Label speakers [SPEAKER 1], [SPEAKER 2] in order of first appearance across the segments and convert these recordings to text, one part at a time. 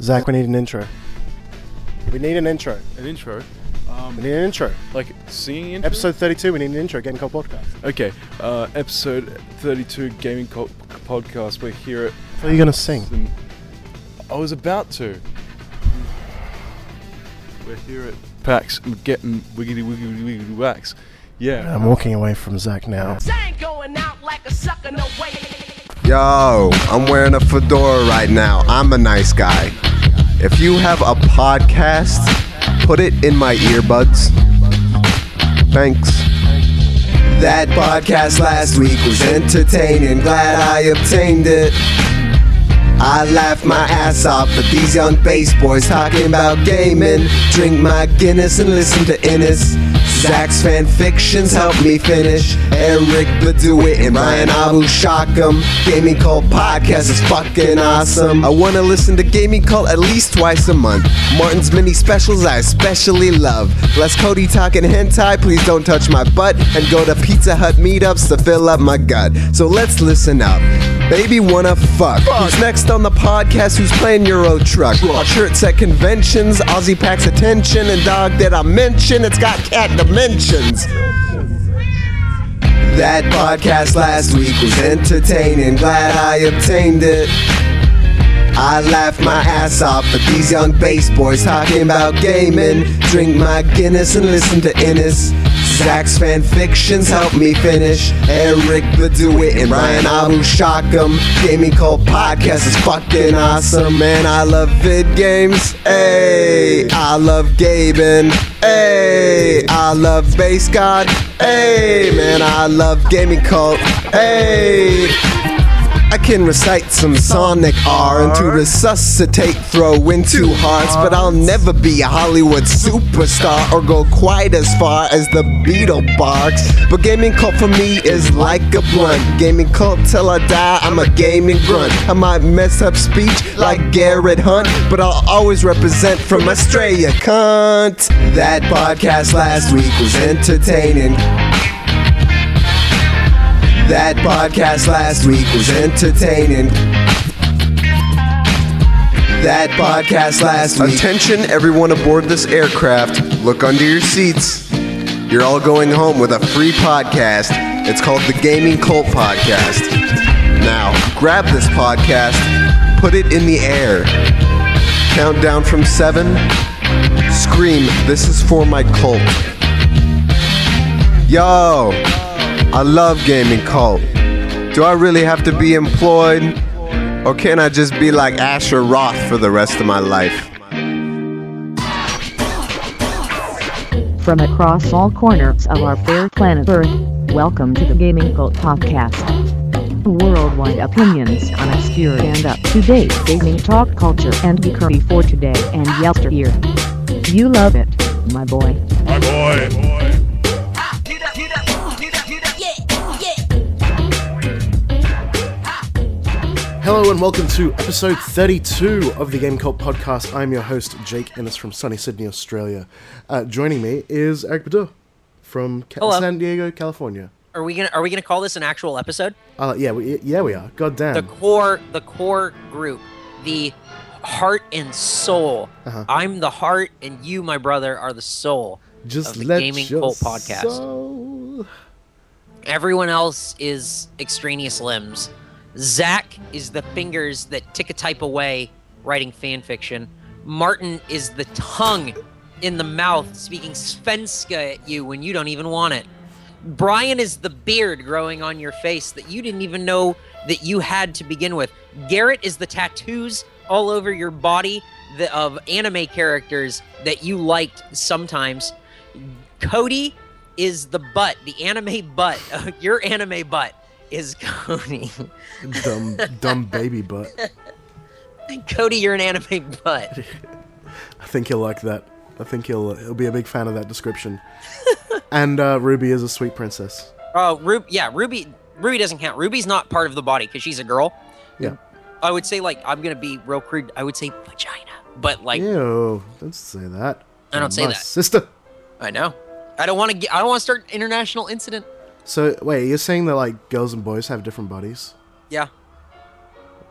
[SPEAKER 1] Zach, we need an intro. We need an intro.
[SPEAKER 2] an intro.
[SPEAKER 1] We
[SPEAKER 2] Um,
[SPEAKER 1] need an intro.
[SPEAKER 2] like singing intro.
[SPEAKER 1] Episode 32, we need an intro. Getting Cold Podcast.
[SPEAKER 2] Okay, uh, episode 32 gaming co- podcast. We're here at.
[SPEAKER 1] What are you going to sing?
[SPEAKER 2] the- I was about to. We're here at PAX. I'm getting wiggity wiggity wiggity wax. Yeah.
[SPEAKER 1] I'm walking away from Zach now.
[SPEAKER 3] ain't going out like a sucker, no way.
[SPEAKER 4] Yo, I'm wearing a fedora right now. I'm a nice guy. If you have a podcast, put it in my earbuds. Thanks. That podcast last week was entertaining. Glad I obtained it. I laughed my ass off at these young bass boys talking about gaming. Drink my Guinness and listen to Innis. Zach's fan fictions helped me finish. Eric Bedewitt and Ryan Abu Shockham. Gaming Cult podcast is fucking awesome. I wanna listen to Gaming Cult at least twice a month. Martin's mini specials I especially love. Less Cody talking hentai, please don't touch my butt. And go to Pizza Hut meetups to fill up my gut. So let's listen up. Baby wanna fuck. Who's next on the podcast? Who's playing Euro Truck? Shirts at conventions, Aussie packs attention, and dog that I mention, it's got cat dimensions. That podcast last week was entertaining. Glad I obtained it. I laughed my ass off at these young bass boys talking about gaming. Drink my Guinness and listen to Innis. Zach's fan fictions helped me finish. Eric Bedewitt and Ryan Abu Shockham. Gaming Cult podcast is fucking awesome, man. I love vid games. Hey, I love gaming. Hey, I love Bass God. Hey, man, I love Gaming Cult. Hey. I can recite some Sonic R and to resuscitate throw in two hearts, but I'll never be a Hollywood superstar or go quite as far as the Beetleborgs. But gaming cult for me is like a blunt. Gaming cult till I die, I'm a gaming grunt. I might mess up speech like Garrett Hunt, but I'll always represent from Australia, cunt. That podcast last week was entertaining. That podcast last week was entertaining. That podcast last week. Attention, everyone aboard this aircraft. Look under your seats. You're all going home with a free podcast. It's called the Gaming Cult Podcast. Now, grab this podcast, put it in the air. Count down from seven. Scream, this is for my cult. Yo, I love gaming cult. Do I really have to be employed? Or can I just be like Asher Roth for the rest of my life?
[SPEAKER 5] From across all corners of our fair planet Earth, welcome to the Gaming Cult Podcast. Worldwide opinions on obscure and up-to-date gaming talk culture and geekery for today and yesteryear. You love it, my boy.
[SPEAKER 1] Hello and welcome to episode 32 of the Game Cult Podcast. I'm your host, Jake Ennis from sunny Sydney, Australia. Uh, joining me is Eric Badur from Ca-
[SPEAKER 6] Hello.
[SPEAKER 1] San Diego, California.
[SPEAKER 6] Are we gonna Are we gonna call this an actual episode?
[SPEAKER 1] Uh, yeah, we, yeah, we are. God damn.
[SPEAKER 6] The core, the core group, the heart and soul. I'm the heart, and you, my brother, are the soul
[SPEAKER 1] Just
[SPEAKER 6] of the
[SPEAKER 1] let
[SPEAKER 6] Gaming
[SPEAKER 1] your
[SPEAKER 6] Cult Podcast.
[SPEAKER 1] soul-
[SPEAKER 6] Everyone else is extraneous limbs. Zach is the fingers that tick a type away writing fan fiction. Martin is the tongue in the mouth speaking Svenska at you when you don't even want it. Brian is the beard growing on your face that you didn't even know that you had to begin with. Garrett is the tattoos all over your body that, of anime characters that you liked sometimes. Cody is the butt, the anime butt. Your anime butt is Cody.
[SPEAKER 1] dumb, dumb baby butt.
[SPEAKER 6] Cody, you're an anime butt.
[SPEAKER 1] I think he'll like that. I think he'll he'll be a big fan of that description. and uh, Ruby is a sweet princess.
[SPEAKER 6] Oh, Ruby. Yeah, Ruby. Ruby doesn't count. Ruby's not part of the body because she's a girl.
[SPEAKER 1] Yeah.
[SPEAKER 6] I would say like I'm gonna be real crude. I would say vagina, but like
[SPEAKER 1] Ew! Don't say that.
[SPEAKER 6] I don't say
[SPEAKER 1] My
[SPEAKER 6] that.
[SPEAKER 1] sister.
[SPEAKER 6] I know. I don't want to. I don't want to start international incident.
[SPEAKER 1] So wait, you're saying that like girls and boys have different bodies?
[SPEAKER 6] Yeah.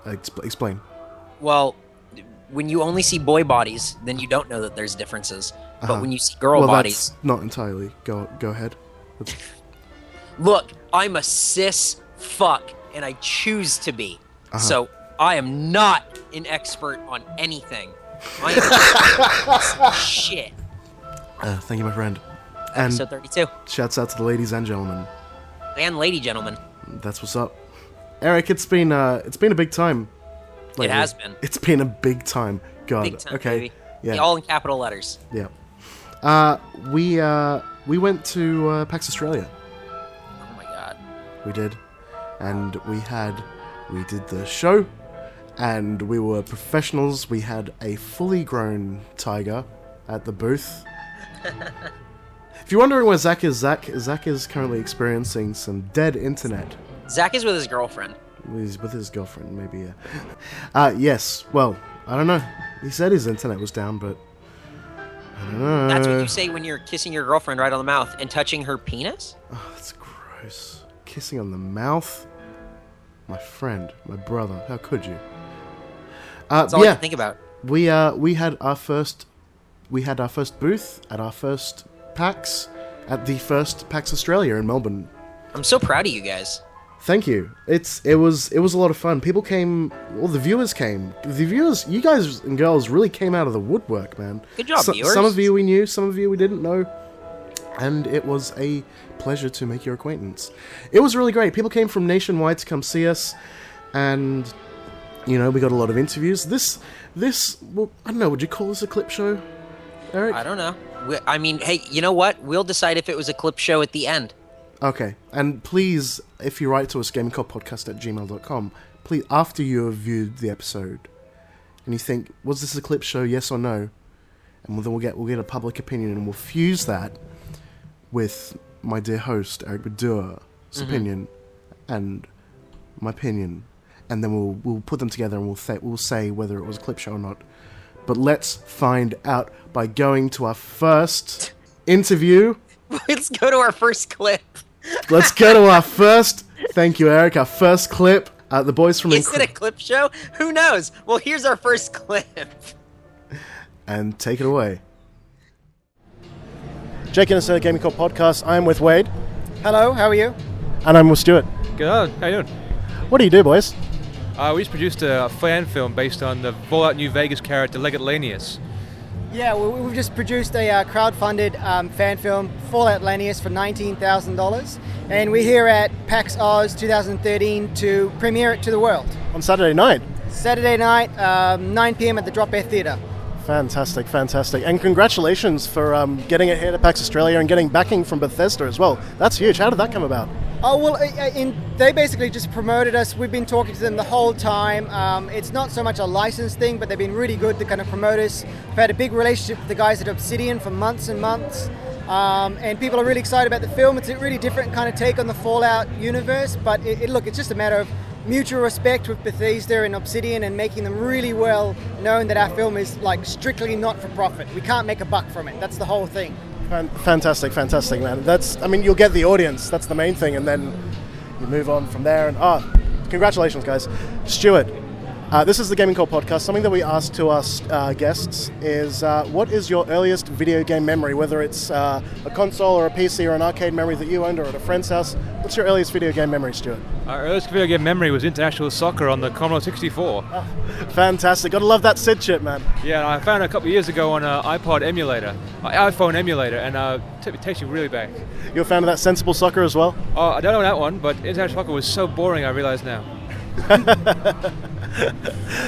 [SPEAKER 1] Ex- explain.
[SPEAKER 6] Well, when you only see boy bodies, then you don't know that there's differences. But when you see girl
[SPEAKER 1] Uh-huh. well,
[SPEAKER 6] bodies,
[SPEAKER 1] that's not entirely. Go go ahead. That's-
[SPEAKER 6] look, I'm a cis fuck and I choose to be.
[SPEAKER 1] Uh-huh.
[SPEAKER 6] So I am not an expert on anything. I am shit.
[SPEAKER 1] uh, thank you, my friend. And
[SPEAKER 6] Episode 32.
[SPEAKER 1] shouts out to the ladies and gentlemen.
[SPEAKER 6] And lady gentlemen.
[SPEAKER 1] That's what's up. Eric, it's been uh, it's been a big time. lately.
[SPEAKER 6] has been.
[SPEAKER 1] It's been a big time. God.
[SPEAKER 6] Big time,
[SPEAKER 1] okay.
[SPEAKER 6] baby.
[SPEAKER 1] Yeah.
[SPEAKER 6] All in capital letters.
[SPEAKER 1] yeah. Uh, we uh, we went to uh, PAX Australia.
[SPEAKER 6] Oh my god.
[SPEAKER 1] We did. And we had we did the show and we were professionals. We had a fully grown tiger at the booth. if you're wondering where Zach is, Zach Zach is currently experiencing some dead internet.
[SPEAKER 6] Zach is with his girlfriend.
[SPEAKER 1] He's with his girlfriend, maybe. Yeah. Uh, yes. Well, I don't know. He said his internet was down, but I don't know.
[SPEAKER 6] That's what you say when you're kissing your girlfriend right on the mouth and touching her penis?
[SPEAKER 1] Oh, that's gross. Kissing on the mouth? My friend, my brother, how could you? Uh,
[SPEAKER 6] That's all I
[SPEAKER 1] yeah,
[SPEAKER 6] can think about.
[SPEAKER 1] we uh, we had our first, we had our first booth at our first PAX, at the first PAX Australia in Melbourne.
[SPEAKER 6] I'm so proud of you guys.
[SPEAKER 1] Thank you. It's it was it was a lot of fun. People came, well, the viewers came. The viewers, you guys and girls, really came out of the woodwork, man.
[SPEAKER 6] Good job,
[SPEAKER 1] So-
[SPEAKER 6] viewers.
[SPEAKER 1] Some of you we knew, some of you we didn't know, and it was a pleasure to make your acquaintance. It was really great. People came from nationwide to come see us, and you know we got a lot of interviews. This this well, I don't know. Would you call this a clip show, Eric?
[SPEAKER 6] I don't know. We, I mean, hey, you know what? We'll decide if it was a clip show at the end.
[SPEAKER 1] Okay. And please, if you write to us, gamingcoppodcast at gmail.com, please, after you have viewed the episode and you think, was this a clip show, yes or no? And then we'll get, we'll get a public opinion and we'll fuse that with my dear host, Eric Badur's opinion and my opinion. And then we'll, we'll put them together and we'll, th- we'll say whether it was a clip show or not. But let's find out by going to our first interview.
[SPEAKER 6] Let's go to our first clip.
[SPEAKER 1] Let's go to our first. Thank you, Eric. Our first clip. Uh, the boys from
[SPEAKER 6] Is it a
[SPEAKER 1] Incre-
[SPEAKER 6] clip show? Who knows? Well, here's our first clip.
[SPEAKER 1] and take it away. Jake and the Gaming Corp podcast. I'm with Wade,
[SPEAKER 7] Hello, how are you?
[SPEAKER 1] and I'm with Stuart.
[SPEAKER 8] Good. on, How you doing?
[SPEAKER 1] What do you do, boys?
[SPEAKER 8] Uh, we just produced a fan film based on the Fallout New Vegas character Legotlanius.
[SPEAKER 7] Yeah, well, we- we've just produced a uh, crowdfunded um, fan film, Fallout Lanius, for $19,000. And we're here at PAX Oz 2013 to premiere it to the world.
[SPEAKER 1] On Saturday night.
[SPEAKER 7] Saturday night, um, 9 p.m. at the Drop Air Theatre.
[SPEAKER 1] Fantastic, fantastic. And congratulations for um, getting it here to PAX Australia and getting backing from Bethesda as well. That's huge. How did that come about?
[SPEAKER 7] Oh well, I- I- in, they basically just promoted us. We've been talking to them the whole time. Um, it's not so much a license thing, but they've been really good to kind of promote us. We've had a big relationship with the guys at Obsidian for months and months, um, and people are really excited about the film. It's a really different kind of take on the Fallout universe, but it, it, look, it's just a matter of mutual respect with Bethesda and Obsidian, and making them really well known that our film is like strictly not for profit. We can't make a buck from it. That's the whole thing.
[SPEAKER 9] Fan- Fantastic, fantastic, man. That's, I mean, you'll get the audience. That's the main thing, and then you move on from there. And ah, congratulations, guys. Stuart, uh, this is the Gaming Call podcast. Something that we ask to our uh, guests is, uh, what is your earliest video game memory? Whether it's uh, a console or a PC or an arcade memory that you owned or at a friend's house. What's your earliest video game memory, Stuart?
[SPEAKER 8] Our earliest video game memory was international soccer on the Commodore 64.
[SPEAKER 7] Ah.
[SPEAKER 9] Fantastic. Gotta love that Sid chip, man.
[SPEAKER 8] Yeah, and I found it a couple of years ago on an iPod emulator, an iPhone emulator, and uh, t- it takes you really back.
[SPEAKER 9] You're a fan of that sensible soccer as well.
[SPEAKER 8] Uh, I don't know that one, but international soccer was so boring. I realize now.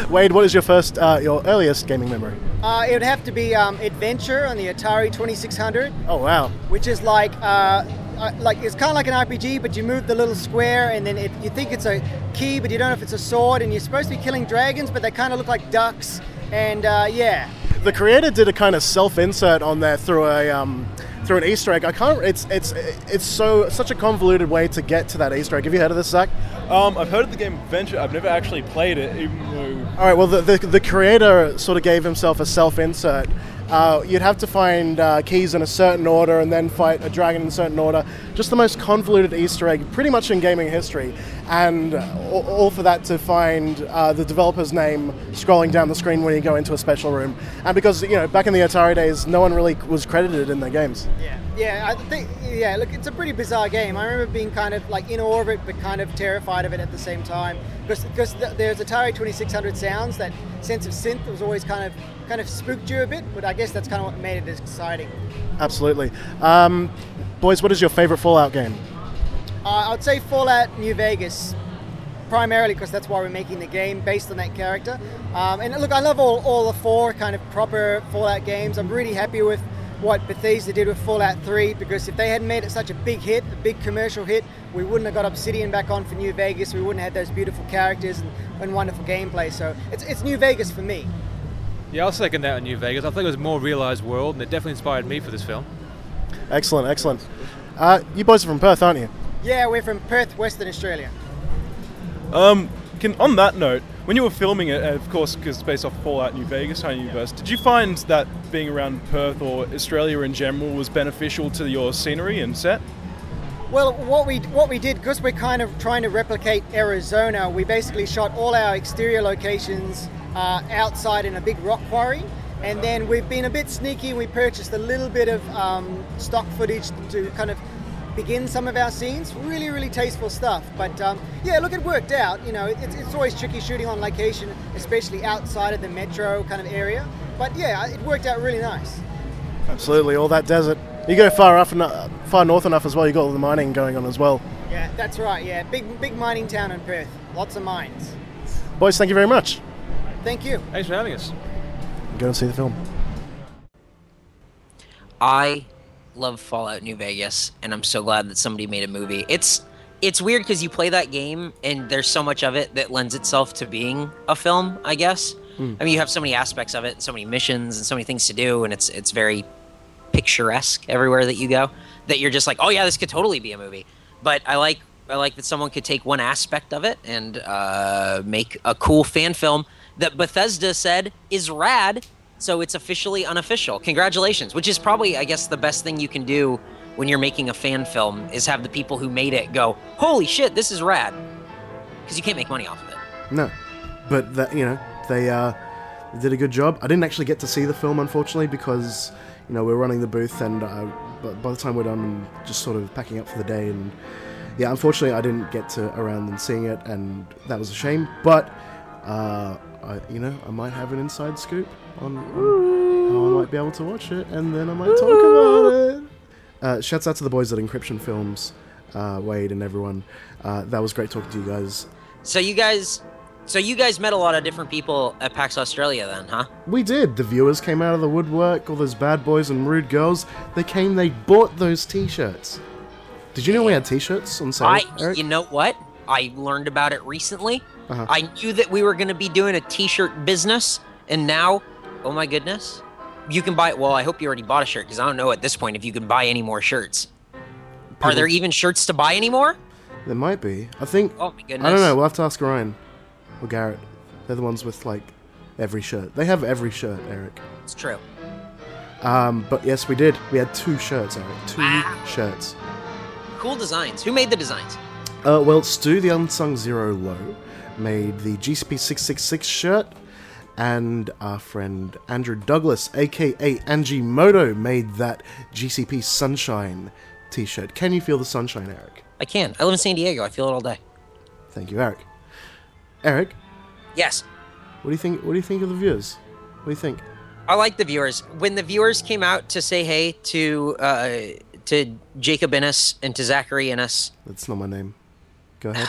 [SPEAKER 9] Wade, what is your first, uh, your earliest gaming memory?
[SPEAKER 7] Uh, it would have to be um, Adventure on the Atari 2600.
[SPEAKER 9] Oh wow.
[SPEAKER 7] which is like uh, uh, like it's kind of like an RPG, but you move the little square, and then it, you think it's a key, but you don't know if it's a sword, and you're supposed to be killing dragons, but they kind of look like ducks, and uh, yeah.
[SPEAKER 9] The creator did a kind of self-insert on there through a um, through an Easter egg. I can't. It's it's it's so such a convoluted way to get to that Easter egg. Have you heard of this, Zach?
[SPEAKER 2] Um, I've heard of the game Adventure. I've never actually played it. Even though
[SPEAKER 9] All right. Well, the the, the creator sort of gave himself a self-insert. Uh, you'd have to find uh, keys in a certain order and then fight a dragon in a certain order. Just the most convoluted Easter egg, pretty much in gaming history. and all, all for that to find uh, the developer's name scrolling down the screen when you go into a special room. And because you know, back in the Atari days, no one really was credited in their games.
[SPEAKER 7] Yeah, yeah, I think yeah. Look, it's a pretty bizarre game. I remember being kind of like in awe of it, but kind of terrified of it at the same time because because th- there's Atari 2600 sounds. That sense of synth was always kind of kind of spooked you a bit, but I guess that's kind of what made it as exciting.
[SPEAKER 9] Absolutely, um, boys. What is your favorite Fallout game?
[SPEAKER 7] Uh, I'd say Fallout New Vegas, primarily because that's why we're making the game based on that character. Um, and look, I love all, all the four kind of proper Fallout games. I'm really happy with what Bethesda did with Fallout 3 because if they hadn't made it such a big hit, a big commercial hit, we wouldn't have got Obsidian back on for New Vegas. We wouldn't have those beautiful characters and, and wonderful gameplay. So it's, it's New Vegas for me.
[SPEAKER 8] Yeah, I'll second that on New Vegas. I think it was a more realized world, and it definitely inspired me for this film.
[SPEAKER 9] Excellent, excellent. Uh, you boys are from Perth, aren't you?
[SPEAKER 7] Yeah, we're from Perth, Western Australia.
[SPEAKER 2] Um, can on that note, when you were filming it, and of course, because based off Fallout New Vegas, Tiny Universe, did you find that being around Perth or Australia in general was beneficial to your scenery and set?
[SPEAKER 7] Well, what we what we did because we're kind of trying to replicate Arizona, we basically shot all our exterior locations uh, outside in a big rock quarry, and then we've been a bit sneaky. We purchased a little bit of um, stock footage to kind of begin some of our scenes. Really, really tasteful stuff. But um, yeah, look, it worked out. You know, it's, it's always tricky shooting on location, especially outside of the metro kind of area. But yeah, it worked out really nice.
[SPEAKER 9] Absolutely, all that desert. You go far enough, eno- far north enough as well. You got all the mining going on as well.
[SPEAKER 7] Yeah, that's right. Yeah, big big mining town in Perth. Lots of mines.
[SPEAKER 9] Boys, thank you very much.
[SPEAKER 7] Thank you.
[SPEAKER 8] Thanks for having us.
[SPEAKER 9] Go and see the film.
[SPEAKER 6] I love Fallout New Vegas, and I'm so glad that somebody made a movie. It's it's weird because you play that game, and there's so much of it that lends itself to being a film. I guess. I mean, you have so many aspects of it, and so many missions, and so many things to do, and it's it's very picturesque everywhere that you go. That you're just like, oh yeah, this could totally be a movie. But I like I like that someone could take one aspect of it and uh, make a cool fan film that Bethesda said is rad. So it's officially unofficial. Congratulations, which is probably I guess the best thing you can do when you're making a fan film is have the people who made it go, holy shit, this is rad, because you can't make money off of it.
[SPEAKER 1] No, but that you know they uh, they did a good job. I didn't actually get to see the film unfortunately because you know we we're running the booth and uh, but by the time we're done, just sort of packing up for the day and yeah, unfortunately I didn't get to around and seeing it and that was a shame. But uh, I, you know I might have an inside scoop on, on how I might be able to watch it and then I might talk about it. Uh, shouts out to the boys at Encryption Films, uh, Wade and everyone. Uh, that was great talking to you guys.
[SPEAKER 6] So you guys, so you guys met a lot of different people at PAX Australia then, huh?
[SPEAKER 1] We did. The viewers came out of the woodwork, all those bad boys and rude girls. They came, they bought those t shirts. Did you know we had t shirts on sale?
[SPEAKER 6] I,
[SPEAKER 1] Eric?
[SPEAKER 6] you know what? I learned about it recently.
[SPEAKER 1] Uh-huh.
[SPEAKER 6] I knew that we were going to be doing a T-shirt business, and now, oh my goodness, you can buy. Well, I hope you already bought a shirt because I don't know at this point if you can buy any more shirts. Are there even shirts to buy anymore?
[SPEAKER 1] there might be. I think.
[SPEAKER 6] Oh my goodness!
[SPEAKER 1] I don't know. We'll have to ask Ryan or Garrett. They're the ones with like every shirt. They have every shirt, Eric.
[SPEAKER 6] It's true.
[SPEAKER 1] Um, but yes, we did. We had two shirts, Eric. Two
[SPEAKER 6] Wow.
[SPEAKER 1] shirts.
[SPEAKER 6] Cool designs. Who made the designs?
[SPEAKER 1] Uh, well, Stu, the unsung zero low, made the GCP six six six shirt, and our friend Andrew Douglas, aka Angie Moto, made that GCP sunshine T-shirt. Can you feel the sunshine, Eric?
[SPEAKER 6] I can. I live in San Diego. I feel it all day.
[SPEAKER 1] Thank you, Eric. Eric,
[SPEAKER 6] Yes.
[SPEAKER 1] what do you think? What do you think of the viewers? What do you think?
[SPEAKER 6] I like the viewers. When the viewers came out to say hey to uh, to Jacob Innes and to Zachary Innes,
[SPEAKER 1] That's not my name. Go ahead.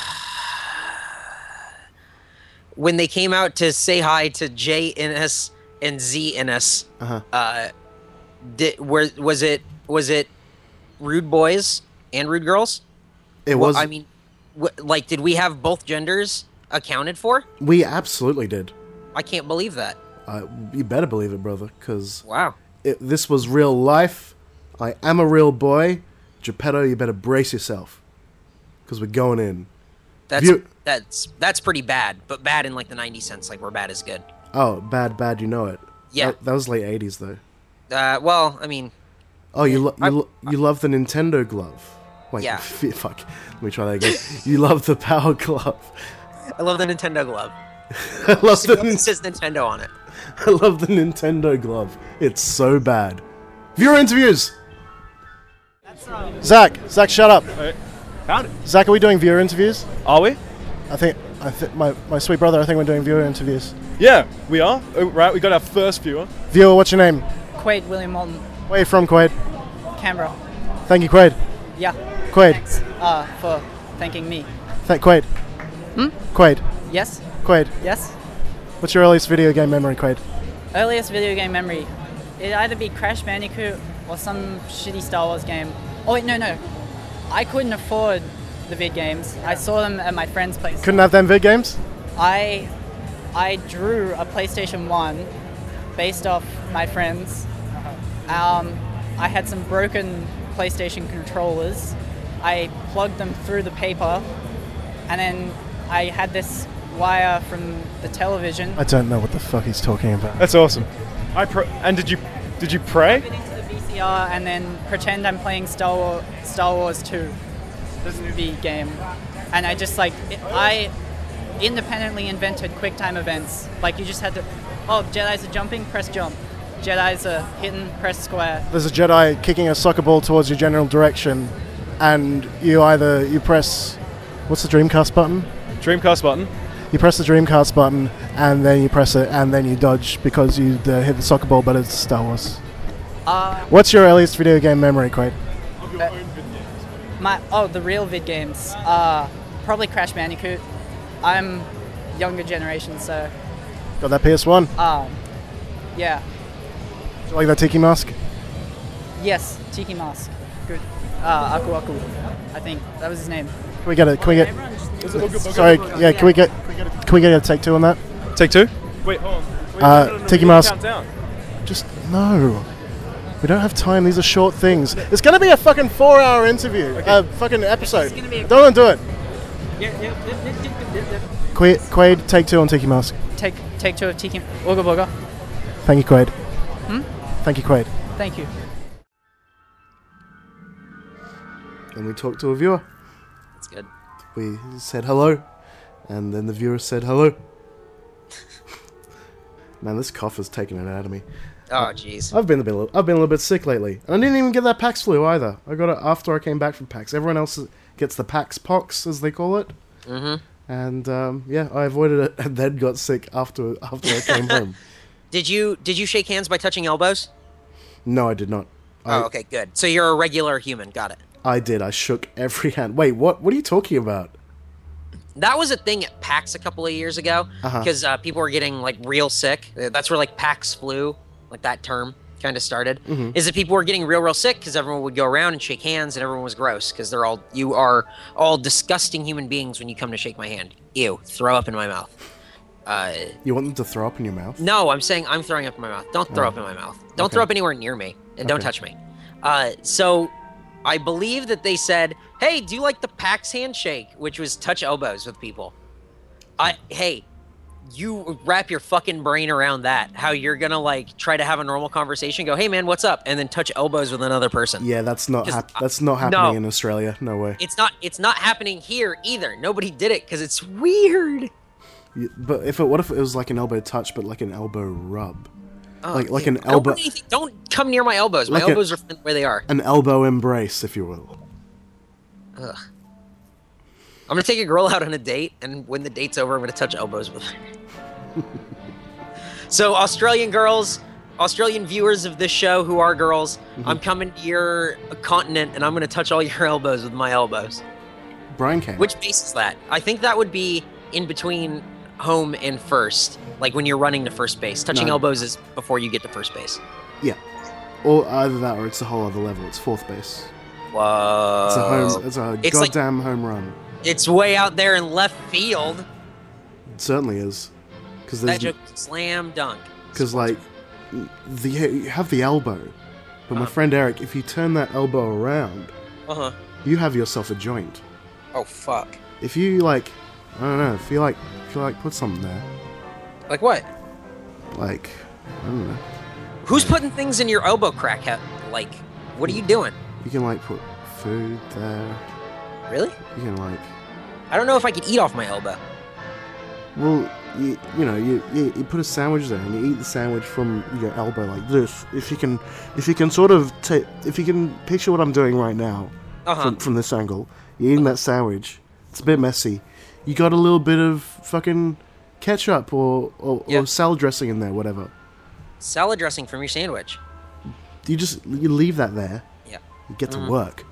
[SPEAKER 6] when they came out to say hi to J Innes and Z Innes,
[SPEAKER 1] Uh-huh.
[SPEAKER 6] uh, did, were, was it was it rude boys and rude girls?
[SPEAKER 1] It
[SPEAKER 6] Well,
[SPEAKER 1] was.
[SPEAKER 6] I mean, wh- like, did we have both genders accounted for?
[SPEAKER 1] we absolutely did.
[SPEAKER 6] I can't believe that.
[SPEAKER 1] Uh, you better believe it, brother, because
[SPEAKER 6] Wow.
[SPEAKER 1] it, this was real life. I am a real boy. Geppetto, you better brace yourself. Because we're going in.
[SPEAKER 6] That's
[SPEAKER 1] View-
[SPEAKER 6] that's that's pretty bad, but bad in like the ninety cents, like where bad is good.
[SPEAKER 1] Oh, bad, bad, you know it.
[SPEAKER 6] Yeah.
[SPEAKER 1] That, that was late 80s, though.
[SPEAKER 6] Uh, well, I mean,
[SPEAKER 1] Oh, you, lo-
[SPEAKER 6] I-
[SPEAKER 1] you, lo- you love the Nintendo glove. Wait,
[SPEAKER 6] Yeah.
[SPEAKER 1] fe- fuck. Let me try that again. you love the Power Glove.
[SPEAKER 6] I love the Nintendo glove.
[SPEAKER 1] I love the
[SPEAKER 6] It says Nintendo on it.
[SPEAKER 1] I love the Nintendo glove. It's so bad. Viewer interviews.
[SPEAKER 9] Zach, Zach, shut up.
[SPEAKER 2] Found it.
[SPEAKER 9] Zach, are we doing viewer interviews?
[SPEAKER 2] Are we?
[SPEAKER 9] I think, I think my, my sweet brother. I think we're doing viewer interviews.
[SPEAKER 2] Yeah, we are. Oh, right, we got our first viewer.
[SPEAKER 9] Viewer, what's your name?
[SPEAKER 10] Quaid William Moulton,
[SPEAKER 9] Where you from, Quaid?
[SPEAKER 10] Canberra.
[SPEAKER 9] Thank you, Quaid.
[SPEAKER 10] Yeah.
[SPEAKER 9] Quaid.
[SPEAKER 10] Thanks uh, for thanking me.
[SPEAKER 9] Thank Quaid.
[SPEAKER 10] Hmm?
[SPEAKER 9] Quaid.
[SPEAKER 10] Yes?
[SPEAKER 9] Quaid.
[SPEAKER 10] Yes?
[SPEAKER 9] What's your earliest video game memory, Quaid?
[SPEAKER 10] Earliest video game memory. It'd either be Crash Bandicoot or some shitty Star Wars game. Oh, wait, no, no. I couldn't afford the vid games. I saw them at my friend's place.
[SPEAKER 9] Couldn't have them vid games.
[SPEAKER 10] I I drew a PlayStation 1 based off my friends. Um, I had some broken PlayStation controllers. I plugged them through the paper and then I had this wire from the television.
[SPEAKER 9] I don't know Oh, what the fuck he's talking about.
[SPEAKER 2] That's awesome. I pro- and did you did you pray?
[SPEAKER 10] into the VCR and then pretend I'm playing Star Wars, Star Wars 2, the movie game. And I just like, it, I independently invented QuickTime events. Like, you just had to, oh, Jedi's are jumping, press jump. Jedi's are hitting, press square.
[SPEAKER 9] There's a Jedi kicking a soccer ball towards your general direction, and you either you press what's the Dreamcast button?
[SPEAKER 2] Dreamcast button.
[SPEAKER 9] You press the Dreamcast button, and then you press it, and then you dodge because you uh, hit the soccer ball, but it's Star Wars.
[SPEAKER 10] Uh,
[SPEAKER 9] What's your earliest video game memory, Quaid?
[SPEAKER 10] My oh, the real vid games. Uh, probably Crash Bandicoot. I'm younger generation, so
[SPEAKER 9] Got that PS1?
[SPEAKER 10] um, yeah.
[SPEAKER 9] Do you like that Tiki Mask?
[SPEAKER 10] Yes, Tiki Mask. Good. Uh, Aku Aku, I think that was his name.
[SPEAKER 9] Can we get a? Can we get? Sorry, yeah. Can we get? Can we get a take two on that?
[SPEAKER 2] Take two. Wait, hold on. Wait,
[SPEAKER 9] Uh,
[SPEAKER 2] no, no, no,
[SPEAKER 9] Tiki
[SPEAKER 2] we
[SPEAKER 9] Mouse.
[SPEAKER 2] count down.
[SPEAKER 9] Just no. We don't have time. These are short things. It's gonna be a fucking four-hour interview. Uh, A fucking episode. Don't wanna do it. Quaid, Quaid, take two on Tiki Mask.
[SPEAKER 10] Take take two of Tiki Ooga Booga.
[SPEAKER 9] Thank you, Quaid.
[SPEAKER 10] Hmm?
[SPEAKER 9] Thank you, Quaid.
[SPEAKER 10] Thank you.
[SPEAKER 1] Then we talked to a viewer.
[SPEAKER 6] That's good.
[SPEAKER 1] We said hello, and then the viewer said hello. Man, this cough has taken it out of me.
[SPEAKER 6] Oh, jeez.
[SPEAKER 1] I've been a bit, I've been a little bit sick lately, and I didn't even get that Pax flu either. I got it after I came back from Pax. Everyone else gets the Pax pox, as they call it.
[SPEAKER 6] Mhm.
[SPEAKER 1] And um, yeah, I avoided it, and then got sick after after I came home.
[SPEAKER 6] Did you did you shake hands by touching elbows?
[SPEAKER 1] No, I did not. I,
[SPEAKER 6] Oh, okay, good. So you're a regular human. Got it.
[SPEAKER 1] I did. I shook every hand. Wait, what? What are you talking about?
[SPEAKER 6] That was a thing at PAX a couple of years ago
[SPEAKER 1] Uh-huh.
[SPEAKER 6] because uh, people were getting like real sick. Uh, That's where like PAX flu, like that term, kind of started. Is that people were getting real, real sick because everyone would go around and shake hands and everyone was gross because they're all you are all disgusting human beings when you come to shake my hand. Ew, throw up in my mouth. Uh,
[SPEAKER 1] You want them to throw up in your mouth?
[SPEAKER 6] no, I'm saying I'm throwing up in my mouth. Don't throw up in my mouth. Don't throw up anywhere near me, and don't
[SPEAKER 1] Okay.
[SPEAKER 6] touch me. Uh, so, I believe that they said, "Hey, do you like the PAX handshake?" Which was touch elbows with people. I hey, you wrap your fucking brain around that. How you're gonna like try to have a normal conversation? Go, hey man, what's up? And then touch elbows with another person.
[SPEAKER 1] Yeah, that's not
[SPEAKER 6] Just- uh,
[SPEAKER 1] hap- that's not happening
[SPEAKER 6] no.
[SPEAKER 1] in Australia. No way.
[SPEAKER 6] It's not. It's not happening here either. Nobody did it because it's weird.
[SPEAKER 1] You- But if it, what if it was like an elbow touch, but like an elbow rub,
[SPEAKER 6] Oh,
[SPEAKER 1] like like
[SPEAKER 6] dude,
[SPEAKER 1] an elbow,
[SPEAKER 6] Don't, do anything- don't come near my elbows. My
[SPEAKER 1] Like a-
[SPEAKER 6] elbows are where they are.
[SPEAKER 1] an elbow embrace, if you will.
[SPEAKER 6] I'm gonna take a girl out on a date, and when the date's over, I'm gonna touch elbows with her. so, Australian girls, Australian viewers of this show who are girls,
[SPEAKER 1] Mm-hmm.
[SPEAKER 6] I'm coming to your continent, and I'm gonna touch all your elbows with my elbows.
[SPEAKER 1] Brian came.
[SPEAKER 6] Which base is that? I think that would be in between home and first, like when you're running to first base. Touching
[SPEAKER 1] No.
[SPEAKER 6] elbows is before you get to first base.
[SPEAKER 1] Yeah, or either that, or it's a whole other level. It's fourth base.
[SPEAKER 6] Whoa!
[SPEAKER 1] It's a home. It's a
[SPEAKER 6] Uh, It's like-
[SPEAKER 1] goddamn home run.
[SPEAKER 6] It's way out there in left field.
[SPEAKER 1] It certainly is, because
[SPEAKER 6] That
[SPEAKER 1] there's
[SPEAKER 6] joke, slam dunk.
[SPEAKER 1] because like the you have the elbow, but my
[SPEAKER 6] Uh-huh.
[SPEAKER 1] friend Eric, if you turn that elbow around,
[SPEAKER 6] Uh huh.
[SPEAKER 1] you have yourself a joint.
[SPEAKER 6] Oh fuck.
[SPEAKER 1] If you like, I don't know, if you like, if you like, put something there,
[SPEAKER 6] Like what?
[SPEAKER 1] like I don't know.
[SPEAKER 6] Who's putting things in your elbow crack? He- Like, what are you doing?
[SPEAKER 1] You can like put food there.
[SPEAKER 6] Really?
[SPEAKER 1] You can like,
[SPEAKER 6] I don't know if I could eat off my elbow.
[SPEAKER 1] well, you, you know, you, you you put a sandwich there and you eat the sandwich from your elbow like this. If you can, if you can sort of ta if you can picture what I'm doing right now
[SPEAKER 6] Uh-huh.
[SPEAKER 1] from from this angle, you're eating that sandwich. It's a bit messy. You got a little bit of fucking ketchup or or,
[SPEAKER 6] Yeah.
[SPEAKER 1] or salad dressing in there, whatever.
[SPEAKER 6] Salad dressing from your sandwich.
[SPEAKER 1] You just you leave that there.
[SPEAKER 6] Yeah.
[SPEAKER 1] You get to
[SPEAKER 6] Mhm.
[SPEAKER 1] work.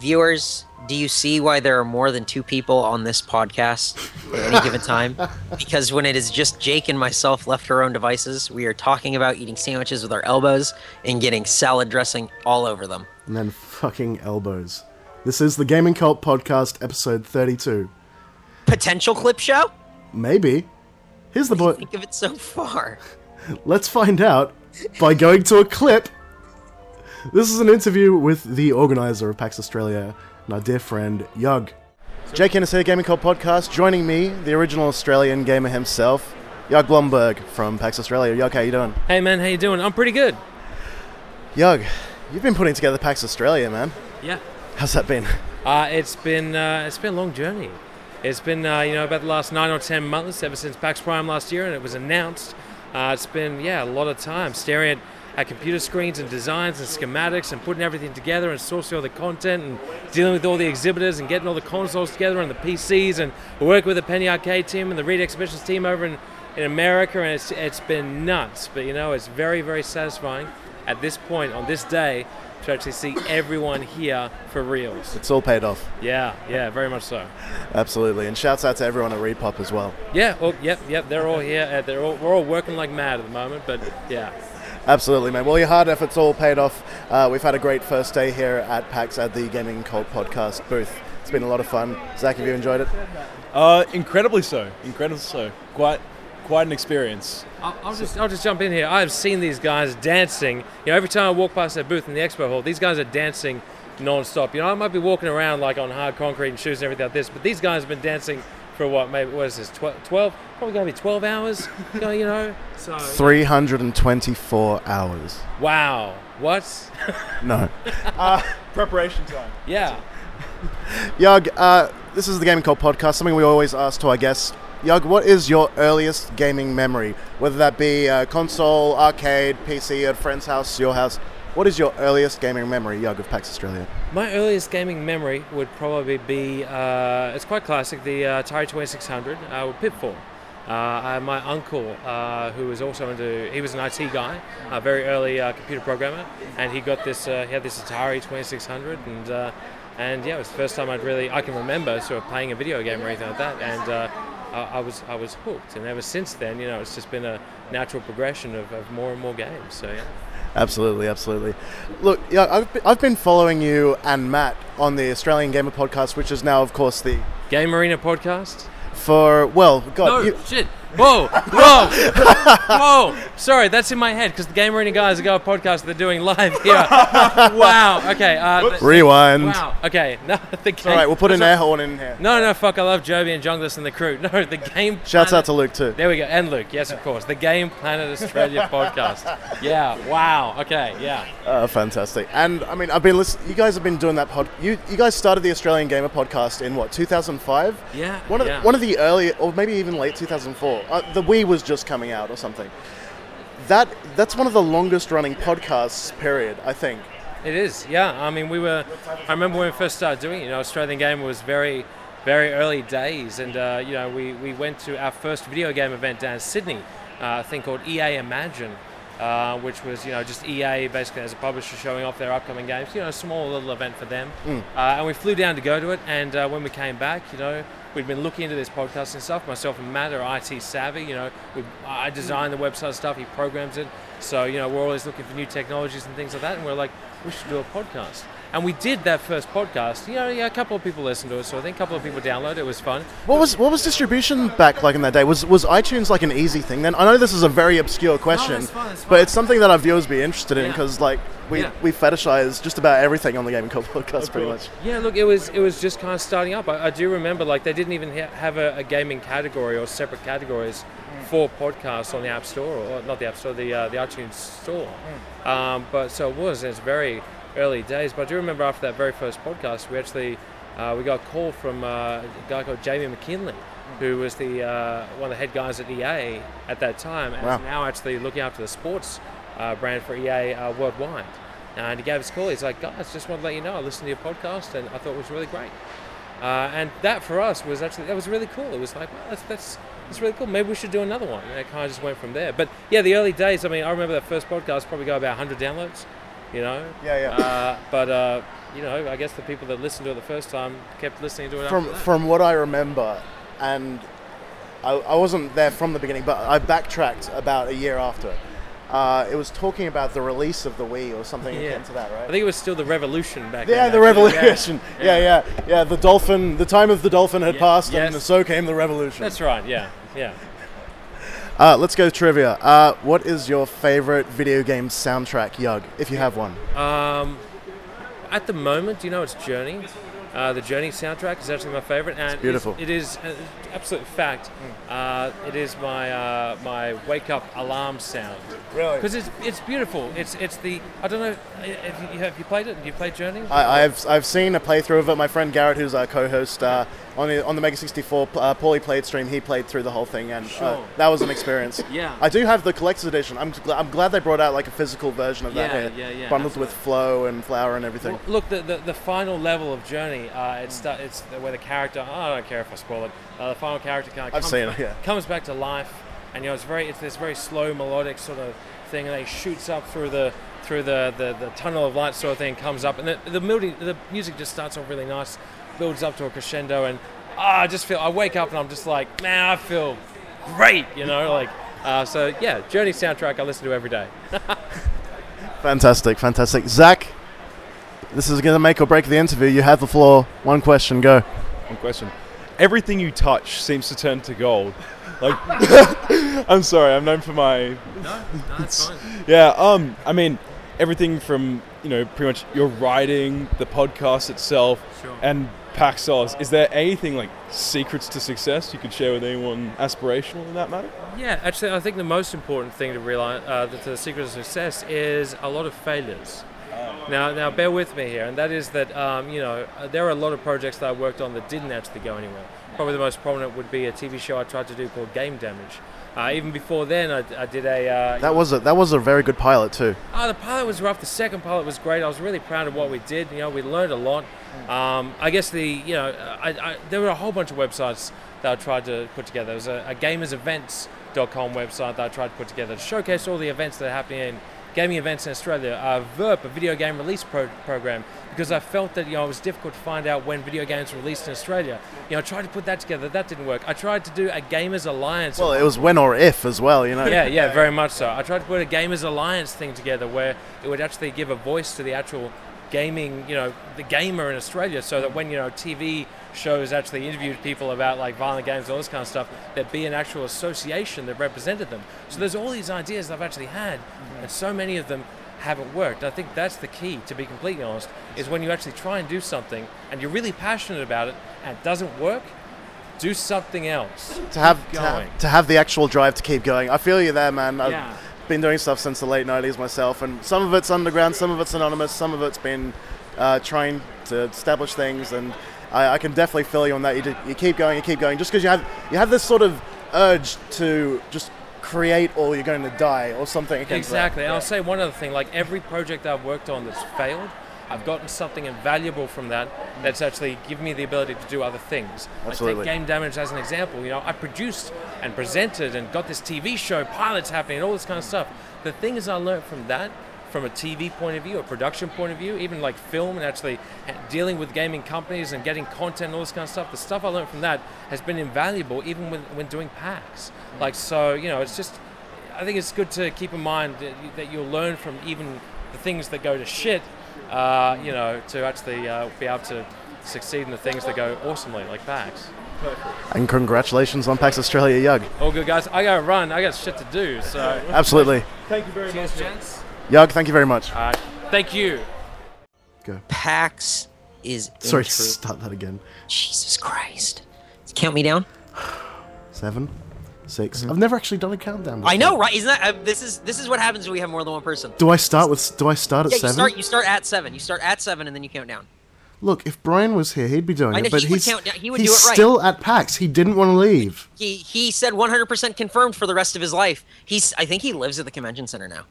[SPEAKER 6] Viewers, do you see why there are more than two people on this podcast at any given time? Because when it is just Jake and myself left to our own devices, we are talking about eating sandwiches with our elbows and getting salad dressing all over them.
[SPEAKER 1] And then fucking elbows. This is the Gaming Cult Podcast, episode 32.
[SPEAKER 6] Potential clip show?
[SPEAKER 1] Maybe. Here's the point.
[SPEAKER 6] Think of it so far.
[SPEAKER 1] Let's find out by going to a clip. This is an interview with the organizer of PAX Australia and our dear friend, Yug.
[SPEAKER 9] Jake Innes here, Gaming Cult Podcast. Joining me, the original Australian gamer himself, Jörg Blomberg from PAX Australia. Jörg, how you doing?
[SPEAKER 11] Hey man, how you doing? I'm pretty good.
[SPEAKER 9] Jörg, you've been putting together PAX Australia, man.
[SPEAKER 11] Yeah.
[SPEAKER 9] How's that been?
[SPEAKER 11] Uh, it's been uh, it's been a long journey. It's been uh, you know about the last nine or ten months ever since PAX Prime last year, and it was announced. Uh, it's been yeah a lot of time staring at, at computer screens and designs and schematics and putting everything together and sourcing all the content and dealing with all the exhibitors and getting all the consoles together and the PCs and working with the Penny Arcade team and the Reed Exhibitions team over in, in America, and it's it's been nuts. But you know it's very very satisfying at this point on this day to actually see everyone here for reals.
[SPEAKER 9] It's all paid off.
[SPEAKER 11] Yeah, yeah, very much so.
[SPEAKER 9] Absolutely. And shouts out to everyone at Repop as well.
[SPEAKER 11] Yeah, oh, yep, yep. They're all here. Uh, they're all, we're all working like mad at the moment, but yeah.
[SPEAKER 9] Absolutely, man. Well, your hard efforts all paid off. Uh, we've had a great first day here at PAX at the Gaming Cult Podcast booth. It's been a lot of fun. Zach, have you enjoyed it?
[SPEAKER 2] Uh, incredibly so. Incredibly so. Quite, quite an experience.
[SPEAKER 11] I'll, I'll just I'll just jump in here. I've seen these guys dancing. You know, every time I walk past their booth in the expo hall, these guys are dancing non-stop. You know, I might be walking around like on hard concrete and shoes and everything like this, but these guys have been dancing for what? Maybe what is this? Twelve? 12 probably going to be twelve hours. you know, you know. So
[SPEAKER 9] 324 hours.
[SPEAKER 11] Wow. What?
[SPEAKER 9] No.
[SPEAKER 2] Uh, preparation time.
[SPEAKER 11] Yeah.
[SPEAKER 9] Yug, uh, this is the Gaming Cult Podcast, something we always ask to our guests. Yug, what is your earliest gaming memory? Whether that be uh, console, arcade, PC, at a friend's house, your house. What is your earliest gaming memory, Yug, of PAX Australia?
[SPEAKER 11] My earliest gaming memory would probably be uh, it's quite classic the uh, Atari 2600 uh, with Pitfall. Uh, I, my uncle, uh, who was also into, he was an IT guy, a very early uh, computer programmer, and he got this. Uh, he had this Atari 2600, and uh, and yeah, it was the first time I'd really I can remember sort of playing a video game or anything like that, and uh, I, I was I was hooked, and ever since then, you know, it's just been a natural progression of, of more and more games. So yeah.
[SPEAKER 9] Absolutely, absolutely. Look, yeah, I've been, I've been following you and Matt on the Australian Gamer Podcast, which is now, of course, the
[SPEAKER 11] Game Arena Podcast.
[SPEAKER 9] for well, God,
[SPEAKER 11] no,
[SPEAKER 9] you,
[SPEAKER 11] shit. Whoa, whoa, whoa. Sorry, that's in my head because the Game Arena guys got a podcast they're doing live here. wow. Okay. Uh, th-
[SPEAKER 9] Rewind.
[SPEAKER 11] Wow. Okay. No, the game.
[SPEAKER 9] all right, we'll put an air horn in here.
[SPEAKER 11] No, no, fuck. I love Joby and Junglis and the crew. No, the Game
[SPEAKER 9] Shouts out
[SPEAKER 11] Planet-
[SPEAKER 9] to Luke too.
[SPEAKER 11] There we go. And Luke. Yes, of course. The Game Planet Australia podcast. Yeah. Wow. Okay. Yeah.
[SPEAKER 9] Uh, fantastic. And I mean, I've been listen- you guys have been doing that pod. You you guys started the Australian Gamer Podcast in what 2005?
[SPEAKER 11] Yeah,
[SPEAKER 9] One of
[SPEAKER 11] yeah.
[SPEAKER 9] one of the early, or maybe even late 2004. Uh, the Wii was just coming out or something. That that's one of the longest running podcasts. Period. I think.
[SPEAKER 11] It is, yeah. I mean, we were. I remember when we first started doing it. You know, Australian Gamer was very, very early days, and uh, you know, we, we went to our first video game event down in Sydney, uh, a thing called EA Imagine, uh, which was you know just EA basically as a publisher showing off their upcoming games. You know, a small little event for them.
[SPEAKER 12] Mm.
[SPEAKER 11] Uh, and we flew down to go to it, and uh, when we came back, you know, we'd been looking into this podcast and stuff. Myself and Matt are IT savvy, you know, we, I design the website stuff, he programs it. So, you know, we're always looking for new technologies and things like that, and we're like, we should do a podcast. And we did that first podcast. You know, yeah, a couple of people listened to it, so I think a couple of people downloaded it. It was fun.
[SPEAKER 9] What was what was distribution back like in that day? Was was iTunes like an easy thing then? I know this is a very obscure question,
[SPEAKER 11] fine, that's
[SPEAKER 9] but it's something that our viewers be interested in
[SPEAKER 11] Yeah.
[SPEAKER 9] because like we
[SPEAKER 11] Yeah.
[SPEAKER 9] we fetishize just about everything on the Gaming Cult podcast pretty much.
[SPEAKER 11] Yeah, look, it was it was just kind of starting up. I, I do remember like they didn't even ha- have a, a gaming category or separate categories for podcasts on the
[SPEAKER 13] Mm.
[SPEAKER 11] App Store or not the App Store, the uh, the iTunes Store. Um, but so it was. It's very early days. But I do remember after that very first podcast, we actually uh, we got a call from uh, a guy called Jamie McKinley, who was the uh, one of the head guys at EA at that time, and
[SPEAKER 14] Wow.
[SPEAKER 11] is now actually looking after the sports uh, brand for EA uh, worldwide. and he gave us a call. He's like, guys, just want to let you know, I listened to your podcast, and I thought it was really great. Uh, and that for us was actually that was really cool. It was like, wow, that's that's that's really cool. Maybe we should do another one. And it kind of just went from there. But yeah, the early days. I mean, I remember that first podcast probably got about 100 downloads. You know.
[SPEAKER 1] Yeah, yeah.
[SPEAKER 11] Uh, but uh, you know, I guess the people that listened to it the first time kept listening to it.
[SPEAKER 1] from
[SPEAKER 11] after that.
[SPEAKER 1] from what I remember, and I, I wasn't there from the beginning, but I backtracked about a year after. Uh, it was talking about the release of the Wii or something akin to that,
[SPEAKER 11] I
[SPEAKER 1] right?
[SPEAKER 11] think it was still the revolution back
[SPEAKER 1] Yeah,
[SPEAKER 11] then.
[SPEAKER 1] the
[SPEAKER 11] actually.
[SPEAKER 1] revolution. Yeah. yeah, yeah, The dolphin. The time of the dolphin had
[SPEAKER 11] Yeah,
[SPEAKER 1] passed, and
[SPEAKER 11] yes.
[SPEAKER 1] so came the revolution.
[SPEAKER 11] That's right. Yeah, yeah.
[SPEAKER 1] Uh, let's go trivia. Uh, what is your favorite video game soundtrack, Yug, if you have one?
[SPEAKER 11] Um, at the moment, you know, it's Journey. Uh, the Journey soundtrack is actually my favorite, and
[SPEAKER 1] It's beautiful.
[SPEAKER 11] It is, it is an absolute fact. Uh, it is my uh, my wake up alarm sound.
[SPEAKER 1] Really?
[SPEAKER 11] Because it's it's beautiful. It's it's the I don't know if you, have you played it. Have you played Journey?
[SPEAKER 1] I, I've I've seen a playthrough of it. My friend Garrett, who's our co-host uh, on the on the Mega 64 uh, Paulie played stream, he played through the whole thing, and uh,
[SPEAKER 11] Sure.
[SPEAKER 1] that was an experience.
[SPEAKER 11] Yeah.
[SPEAKER 1] I do have the collector's edition. I'm gl- I'm glad they brought out like a physical version of
[SPEAKER 11] Yeah,
[SPEAKER 1] that here,
[SPEAKER 11] yeah, yeah,
[SPEAKER 1] bundled with flow and flower and everything.
[SPEAKER 11] Well, look, the, the, the final level of Journey, uh, it's, sta- it's the- where the character, oh, I don't care if I spoil it, uh, the final character kind of
[SPEAKER 1] I've
[SPEAKER 11] comes,
[SPEAKER 1] seen
[SPEAKER 11] back,
[SPEAKER 1] it, yeah.
[SPEAKER 11] comes back to life, and you know, it's very, it's this very slow, melodic sort of thing, and he shoots up through the through the, the, the tunnel of light sort of thing, comes up, and the, the, melody, the music just starts off really nice, builds up to a crescendo, and ah, I just feel, I wake up and I'm just like, man, I feel great, you know, like, uh, so yeah, Journey soundtrack I listen to every day.
[SPEAKER 1] Fantastic, fantastic. Zach, this is gonna make or break the interview. You have the floor. One question, go.
[SPEAKER 2] One question. Everything you touch seems to turn to gold. Like, I'm sorry, I'm known for my.
[SPEAKER 11] No, no, that's fine.
[SPEAKER 2] yeah, um, I mean, everything from you know pretty much your writing, the podcast itself, and Paxos. Is there anything like secrets to success you could share with anyone aspirational in that matter?
[SPEAKER 11] Yeah, actually, I think the most important thing to realize uh, that the secret of success is a lot of failures. Now, now, bear with me here, and that is that um, you know uh, there are a lot of projects that I worked on that didn't actually go anywhere. Probably the most prominent would be a TV show I tried to do called Game Damage. Uh, even before then, I, I did a uh,
[SPEAKER 1] That was a that was a very good pilot too.
[SPEAKER 11] Oh, the pilot was rough. The second pilot was great. I was really proud of what we did. You know, we learned a lot.
[SPEAKER 1] Mm.
[SPEAKER 11] Um, I guess the you know, I, I, there were a whole bunch of websites that I tried to put together. There was a, a gamersevents.com website that I tried to put together to showcase all the events that are happening in gaming events in Australia. Uh, VERP, a video game release pro- program, because I felt that you know it was difficult to find out when video games were released in Australia. You know, I tried to put that together. That didn't work. I tried to do a gamers alliance.
[SPEAKER 1] Well, it was when or if as well, you know.
[SPEAKER 11] Yeah, yeah, very much so. I tried to put a gamers alliance thing together where it would actually give a voice to the actual gaming, you know, the gamer in Australia, so that when you know TV shows actually interviewed people about like violent games and all this kind of stuff, there'd be an actual association that represented them. So there's all these ideas that I've actually had,
[SPEAKER 1] Mm-hmm.
[SPEAKER 11] and so many of them haven't worked. I think that's the key, to be completely honest, is when you actually try and do something and you're really passionate about it and it doesn't work, do something else.
[SPEAKER 1] to have,
[SPEAKER 11] Keep
[SPEAKER 1] to
[SPEAKER 11] going.
[SPEAKER 1] have to have the actual drive to keep going. I feel you there, man. I've
[SPEAKER 11] Yeah.
[SPEAKER 1] been doing stuff since the late '90s myself, and some of it's underground, some of it's anonymous, some of it's been uh, trying to establish things, and I, I can definitely feel you on that. You, do, you keep going, you keep going, just because you have you have this sort of urge to just create, or you're going to die, or something. akin to that.
[SPEAKER 11] Exactly. And I'll say one other thing. Like every project that I've worked on that's failed, I've gotten something invaluable from that. That's actually given me the ability to do other things.
[SPEAKER 1] Absolutely.
[SPEAKER 11] I take Game Damage as an example. You know, I produced and presented and got this TV show, pilots happening, and all this kind of stuff. The things I learned from that, from a TV point of view, a production point of view, even like film and actually dealing with gaming companies and getting content, and all this kind of stuff. The stuff I learned from that has been invaluable, even when, when doing packs. Like so, you know, it's just I think it's good to keep in mind that, you, that you'll learn from even the things that go to shit, uh, you know, to actually uh, be able to succeed in the things that go awesomely, like PAX.
[SPEAKER 1] And congratulations on PAX Australia, Yug.
[SPEAKER 11] All good, guys. I gotta run. I got shit to do. So
[SPEAKER 1] Absolutely.
[SPEAKER 11] Thank you very much, gents.
[SPEAKER 1] Yug, thank you very much.
[SPEAKER 11] All right. Thank you.
[SPEAKER 1] Go.
[SPEAKER 6] PAX is
[SPEAKER 1] Sorry,
[SPEAKER 6] intro-
[SPEAKER 1] start that again.
[SPEAKER 6] Jesus Christ. Count me down.
[SPEAKER 1] Seven, 6 i Mm-hmm. I've never actually done a countdown.
[SPEAKER 6] I
[SPEAKER 1] before.
[SPEAKER 6] know, right? Isn't that uh, this is this is what happens when we have more than one person?
[SPEAKER 1] Do I start with? Do I start at
[SPEAKER 6] yeah, you
[SPEAKER 1] seven?
[SPEAKER 6] start you start at seven. You start at seven and then you count down.
[SPEAKER 1] Look, if Brian was here, he'd be doing
[SPEAKER 6] I know,
[SPEAKER 1] it. But
[SPEAKER 6] he would
[SPEAKER 1] he's
[SPEAKER 6] count down- he would
[SPEAKER 1] he's
[SPEAKER 6] do it right.
[SPEAKER 1] still at PAX. He didn't want to leave.
[SPEAKER 6] He he said 100% confirmed for the rest of his life. He's I think he lives at the convention center now.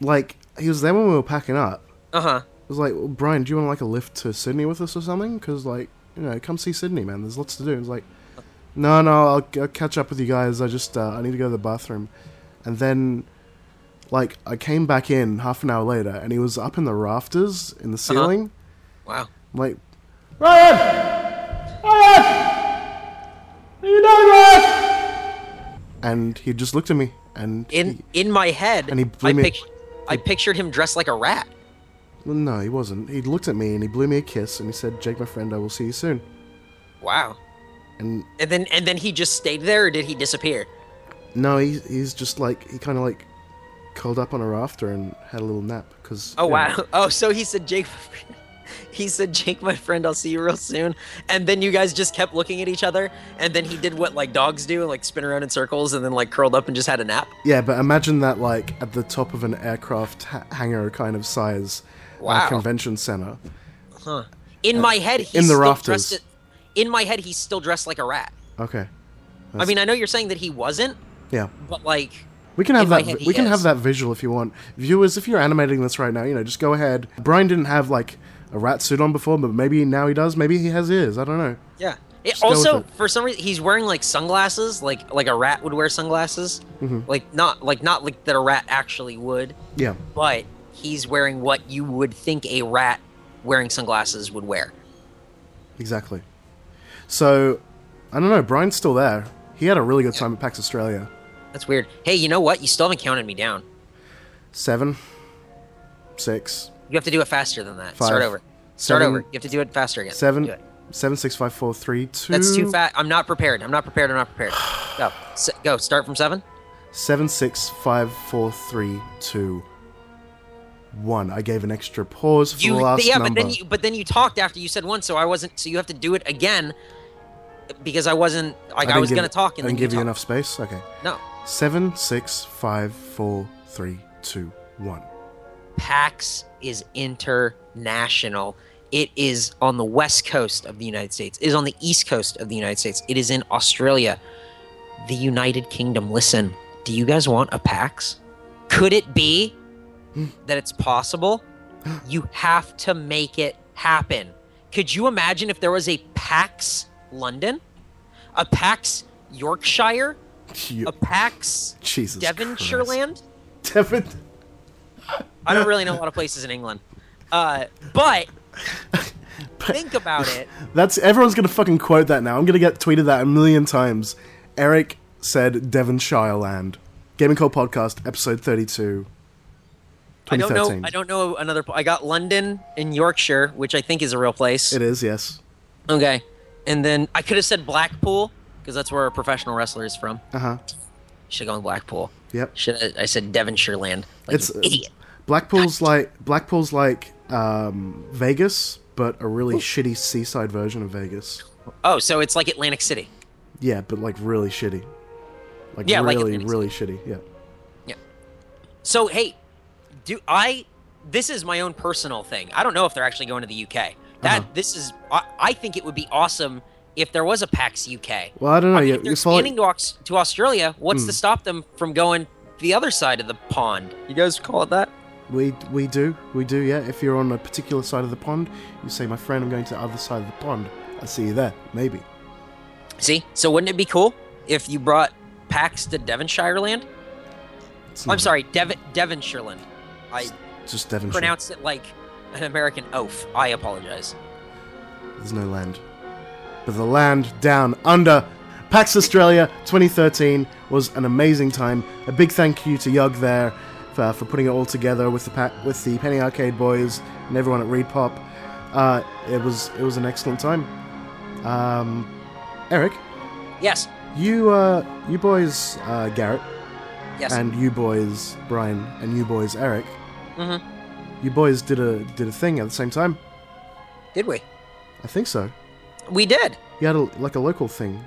[SPEAKER 1] Like he was there when we were packing up.
[SPEAKER 6] Uh huh.
[SPEAKER 1] It was like, well, Brian, do you want to like a lift to Sydney with us or something? Because like, you know, come see Sydney, man. There's lots to do. It's like, no, no, I'll, I'll catch up with you guys. I just uh, I need to go to the bathroom, and then, like, I came back in half an hour later, and he was up in the rafters in the ceiling.
[SPEAKER 6] Uh-huh. Wow.
[SPEAKER 1] I'm like,
[SPEAKER 12] Ryan! Ryan! What are you doing, Ryan?
[SPEAKER 1] and he just looked at me, and
[SPEAKER 6] In in my head,
[SPEAKER 1] And he blew
[SPEAKER 6] I,
[SPEAKER 1] me-
[SPEAKER 6] pic- I pictured him dressed like a rat.
[SPEAKER 1] well, no, he wasn't. He looked at me, and he blew me a kiss, and he said, "Jake, my friend, I will see you soon."
[SPEAKER 6] Wow.
[SPEAKER 1] And
[SPEAKER 6] And then and then he just stayed there or did he disappear?
[SPEAKER 1] No, he, he's just like he kind of like curled up on a rafter and had a little nap because.
[SPEAKER 6] Oh wow. Oh, so he said Jake He said, Jake, my friend, I'll see you real soon. And then you guys just kept looking at each other. And then he did what like dogs do, like spin around in circles and then like curled up and just had a nap.
[SPEAKER 1] Yeah, but imagine that like at the top of an aircraft ha- hangar kind of size uh,
[SPEAKER 6] Wow.
[SPEAKER 1] convention center.
[SPEAKER 6] Huh. In my head, he's
[SPEAKER 1] in the
[SPEAKER 6] still
[SPEAKER 1] rafters.
[SPEAKER 6] Dressed it, in my head, he's still dressed like a rat.
[SPEAKER 1] Okay.
[SPEAKER 6] I mean, I know you're saying that he wasn't,
[SPEAKER 1] yeah.
[SPEAKER 6] but like
[SPEAKER 1] We can have
[SPEAKER 6] in my
[SPEAKER 1] that.
[SPEAKER 6] head,
[SPEAKER 1] vi-
[SPEAKER 6] he
[SPEAKER 1] we can
[SPEAKER 6] is.
[SPEAKER 1] have that visual if you want, viewers. If you're animating this right now, you know, just go ahead. Brian didn't have like a rat suit on before, but maybe now he does. Maybe he has ears. I don't know.
[SPEAKER 6] Yeah. It
[SPEAKER 1] Just go with
[SPEAKER 6] also,
[SPEAKER 1] it.
[SPEAKER 6] for some reason, he's wearing like sunglasses, like like a rat would wear sunglasses,
[SPEAKER 1] Mhm.
[SPEAKER 6] like not like not like that a rat actually would,
[SPEAKER 1] Yeah.
[SPEAKER 6] but he's wearing what you would think a rat wearing sunglasses would wear.
[SPEAKER 1] Exactly. So, I don't know. Brian's still there. He had a really good time at PAX Australia.
[SPEAKER 6] That's weird. Hey, you know what? You still haven't counted me down.
[SPEAKER 1] Seven, six,
[SPEAKER 6] You have to do it faster than that.
[SPEAKER 1] Five,
[SPEAKER 6] Start over. Start
[SPEAKER 1] seven-
[SPEAKER 6] over. You have to do it faster again.
[SPEAKER 1] seven,
[SPEAKER 6] Do it.
[SPEAKER 1] seven, six, five, four, three, two.
[SPEAKER 6] That's too fast. I'm not prepared. I'm not prepared. I'm not prepared. Go. S- go. Start from seven.
[SPEAKER 1] Seven, six, five, four, three, two, one. I gave an extra pause for
[SPEAKER 6] You,
[SPEAKER 1] the last
[SPEAKER 6] yeah,
[SPEAKER 1] number.
[SPEAKER 6] but then you, but then you talked after you said one, so I wasn't. So you have to do it again because I wasn't. Like I,
[SPEAKER 1] didn't
[SPEAKER 6] was
[SPEAKER 1] give-
[SPEAKER 6] gonna talk and
[SPEAKER 1] I
[SPEAKER 6] then
[SPEAKER 1] didn't give you
[SPEAKER 6] talked.
[SPEAKER 1] enough space. Okay.
[SPEAKER 6] No.
[SPEAKER 1] Seven, six, five, four, three, two, one.
[SPEAKER 6] PAX is international. It is on the west coast of the United States. It is on the east coast of the United States. It is in Australia, the United Kingdom. Listen, do you guys want a PAX? Could it be that it's possible? You have to make it happen. Could you imagine if there was a PAX London, a PAX Yorkshire,
[SPEAKER 1] You-
[SPEAKER 6] a PAX
[SPEAKER 1] Jesus
[SPEAKER 6] Devonshire
[SPEAKER 1] Christ.
[SPEAKER 6] land?
[SPEAKER 1] Devon.
[SPEAKER 6] I don't really know a lot of places in England. Uh, but think about it.
[SPEAKER 1] That's everyone's gonna fucking quote that now. I'm gonna get tweeted that a million times. Eric said Devonshire land. Gaming Call podcast episode 32.
[SPEAKER 6] I don't know.
[SPEAKER 1] 2013.
[SPEAKER 6] I don't know another. pl- I got London in Yorkshire, which I think is a real place.
[SPEAKER 1] It is yes.
[SPEAKER 6] Okay, and then I could have said Blackpool because that's where a professional wrestler is from.
[SPEAKER 1] Uh huh.
[SPEAKER 6] Should have gone Blackpool.
[SPEAKER 1] Yep.
[SPEAKER 6] Should I said Devonshire land? Like
[SPEAKER 1] it's uh,
[SPEAKER 6] it's idiot.
[SPEAKER 1] Blackpool's like Blackpool's like um, Vegas, but a really shitty seaside version of Vegas.
[SPEAKER 6] Oh, so it's like Atlantic City.
[SPEAKER 1] Yeah, but like really shitty. Like
[SPEAKER 6] Yeah, like
[SPEAKER 1] really,
[SPEAKER 6] Atlantic
[SPEAKER 1] really shitty. Yeah.
[SPEAKER 6] So hey, do I? This is my own personal thing. I don't know if they're actually going to the UK. That
[SPEAKER 1] Uh-huh.
[SPEAKER 6] this is. I, I think it would be awesome if there was a PAX UK.
[SPEAKER 1] Well, I don't know.
[SPEAKER 6] I mean,
[SPEAKER 1] you-
[SPEAKER 6] if they're
[SPEAKER 1] you follow-
[SPEAKER 6] expanding to, Aux- to Australia, what's
[SPEAKER 1] Hmm.
[SPEAKER 6] to stop them from going the other side of the pond? You guys call it that?
[SPEAKER 1] We we do we do yeah. If you're on a particular side of the pond, you say, "My friend, I'm going to the other side of the pond. I'll see you there, maybe."
[SPEAKER 6] See, so wouldn't it be cool if you brought PAX to Devonshire land? I'm sorry, Dev- Devonshire land. I
[SPEAKER 1] Just Devonshire.
[SPEAKER 6] pronounced it like an American oaf. I apologize.
[SPEAKER 1] There's no land, but the land down under. PAX Australia 2013 was an amazing time. A big thank you to Yug there for, for putting it all together with the pa- with the Penny Arcade Boys and everyone at Reed Pop. Uh, it was it was an excellent time. Um, Eric,
[SPEAKER 6] Yes.
[SPEAKER 1] You uh you boys uh Garrett.
[SPEAKER 6] Yes.
[SPEAKER 1] And you boys Brian and you boys Eric.
[SPEAKER 6] Mhm.
[SPEAKER 1] You boys did a did a thing at the same time.
[SPEAKER 6] Did we?
[SPEAKER 1] I think so.
[SPEAKER 6] We did.
[SPEAKER 1] You had a, like a local thing.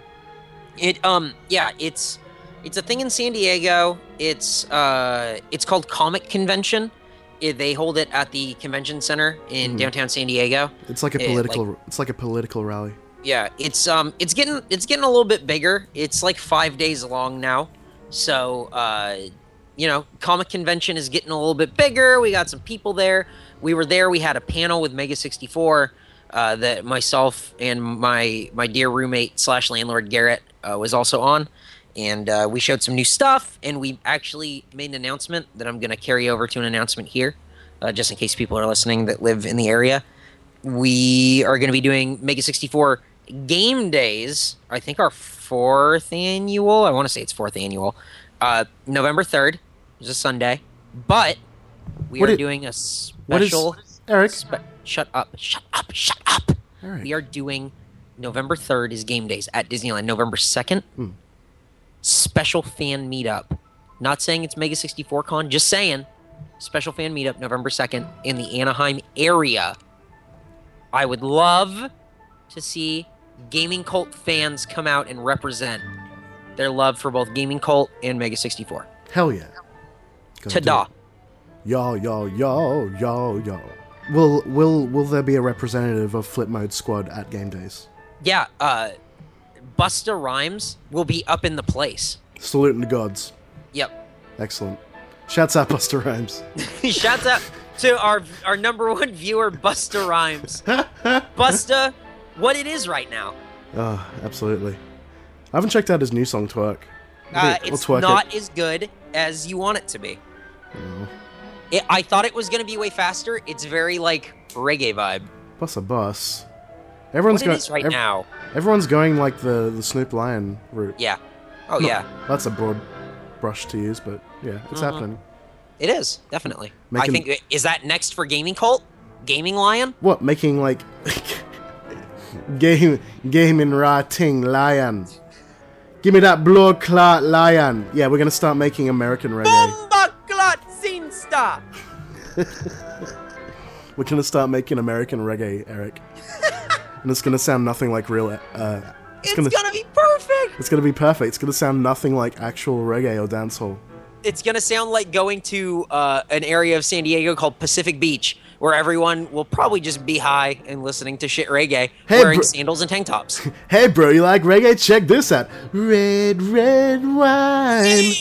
[SPEAKER 6] It um yeah, it's It's a thing in San Diego. It's uh, it's called Comic Convention. It- they hold it at the convention center in
[SPEAKER 1] Mhm.
[SPEAKER 6] downtown San Diego.
[SPEAKER 1] It's like a
[SPEAKER 6] It,
[SPEAKER 1] political. it's like a political rally.
[SPEAKER 6] yeah, it's um, it's getting it's getting a little bit bigger. It's like five days long now, so uh, you know, comic convention is getting a little bit bigger. We got some people there. We were there. We had a panel with Mega sixty four uh, that myself and my my dear roommate slash landlord Garrett uh, was also on, and uh, we showed some new stuff. And we actually made an announcement that I'm going to carry over to an announcement here, uh, just in case people are listening that live in the area we are going to be doing Mega 64 game days. I think our fourth annual. I want to say it's fourth annual. Uh, November 3rd is a Sunday, but we
[SPEAKER 1] What
[SPEAKER 6] are
[SPEAKER 1] i-
[SPEAKER 6] doing a
[SPEAKER 1] what is-
[SPEAKER 6] special.
[SPEAKER 1] Eric,
[SPEAKER 6] shut up! Shut up! Shut up! We are doing November 3rd is game days at Disneyland. November 2nd,
[SPEAKER 1] Hmm.
[SPEAKER 6] special fan meetup. Not saying it's Mega 64 Con, just saying special fan meetup November 2nd in the Anaheim area. I would love to see Gaming Cult fans come out and represent their love for both Gaming Cult and Mega 64.
[SPEAKER 1] Hell yeah. Gonna do
[SPEAKER 6] Ta-da.
[SPEAKER 1] it. Yo yo yo yo yo. Will will will there be a representative of Flip Mode Squad at game days?
[SPEAKER 6] Yeah, uh, Busta Rhymes will be up in the place.
[SPEAKER 1] Saluting the gods.
[SPEAKER 6] Yep.
[SPEAKER 1] Excellent. Shouts out Buster Rhymes.
[SPEAKER 6] Shouts out to our our number one viewer, Busta Rhymes. Busta, what it is right now.
[SPEAKER 1] Oh, absolutely. I haven't checked out his new song Twerk.
[SPEAKER 6] Uh,
[SPEAKER 1] We'll
[SPEAKER 6] it's
[SPEAKER 1] twerk it.
[SPEAKER 6] not as good as you want it to be.
[SPEAKER 1] Oh,
[SPEAKER 6] It, I thought it was going to be way faster. It's very like reggae vibe.
[SPEAKER 1] bus a bus. Everyone's
[SPEAKER 6] What it
[SPEAKER 1] going
[SPEAKER 6] is right
[SPEAKER 1] ev-
[SPEAKER 6] now.
[SPEAKER 1] Everyone's going like the, the Snoop Lion route.
[SPEAKER 6] Yeah. Oh,
[SPEAKER 1] Not-
[SPEAKER 6] yeah.
[SPEAKER 1] That's a broad brush to use, but yeah, it's
[SPEAKER 6] Mhm.
[SPEAKER 1] happening.
[SPEAKER 6] It is definitely. I
[SPEAKER 1] Making-
[SPEAKER 6] think is that next for Gaming Cult, Gaming Lion.
[SPEAKER 1] What making like game gaming rotting lion? Give me that blood clot lion. Yeah, we're gonna start making American reggae.
[SPEAKER 6] Bucklat Zinsta.
[SPEAKER 1] We're gonna start making American reggae, Eric. and it's gonna sound nothing like real. Uh,
[SPEAKER 6] It's gonna be perfect.
[SPEAKER 1] It's gonna be perfect. It's gonna sound nothing like actual reggae or dancehall.
[SPEAKER 6] It's gonna sound like going to uh, an area of San Diego called Pacific Beach, where everyone will probably just be high and listening to shit reggae,
[SPEAKER 1] Hey,
[SPEAKER 6] wearing
[SPEAKER 1] bro-
[SPEAKER 6] sandals and tank tops.
[SPEAKER 1] Hey, bro, you like reggae? Check this out. Red, red wine.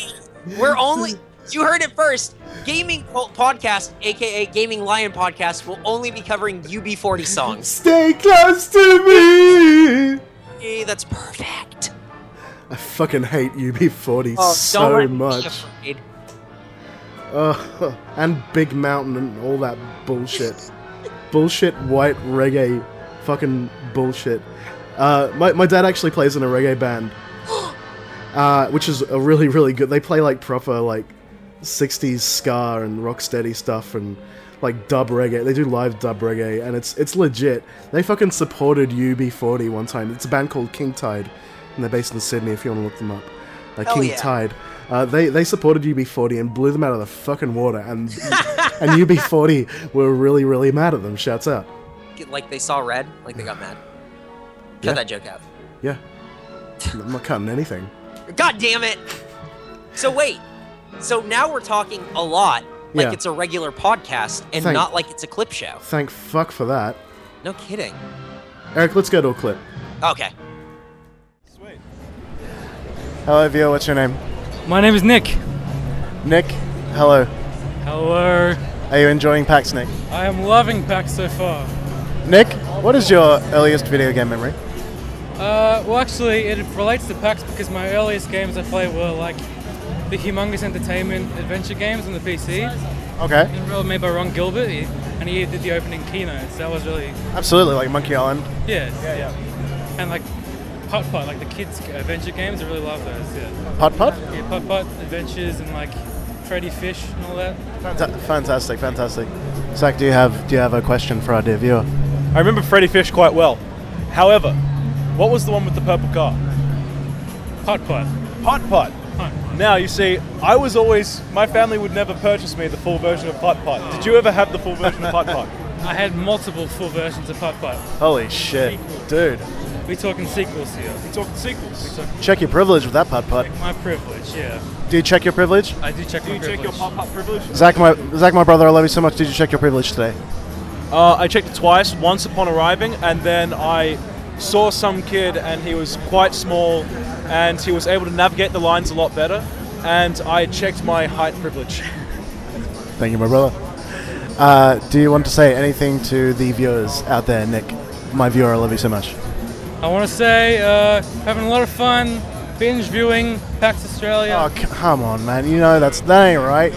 [SPEAKER 6] We're only. You heard it first. Gaming Cult podcast, aka Gaming Lion podcast, will only be covering UB40 songs.
[SPEAKER 1] Stay close to me.
[SPEAKER 6] Eh, That's perfect.
[SPEAKER 1] I fucking hate UB40
[SPEAKER 6] Oh, don't
[SPEAKER 1] so
[SPEAKER 6] let me be
[SPEAKER 1] much.
[SPEAKER 6] afraid.
[SPEAKER 1] Ugh, and Big Mountain and all that bullshit. bullshit white reggae. Fucking bullshit. Uh, my, my dad actually plays in a reggae band. Uh, which is a really, really good. They play like proper, like, 60s ska and rocksteady stuff and like dub reggae. They do live dub reggae and it's it's legit. They fucking supported UB40 one time. It's a band called King Tide and they're based in Sydney if you want to look them up. Uh,
[SPEAKER 12] Hell
[SPEAKER 1] King
[SPEAKER 12] yeah.
[SPEAKER 1] Tide. Uh, they they supported UB40 and blew them out of the fucking water and and UB40 were really really mad at them. Shouts out.
[SPEAKER 6] Like they saw red, like they got mad. Cut
[SPEAKER 1] Yeah.
[SPEAKER 6] that joke out.
[SPEAKER 1] Yeah. I'm not cutting anything.
[SPEAKER 6] God damn it! So wait. So now we're talking a lot, like
[SPEAKER 1] Yeah.
[SPEAKER 6] it's a regular podcast, and
[SPEAKER 1] Thank-
[SPEAKER 6] not like it's a clip show.
[SPEAKER 1] Thank fuck for that.
[SPEAKER 6] No kidding.
[SPEAKER 1] Eric, let's go to a clip.
[SPEAKER 6] Okay.
[SPEAKER 9] Hello, Vio. What's your name?
[SPEAKER 13] My name is Nick.
[SPEAKER 9] Nick, hello.
[SPEAKER 13] Hello.
[SPEAKER 9] Are you enjoying PAX, Nick?
[SPEAKER 13] I am loving PAX so far.
[SPEAKER 9] Nick, what is your earliest video game memory?
[SPEAKER 13] Uh, well, actually, it relates to PAX because my earliest games I played were like the Humongous Entertainment adventure games on the PC.
[SPEAKER 9] Okay.
[SPEAKER 13] They were all made by Ron Gilbert, he- and he did the opening keynotes. That was really
[SPEAKER 9] Absolutely, like Monkey Island.
[SPEAKER 13] yeah, yeah, yeah. And like Putt Putt, like the kids' adventure games, I really love those. Yeah.
[SPEAKER 9] Putt Putt?
[SPEAKER 13] Yeah, Putt Putt adventures and like Freddy Fish and all that.
[SPEAKER 9] Fanta- fantastic, fantastic. Zach, do you have do you have a question for our dear viewer?
[SPEAKER 2] I remember Freddy Fish quite well. However, what was the one with the purple car?
[SPEAKER 13] Pot Pot.
[SPEAKER 2] Pot Pot. Now, you see, I was always, my family would never purchase me the full version of Pot Pot. Did you ever have the full version of Pot Pot?
[SPEAKER 13] I had multiple full versions of Putt Putt.
[SPEAKER 9] Holy shit, dude!
[SPEAKER 13] We're talking sequels here.
[SPEAKER 2] We're talking sequels.
[SPEAKER 13] We're talking
[SPEAKER 9] Check your privilege with that putt putt.
[SPEAKER 13] my privilege, yeah.
[SPEAKER 9] Do you check your privilege?
[SPEAKER 13] I do check
[SPEAKER 2] Do
[SPEAKER 13] my
[SPEAKER 2] you
[SPEAKER 13] privilege.
[SPEAKER 2] check your pop-up privilege?
[SPEAKER 9] Zach, my Zach, my brother, I love you so much. Did you check your privilege today?
[SPEAKER 2] Uh, I checked it twice, once upon arriving, and then I saw some kid, and he was quite small, and he was able to navigate the lines a lot better. And I checked my height privilege.
[SPEAKER 9] Thank you, my brother. Uh, do you want to say anything to the viewers out there, Nick? My viewer, I love you so much.
[SPEAKER 13] I want to say, uh, having a lot of fun, binge viewing PAX Australia.
[SPEAKER 9] Oh, come on, man. You know that's that ain't right.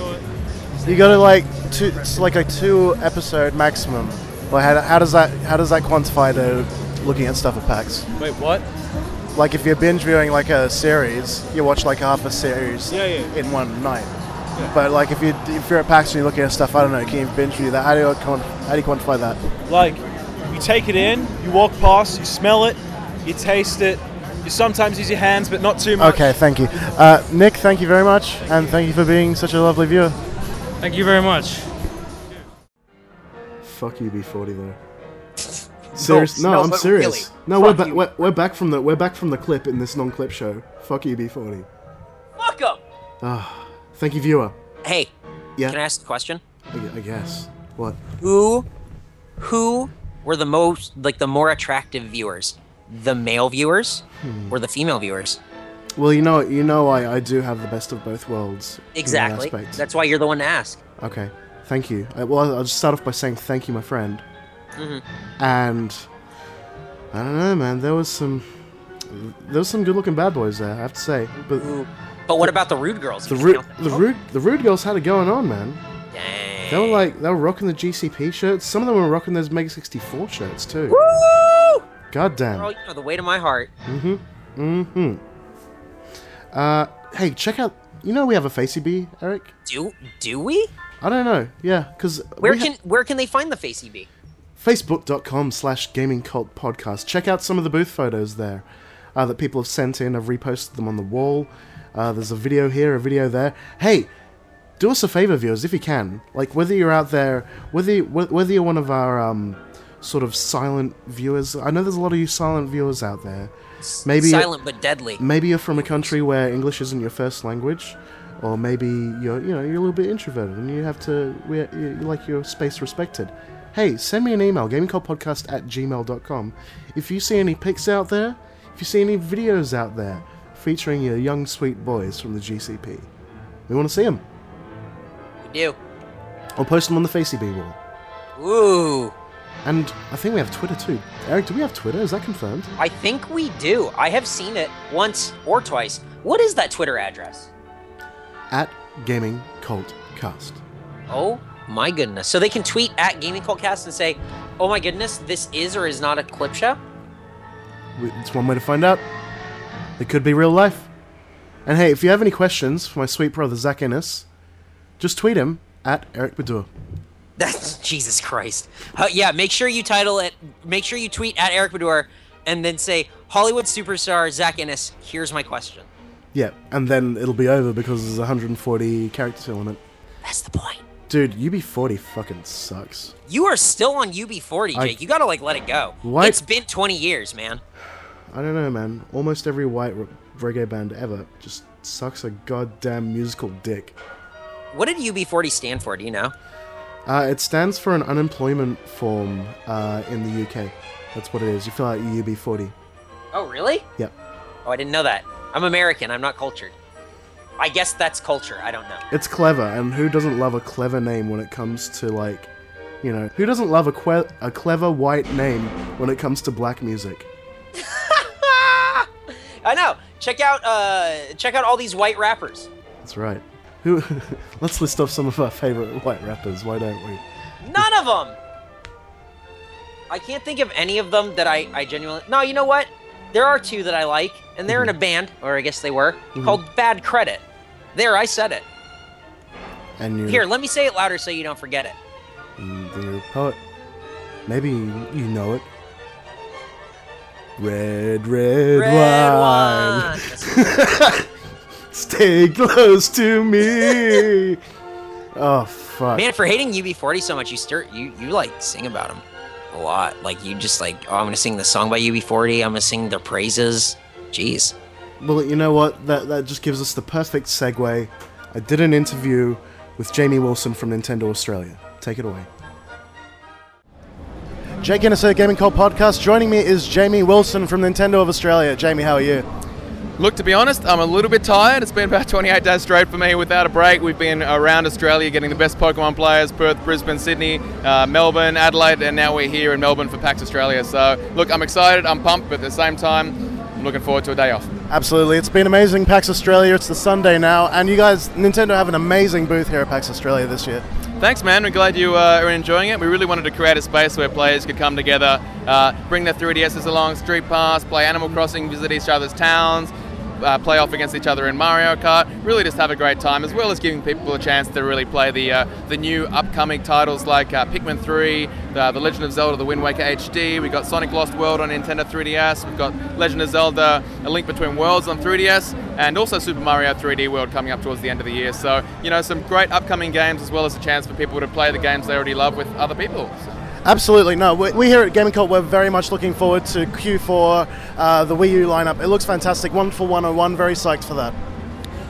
[SPEAKER 9] You got to like two, it's like a two episode maximum. Like how, how does that how does that quantify to looking at stuff at PAX?
[SPEAKER 2] Wait, what?
[SPEAKER 9] Like if you're binge viewing like a series, you watch like half a series
[SPEAKER 2] Yeah, yeah.
[SPEAKER 9] in one night. But like if you if you're at PAX and you're looking at stuff, I don't know, can you binge view that? How do you con- how do you quantify that?
[SPEAKER 2] Like, you take it in, you walk past, you smell it, you taste it. You sometimes use your hands, but not too much.
[SPEAKER 9] Okay, thank you, uh, Nick. Thank you very much, and thank you for being such a lovely viewer.
[SPEAKER 13] Thank you very much.
[SPEAKER 1] Fuck you, B40 though. Serious? No,
[SPEAKER 9] smells
[SPEAKER 1] I'm
[SPEAKER 9] like
[SPEAKER 1] serious.
[SPEAKER 9] really.
[SPEAKER 1] No, we're, ba- we're we're back from the we're back from the clip in this non-clip show. Fuck you, B40.
[SPEAKER 6] Fuck 'em.
[SPEAKER 1] Ah, thank you, viewer.
[SPEAKER 6] Hey,
[SPEAKER 1] Yeah.
[SPEAKER 6] can I ask a question?
[SPEAKER 1] I, gu- I guess. What?
[SPEAKER 6] Who, who were the most like the more attractive viewers? The male viewers
[SPEAKER 1] Hmm.
[SPEAKER 6] or the female viewers?
[SPEAKER 1] Well, you know, you know, I, I do have the best of both worlds. in that
[SPEAKER 6] Exactly.
[SPEAKER 1] aspect.
[SPEAKER 6] That's why you're the one to ask.
[SPEAKER 1] Okay. Thank you. I, well, I'll just start off by saying thank you, my friend.
[SPEAKER 6] Mhm.
[SPEAKER 1] And I don't know, man. There was some, there was some good-looking bad boys there. I have to say, but
[SPEAKER 6] But what about the rude girls?
[SPEAKER 1] the rude, the rude, the rude girls had it going on, man.
[SPEAKER 6] Dang.
[SPEAKER 1] They were like, they were rocking the GCP shirts. Some of them were rocking those Mega 64 shirts too.
[SPEAKER 6] Woo!
[SPEAKER 1] God
[SPEAKER 6] Girl,
[SPEAKER 1] damn.
[SPEAKER 6] you know the weight of my heart.
[SPEAKER 1] Mhm. Mhm. Uh, hey, check out. You know we have a Facey B, Eric.
[SPEAKER 6] Do do we?
[SPEAKER 1] I don't know. Yeah, because
[SPEAKER 6] Where can where can they find the face EB?
[SPEAKER 1] facebook.com slash gaming cult podcast check out some of the booth photos there uh, that people have sent in i've reposted them on the wall uh, there's a video here a video there hey do us a favor viewers if you can like whether you're out there whether you, wh- whether you're one of our um, sort of silent viewers i know there's a lot of you silent viewers out there maybe
[SPEAKER 6] silent but deadly.
[SPEAKER 1] maybe you're from a country where english isn't your first language or maybe you're you know you're a little bit introverted and you have to we you you like your space respected hey send me an email gamingcallpodcast at gmail.com if you see any pics out there if you see any videos out there featuring your young sweet boys from the gcp we want to see them
[SPEAKER 6] We do.
[SPEAKER 1] i'll post them on the facey b wall
[SPEAKER 6] Ooh.
[SPEAKER 1] and i think we have twitter too eric do we have twitter is that confirmed
[SPEAKER 6] I think we do. I have seen it once or twice. What is that Twitter address?
[SPEAKER 1] at gaming cult cast
[SPEAKER 6] Oh my goodness. So they can tweet at Gaming Cultcast and say, oh my goodness, this is or is not a clip show?
[SPEAKER 1] It's one way to find out. It could be real life. And hey, if you have any questions for my sweet brother Zach Innes, just tweet him at Eric Badur.
[SPEAKER 6] That's Jesus Christ. Uh, yeah, make sure you title it, make sure you tweet at Eric Bador and then say, Hollywood superstar Zach Innes, here's my question.
[SPEAKER 1] Yeah, and then it'll be over because there's 140 character limit.
[SPEAKER 6] That's the point.
[SPEAKER 1] Dude, UB40 fucking sucks.
[SPEAKER 6] You are still on UB40, Jake.
[SPEAKER 1] I-
[SPEAKER 6] You gotta like let it go.
[SPEAKER 1] What?
[SPEAKER 6] It's been 20 years, man.
[SPEAKER 1] I don't know, man. Almost every white r- reggae band ever just sucks a goddamn musical dick.
[SPEAKER 6] What did UB40 stand for? Do you know?
[SPEAKER 1] Uh, it stands for an unemployment form uh, in the UK. That's what it is. You fill out your UB40.
[SPEAKER 6] Oh, really?
[SPEAKER 1] Yep.
[SPEAKER 6] Oh, I didn't know that. I'm American. I'm not cultured. I guess that's culture. I don't know.
[SPEAKER 1] It's clever, and who doesn't love a clever name when it comes to like, you know, who doesn't love a que- a clever white name when it comes to black music?
[SPEAKER 6] I know. Check out uh check out all these white rappers.
[SPEAKER 1] That's right. Who? let's list off some of our favorite white rappers. Why don't we?
[SPEAKER 6] None of them. I can't think of any of them that I I genuinely No, you know what? There are two that I like, and they're in a band, or I guess they were,
[SPEAKER 1] Mhm.
[SPEAKER 6] called Bad Credit. There, I said it.
[SPEAKER 1] And you're,
[SPEAKER 6] Here, let me say it louder so you don't forget it.
[SPEAKER 1] and you're a poet. Maybe you you know it. Red, red,
[SPEAKER 12] Red
[SPEAKER 1] wine. Stay close to me. oh fuck.
[SPEAKER 6] Man, for hating UB40 so much, you stir you you like sing about them. a lot. Like you just like, oh, I'm gonna sing the song by UB40. I'm gonna sing their praises. Jeez.
[SPEAKER 1] Well, you know what? That that just gives us the perfect segue. I did an interview with Jamie Wilson from Nintendo Australia. Take it away.
[SPEAKER 9] Jake Innesett, Gaming Call Podcast. Joining me is Jamie Wilson from Nintendo of Australia. Jamie, how are you?
[SPEAKER 15] Look, to be honest, I'm a little bit tired. It's been about 28 days straight for me without a break. We've been around Australia getting the best Pokemon players Perth, Brisbane, Sydney, uh, Melbourne, Adelaide, and now we're here in Melbourne for PAX Australia. So, look, I'm excited, I'm pumped, but at the same time, I'm looking forward to a day off.
[SPEAKER 9] Absolutely. It's been amazing, PAX Australia. It's the Sunday now, and you guys, Nintendo have an amazing booth here at PAX Australia this year.
[SPEAKER 15] Thanks, man. We're glad you uh, are enjoying it. We really wanted to create a space where players could come together, uh, bring their 3DSs along, street pass, play Animal Crossing, visit each other's towns, uh, play off against each other in Mario Kart. Really, just have a great time, as well as giving people a chance to really play the uh, the new upcoming titles like uh, Pikmin 3, the, the Legend of Zelda: The Wind Waker HD. We have got Sonic Lost World on Nintendo 3DS. We've got Legend of Zelda: A Link Between Worlds on 3DS, and also Super Mario 3D World coming up towards the end of the year. So, you know, some great upcoming games, as well as a chance for people to play the games they already love with other people. So-
[SPEAKER 9] Absolutely, no. We, we here at Gaming Cult, we're very much looking forward to Q4, uh, the Wii U lineup. It looks fantastic. One for 101, very psyched for that.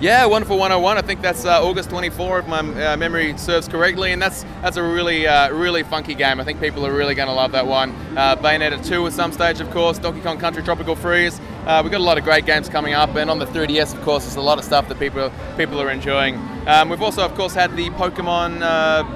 [SPEAKER 15] Yeah, Wonderful 101. I think that's uh, August 24, if my uh, memory serves correctly, and that's that's a really uh, really funky game. I think people are really going to love that one. Uh, Bayonetta 2 at some stage, of course. Donkey Kong Country Tropical Freeze. Uh, we've got a lot of great games coming up, and on the 3DS, of course, there's a lot of stuff that people people are enjoying. Um, we've also, of course, had the Pokemon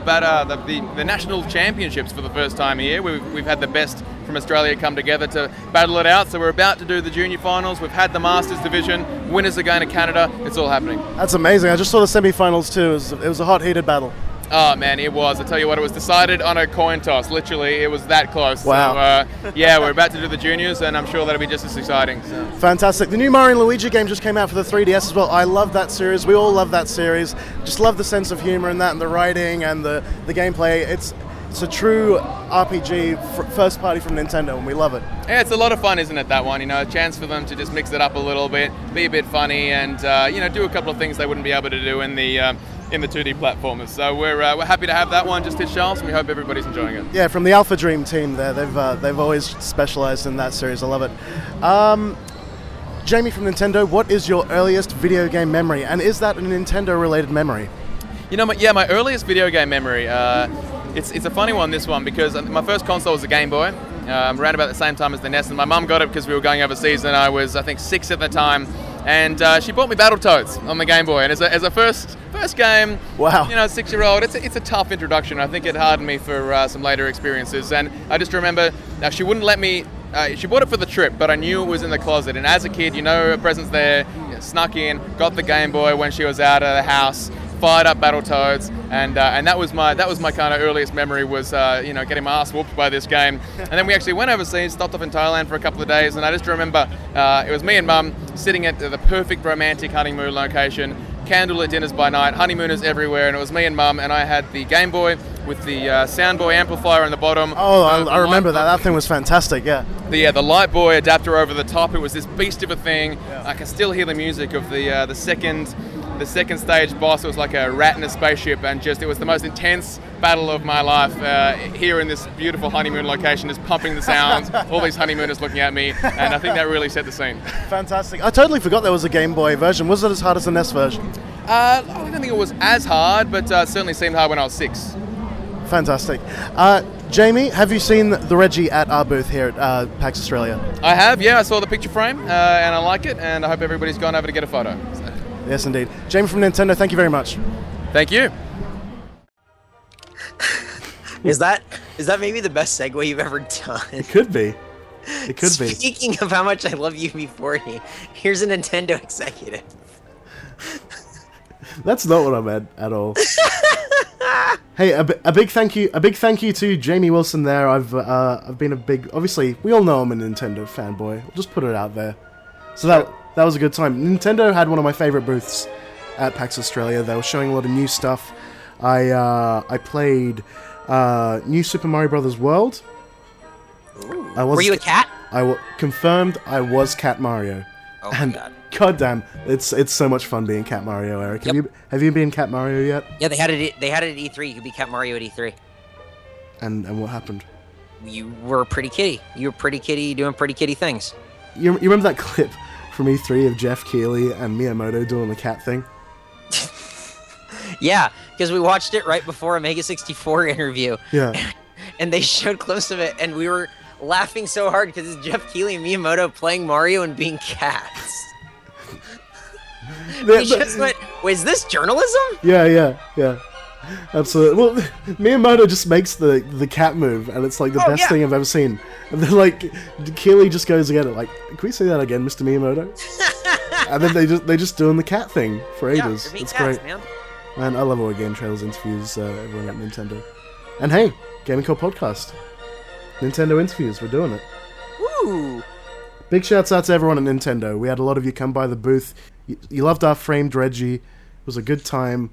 [SPEAKER 15] Bata, the, the, the national championships for the first time here. We've, we've had the best from Australia come together to battle it out. So we're about to do the junior finals. We've had the Masters division. Winners are going to Canada. It's all happening.
[SPEAKER 9] That's amazing. I just saw the semi-finals too. It was, it was a hot, heated battle.
[SPEAKER 15] Oh man, it was. I tell you what, it was decided on a coin toss. Literally, it was that close.
[SPEAKER 9] Wow.
[SPEAKER 15] So, uh, yeah, we're about to do the juniors, and I'm sure that'll be just as exciting. So.
[SPEAKER 9] Fantastic. The new Mario and Luigi game just came out for the 3DS as well. I love that series. We all love that series. Just love the sense of humor in that, and the writing and the the gameplay. It's it's a true RPG f- first party from Nintendo, and we love it.
[SPEAKER 15] Yeah, it's a lot of fun, isn't it? That one, you know, a chance for them to just mix it up a little bit, be a bit funny, and uh, you know, do a couple of things they wouldn't be able to do in the um, in the 2D platformers. So we're uh, we're happy to have that one just hit shelves, and we hope everybody's enjoying it.
[SPEAKER 9] Yeah, from the Alpha Dream team, there they've uh, they've always specialized in that series. I love it. Um, Jamie from Nintendo, what is your earliest video game memory, and is that a Nintendo-related memory?
[SPEAKER 15] You know, my, yeah, my earliest video game memory. uh, It's, it's a funny one, this one, because uh, my first console was a Game Boy, um, around about the same time as the NES, and my mum got it because we were going overseas, and I was, I think, six at the time, and uh, she bought me Battletoads on the Game Boy, and as a, as a first first game,
[SPEAKER 9] wow,
[SPEAKER 15] you know, six year old, it's a, it's a tough introduction. I think it hardened me for uh, some later experiences, and I just remember uh, she wouldn't let me. uh, she bought it for the trip, but I knew it was in the closet. And as a kid, you know, her presence there, you know, snuck in, got the Game Boy when she was out of the house, fired up Battletoads, and uh, and that was my that was my kind of earliest memory was uh, you know getting my ass whooped by this game, and then we actually went overseas, stopped off in Thailand for a couple of days, and I just remember uh, it was me and mum sitting at the perfect romantic honeymoon location, candlelit dinners by night, honeymooners everywhere, and it was me and mum, and I had the Game Boy with the uh, Sound Boy amplifier on the bottom. Um,
[SPEAKER 9] Oh, I, I remember that. That thing was fantastic. Yeah.
[SPEAKER 15] The yeah, the Light Boy adapter over the top. It was this beast of a thing. Yeah. I can still hear the music of the the second the second stage boss it was like a rat in a spaceship and just it was the most intense battle of my life uh, here in this beautiful honeymoon location just pumping the sounds all these honeymooners looking at me and i think that really set the scene
[SPEAKER 9] fantastic i totally forgot there was a game boy version was it as hard as the nes version
[SPEAKER 15] uh, i don't think it was as hard but uh, certainly seemed hard when i was six
[SPEAKER 9] fantastic Uh, Jamie, have you seen the Reggie at our booth here at uh, PAX Australia?
[SPEAKER 15] I have, yeah. I saw the picture frame uh, and I like it, and I hope everybody's gone over to get a photo. So.
[SPEAKER 9] Yes, indeed. Jamie from Nintendo, thank you very much.
[SPEAKER 15] Thank you.
[SPEAKER 6] is that is that maybe the best segue you've ever done?
[SPEAKER 1] It could be. It could
[SPEAKER 6] Speaking be. Speaking of how much I love UB40, here's a Nintendo executive.
[SPEAKER 1] That's not what I meant at all. hey, a, a big thank you, a big thank you to Jamie Wilson. There, I've uh, I've been a big. Obviously, we all know I'm a Nintendo fanboy. I'll just put it out there. So that that was a good time. Nintendo had one of my favorite booths at PAX Australia. They were showing a lot of new stuff. I uh, I played uh, New Super Mario Brothers World.
[SPEAKER 6] Ooh. I was, Were you a cat?
[SPEAKER 1] I w- confirmed I was Cat Mario.
[SPEAKER 6] Oh
[SPEAKER 1] and
[SPEAKER 6] God.
[SPEAKER 1] goddamn, it's it's so much fun being Cat Mario, Eric. Have yep. you have you been Cat Mario yet?
[SPEAKER 6] E, Yeah, they had it. They had it at E3. You could be Cat Mario at E3.
[SPEAKER 1] And and what happened?
[SPEAKER 6] E you were a pretty kitty. You were pretty kitty doing pretty kitty things.
[SPEAKER 1] You, you remember that clip from E3 of Jeff Keighley and Miyamoto doing the cat thing?
[SPEAKER 6] Yeah, because we watched it right before a Mega 64 interview,
[SPEAKER 1] Yeah.
[SPEAKER 6] and they showed clips of it, and we were laughing so hard because it's Jeff Keighley and Miyamoto playing Mario and being cats.
[SPEAKER 1] They-
[SPEAKER 6] we just went, was this journalism?
[SPEAKER 1] Yeah, yeah, yeah. Absolutely. Well, Miyamoto just makes the, the cat move, and it's like the
[SPEAKER 6] Oh,
[SPEAKER 1] best
[SPEAKER 6] yeah.
[SPEAKER 1] thing I've ever seen. And then, like, Keely just goes again, like, can we say that again, Mr. Miyamoto? and then they just they just doing the cat thing for
[SPEAKER 6] Yeah,
[SPEAKER 1] ages.
[SPEAKER 6] they're being
[SPEAKER 1] it's
[SPEAKER 6] cats,
[SPEAKER 1] great.
[SPEAKER 6] man.
[SPEAKER 1] Man, I love all game trailers, interviews, uh, everyone at Nintendo. And hey, Gaming Core Podcast. Nintendo interviews, we're doing it.
[SPEAKER 6] Woo!
[SPEAKER 1] Big shouts out to everyone at Nintendo. We had a lot of you come by the booth. You, you loved our framed Reggie. It was a good time.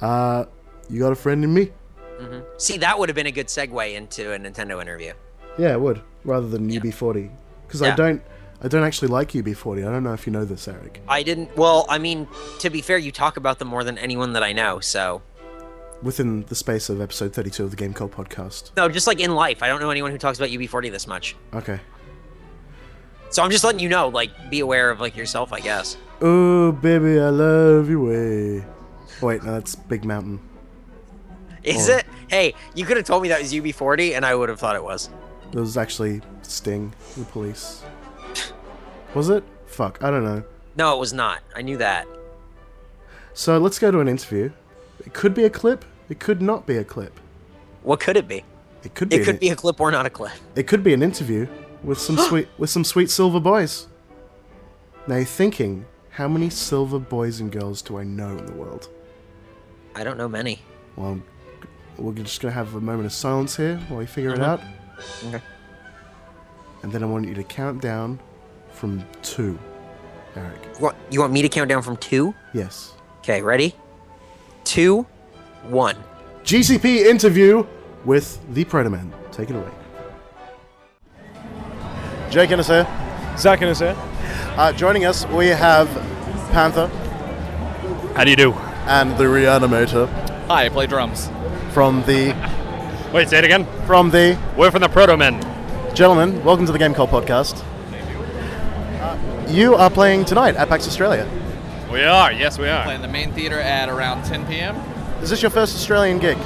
[SPEAKER 1] Uh, you got a friend in me.
[SPEAKER 6] hmm See, that would have been a good segue into a Nintendo interview.
[SPEAKER 1] Yeah, it would rather than UB40 because I
[SPEAKER 6] Yeah.
[SPEAKER 1] don't, I don't actually like UB40. I don't know if you know this, Eric.
[SPEAKER 6] I didn't. Well, I mean, to be fair, you talk about them more than anyone that I know. So,
[SPEAKER 1] Within the space of episode 32 of the Game Call podcast.
[SPEAKER 6] no, just like in life, I don't know anyone who talks about UB40 this much.
[SPEAKER 1] Okay.
[SPEAKER 6] So I'm just letting you know, like, be aware of like yourself, I guess.
[SPEAKER 1] Oh baby, I love you way. Oh, wait, no, that's Big Mountain.
[SPEAKER 6] Is
[SPEAKER 1] Or-
[SPEAKER 6] it? Hey, you could have told me that was UB40, and I would have thought it was.
[SPEAKER 1] It was actually Sting, the police. Was it? Fuck, I don't know.
[SPEAKER 6] No, it was not. I knew that.
[SPEAKER 1] So let's go to an interview. It could be a clip. It could not be a clip.
[SPEAKER 6] What could it be?
[SPEAKER 1] It could be.
[SPEAKER 6] It
[SPEAKER 1] an-
[SPEAKER 6] could be a clip or not a clip.
[SPEAKER 1] It could be an interview with some sweet with some sweet silver boys. Now you're thinking, how many silver boys and girls do I know in the world?
[SPEAKER 6] I don't know many.
[SPEAKER 1] Well, we're just gonna have a moment of silence here while we figure it
[SPEAKER 6] Uh-huh.
[SPEAKER 1] out.
[SPEAKER 6] Okay.
[SPEAKER 1] And then I want you to count down from two, Eric.
[SPEAKER 6] You want, you want me to count down from two?
[SPEAKER 1] Yes.
[SPEAKER 6] Okay, ready? Two, one.
[SPEAKER 1] GCP interview with the Protoman. Take it away.
[SPEAKER 2] Jake Innes here. Zach Innes here. Uh, joining us, we have Panther. How do you do? And the Reanimator.
[SPEAKER 14] Hi, I play drums.
[SPEAKER 2] From the.
[SPEAKER 14] Wait, say it again.
[SPEAKER 2] From the.
[SPEAKER 14] We're from the Proto Men.
[SPEAKER 2] Gentlemen, welcome to the Game Call podcast. Uh, You are playing tonight at PAX Australia.
[SPEAKER 14] We are, yes, we are.
[SPEAKER 9] Playing the main theater at around 10 p.m.
[SPEAKER 2] Is this your first Australian gig?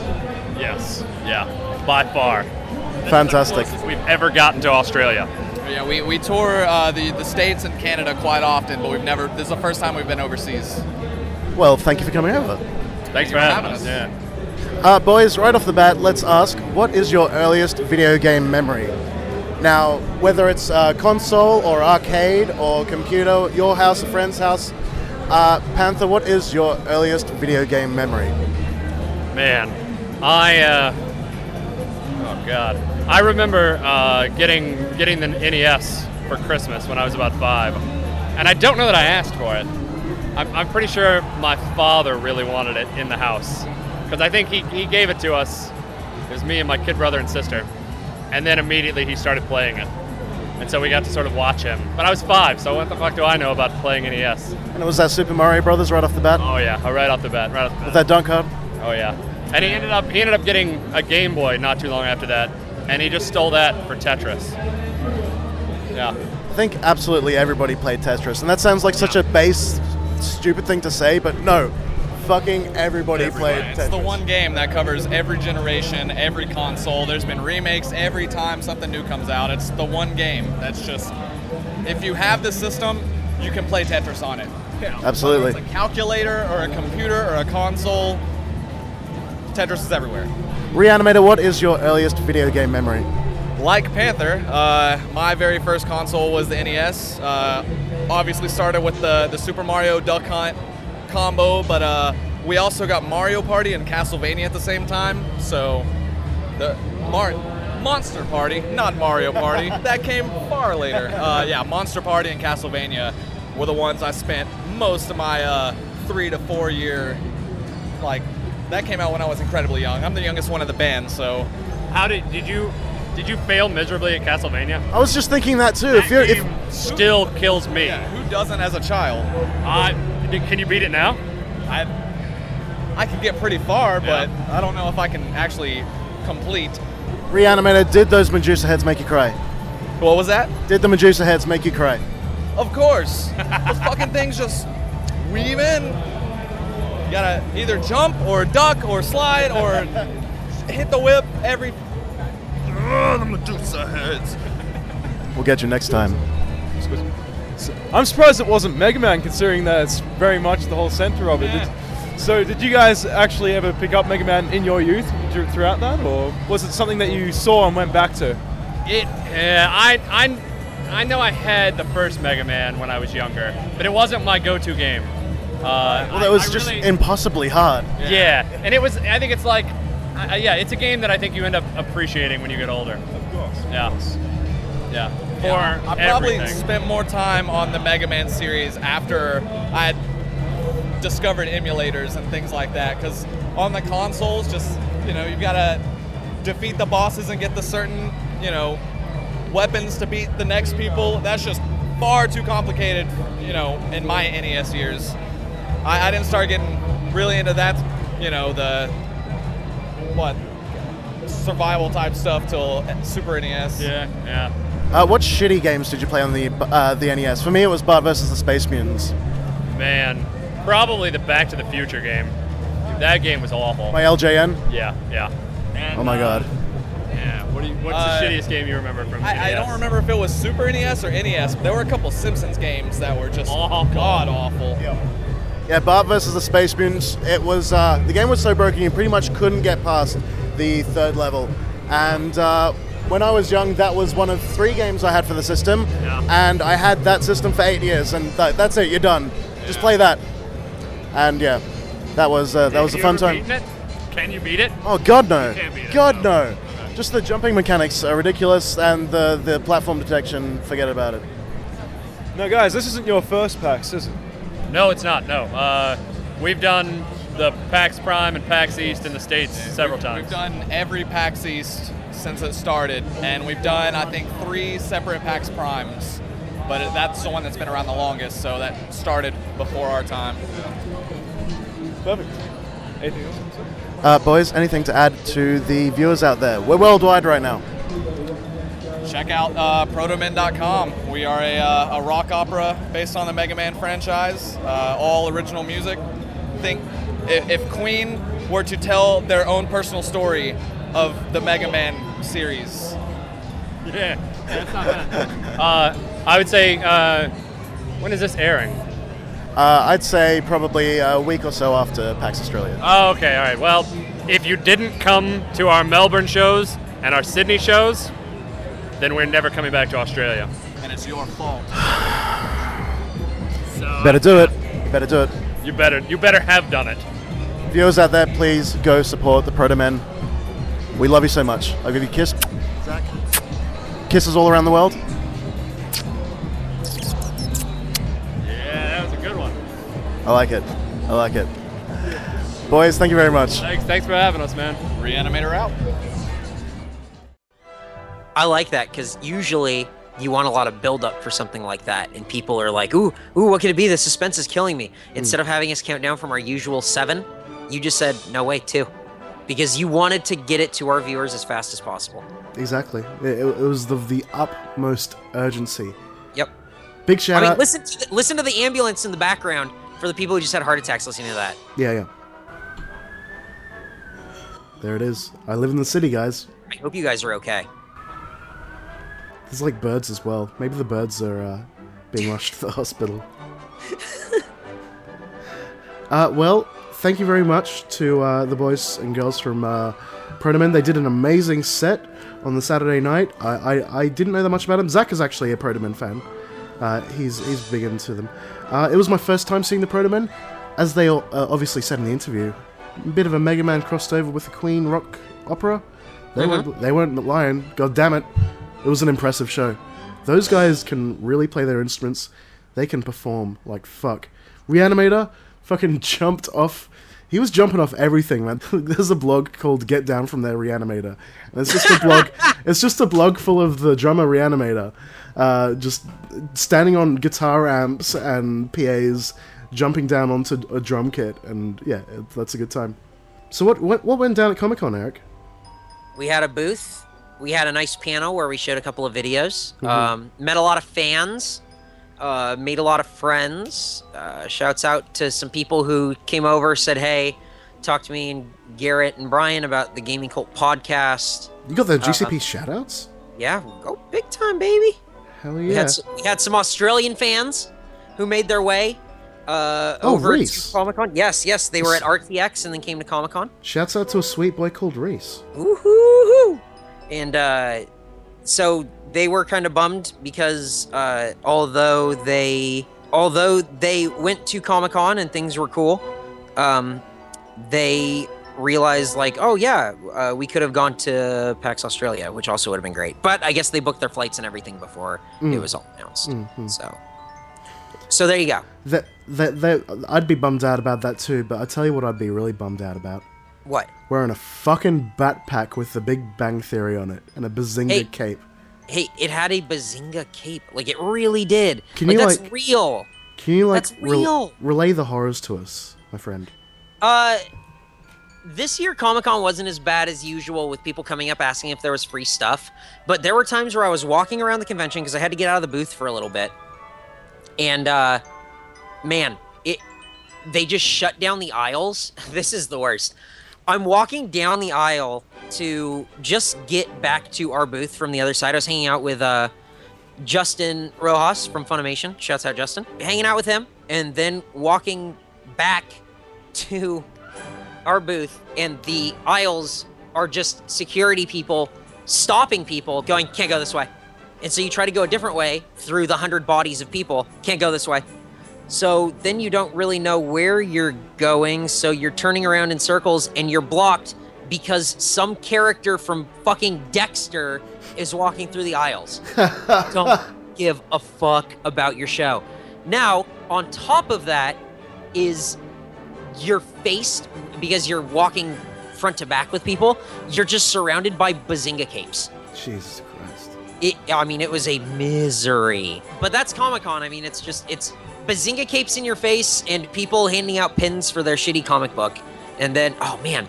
[SPEAKER 14] Yes, yeah, by far. This is the
[SPEAKER 2] Fantastic.
[SPEAKER 14] closest We've ever gotten to Australia.
[SPEAKER 9] Yeah, we, we tour uh, the, the States and Canada quite often, but we've never, this is the first time we've been overseas.
[SPEAKER 2] Well, thank you for coming over.
[SPEAKER 14] Thanks for having us. Yeah.
[SPEAKER 2] Uh, boys, right off the bat, let's ask what is your earliest video game memory? Now, whether it's uh, console or arcade or computer, your house, a friend's house, uh, Panther, what is your earliest video game memory?
[SPEAKER 14] Man, I uh, oh god, I remember uh, getting getting the NES for Christmas when I was about five, and I don't know that I asked for it. I'm, I'm pretty sure my father really wanted it in the house because I think he, he gave it to us. It was me and my kid brother and sister, and then immediately he started playing it, and so we got to sort of watch him. But I was five, so what the fuck do I know about playing NES?
[SPEAKER 2] And it was that Super Mario Brothers right off the bat
[SPEAKER 14] Oh yeah, right off the bat, right off the bat.
[SPEAKER 2] with that dunk hub.
[SPEAKER 14] Oh yeah. And he ended up he ended up getting a Game Boy not too long after that, and he just stole that for Tetris. Yeah.
[SPEAKER 2] I think absolutely everybody played Tetris, and that sounds like such a base, stupid thing to say, but no, fucking everybody, played Tetris.
[SPEAKER 9] It's the one game that covers every generation, every console. There's been remakes every time something new comes out. It's the one game that's just, if you have the system, you can play Tetris on it.
[SPEAKER 2] Absolutely.
[SPEAKER 9] Whether It's a calculator or a computer or a console. Tetris is everywhere.
[SPEAKER 2] Reanimator, what is your earliest video game memory?
[SPEAKER 9] Like Panther, uh, my very first console was the NES. Uh, obviously started with the, the Super Mario Duck Hunt combo, but uh, we also got Mario Party and Castlevania at the same time. So the Mar- Monster Party, not Mario Party, that came far later. Uh, yeah, Monster Party and Castlevania were the ones I spent most of my uh, three to four year like that came out when I was incredibly young. I'm the youngest one in the band, so
[SPEAKER 14] How did did you did you fail miserably at Castlevania?
[SPEAKER 2] I was just thinking that too. If you're, if
[SPEAKER 14] Still kills me.
[SPEAKER 9] who doesn't as a child?
[SPEAKER 14] I can you beat it now?
[SPEAKER 9] I I can get pretty far, but I don't know if I can actually complete
[SPEAKER 11] Reanimator, did those Medusa heads make you cry?
[SPEAKER 9] What was that?
[SPEAKER 11] Did the Medusa heads make you cry?
[SPEAKER 9] Of course. Those fucking things just weave in. You gotta either jump or duck or slide or hit the whip every. Ugh, the Medusa heads.
[SPEAKER 11] We'll get you next time.
[SPEAKER 2] I'm surprised it wasn't Mega Man, considering that it's very much the whole center of it. Did- so, did you guys actually ever pick up Mega Man in your youth thr- throughout that, or was it something that you saw and went back to?
[SPEAKER 14] It. Uh, I. I. I know I had the first Mega Man when I was younger, but it wasn't my go-to game. Uh,
[SPEAKER 11] Well, that was just impossibly hard.
[SPEAKER 14] yeah. and it was. I think it's like. I, I- yeah, it's a game that I think you end up appreciating when you get older. Of course. Yeah. Yeah. For
[SPEAKER 9] Yeah. I probably
[SPEAKER 14] everything.
[SPEAKER 9] spent more time on the Mega Man series after I had discovered emulators and things like that. Because on the consoles, just you know, you've got to defeat the bosses and get the certain you know weapons to beat the next people. That's just far too complicated, you know, in my NES years. I, I didn't start getting really into that, you know, the what survival type stuff till Super E NES.
[SPEAKER 14] Yeah, yeah.
[SPEAKER 11] Uh, what shitty games did you play on the uh, the NES? For me, it was Bart versus the Space Mutants.
[SPEAKER 14] Man, probably the Back to the Future game. Dude, that game was awful.
[SPEAKER 11] My LJN?
[SPEAKER 14] Yeah, yeah.
[SPEAKER 11] Oh my god.
[SPEAKER 14] Yeah. What do you, what's
[SPEAKER 9] Uh,
[SPEAKER 14] the shittiest game you remember from? E
[SPEAKER 9] I, I don't
[SPEAKER 14] NES?
[SPEAKER 9] remember if it was Super NES or NES, but there were a couple Simpsons games that were just god awful.
[SPEAKER 11] Yeah, Bart versus the Space Mutants. It was uh, the game was so broken you pretty much couldn't get past the third level. And uh, when I was young, that was one of three games I had for the system, and I had that system for eight years. And tha- that's it. You're done. Just play that. And yeah, that was uh, that was a
[SPEAKER 14] Have you
[SPEAKER 11] fun
[SPEAKER 14] ever
[SPEAKER 11] time.
[SPEAKER 14] beaten it? Can you beat it?
[SPEAKER 11] Oh God no!
[SPEAKER 14] You can't beat it.
[SPEAKER 11] God no! Just the jumping mechanics are ridiculous, and the the platform detection. Forget about it.
[SPEAKER 2] No, guys, this isn't your first PAX, is it?
[SPEAKER 14] No, it's not. No. Uh, we've done the PAX Prime and PAX East in the states several times.
[SPEAKER 9] We've done every PAX East since it started, and we've done I think three separate PAX Primes, but it- that's the one that's been around the longest, so that started before our time.
[SPEAKER 2] Perfect. Anything else?
[SPEAKER 11] Uh, boys, anything to add to the viewers out there? We're worldwide right now.
[SPEAKER 9] Check out uh, protomen.com. We are a, uh, a rock opera based on the Mega Man franchise, uh, all original music. Think if, if Queen were to tell their own personal story of the Mega Man series.
[SPEAKER 14] Yeah, that's not bad. uh, I would say, uh, when is this airing?
[SPEAKER 11] Uh, I'd say probably a week or so after PAX Australia.
[SPEAKER 14] Oh, okay, all right. Well, if you didn't come to our Melbourne shows and our Sydney shows, then we're never coming back to Australia.
[SPEAKER 9] And it's your fault.
[SPEAKER 11] Better do it. Better do it.
[SPEAKER 14] You better, you better have done it.
[SPEAKER 11] Viewers out there, please go support the Proto Men. We love you so much. I'll give you a kiss.
[SPEAKER 14] Zach.
[SPEAKER 11] Kisses all around the world.
[SPEAKER 14] Yeah, that was a good one.
[SPEAKER 11] I like it. I like it. Boys, thank you very much.
[SPEAKER 14] Thanks, thanks for having us, man.
[SPEAKER 9] Reanimator out.
[SPEAKER 6] I like that because usually you want a lot of buildup for something like that, and people are like, "Ooh, ooh, what could it be? The suspense is killing me."
[SPEAKER 1] Hmm.
[SPEAKER 6] Instead of having us count down from our usual seven, you just said, "No way, two," because you wanted to get it to our viewers as fast as possible.
[SPEAKER 1] Exactly. It, it was the, the utmost urgency.
[SPEAKER 6] Yep.
[SPEAKER 1] Big shout
[SPEAKER 6] I mean,
[SPEAKER 1] out.
[SPEAKER 6] listen to the, listen to the ambulance in the background for the people who just had heart attacks listening to that.
[SPEAKER 1] Yeah, yeah. There it is. I live in the city, guys.
[SPEAKER 6] I hope you guys are okay.
[SPEAKER 1] There's like birds as well. Maybe the birds are uh, being rushed to the hospital. uh, well, thank you very much to uh, the boys and girls from uh, Protoman. They did an amazing set on the Saturday night. I, I, I didn't know that much about them. Zach is actually a Protoman fan. Uh, he's he's big into them. Uh, it was my first time seeing the Protoman, as they all, uh, obviously said in the interview. A bit of a Mega Man crossed over with the Queen rock opera. They
[SPEAKER 6] Mhm.
[SPEAKER 1] weren't they weren't lying. God damn it! It was an impressive show. Those guys can really play their instruments. They can perform like fuck. Reanimator fucking jumped off. He was jumping off everything, man. There's a blog called "Get Down from There Reanimator," and it's just a blog. it's just a blog full of the drummer Reanimator, uh, just standing on guitar amps and PA's, jumping down onto a drum kit, and yeah, it, that's a good time. So what what what went down at Comic Con, Eric?
[SPEAKER 6] We had a booth. we had a nice panel where we showed a couple of videos.
[SPEAKER 1] Mm-hmm.
[SPEAKER 16] Mhm.
[SPEAKER 6] Um, met a lot of fans, uh, made a lot of friends. Uh, shouts out to some people who came over, said, "Hey, talk to me and Garrett and Brian about the Gaming Cult podcast."
[SPEAKER 1] You got the
[SPEAKER 6] Uh,
[SPEAKER 1] GCP shoutouts?
[SPEAKER 6] yeah, go big time, baby.
[SPEAKER 1] Hell
[SPEAKER 6] We,
[SPEAKER 1] yeah.
[SPEAKER 6] had some, we had some Australian fans who made their way uh,
[SPEAKER 1] Oh,
[SPEAKER 6] over
[SPEAKER 1] Reese.
[SPEAKER 6] to Comic Con. Yes, yes, they were at RTX and then came to Comic Con.
[SPEAKER 1] Shouts out to a sweet boy called Reese.
[SPEAKER 6] Woohoo! And uh, so they were kind of bummed because uh, although they although they went to Comic Con and things were cool, um, they realized like, oh yeah, uh, we could have gone to PAX Australia, which also would have been great. But I guess they booked their flights and everything before it
[SPEAKER 1] Mm.
[SPEAKER 6] was all announced.
[SPEAKER 1] Mhm.
[SPEAKER 6] So, so there you go.
[SPEAKER 1] That, that, that, I'd be bummed out about that too, but I tell you what I'd be really bummed out about.
[SPEAKER 6] What?
[SPEAKER 1] Wearing a fucking backpack with the Big Bang Theory on it and a Bazinga
[SPEAKER 6] Hey.
[SPEAKER 1] cape.
[SPEAKER 6] Hey, it had a Bazinga cape. Like it really did.
[SPEAKER 1] Can
[SPEAKER 6] like
[SPEAKER 1] you,
[SPEAKER 6] that's
[SPEAKER 1] like-
[SPEAKER 6] real.
[SPEAKER 1] Can you like
[SPEAKER 6] That's
[SPEAKER 1] rel-
[SPEAKER 6] real.
[SPEAKER 1] relay the horrors to us, my friend?
[SPEAKER 6] Uh, this year Comic Con wasn't as bad as usual with people coming up asking if there was free stuff, but there were times where I was walking around the convention because I had to get out of the booth for a little bit, and uh, man, it they just shut down the aisles. this is the worst. I'm walking down the aisle to just get back to our booth from the other side. I was hanging out with uh, Justin Rojas from Funimation. Shouts out Justin. Hanging out with him, and then walking back to our booth, and the aisles are just security people stopping people, going, "Can't go this way." And so you try to go a different way through the hundred bodies of people. Can't go this way. So then you don't really know where you're going, so you're turning around in circles and you're blocked because some character from fucking Dexter is walking through the aisles. don't give a fuck about your show. Now, on top of that is you're faced because you're walking front to back with people, you're just surrounded by bazinga capes.
[SPEAKER 1] Jesus Christ.
[SPEAKER 6] It, I mean, it was a misery. But that's Comic Con. I mean, it's just it's bazinga capes in your face and people handing out pins for their shitty comic book. And then, oh man,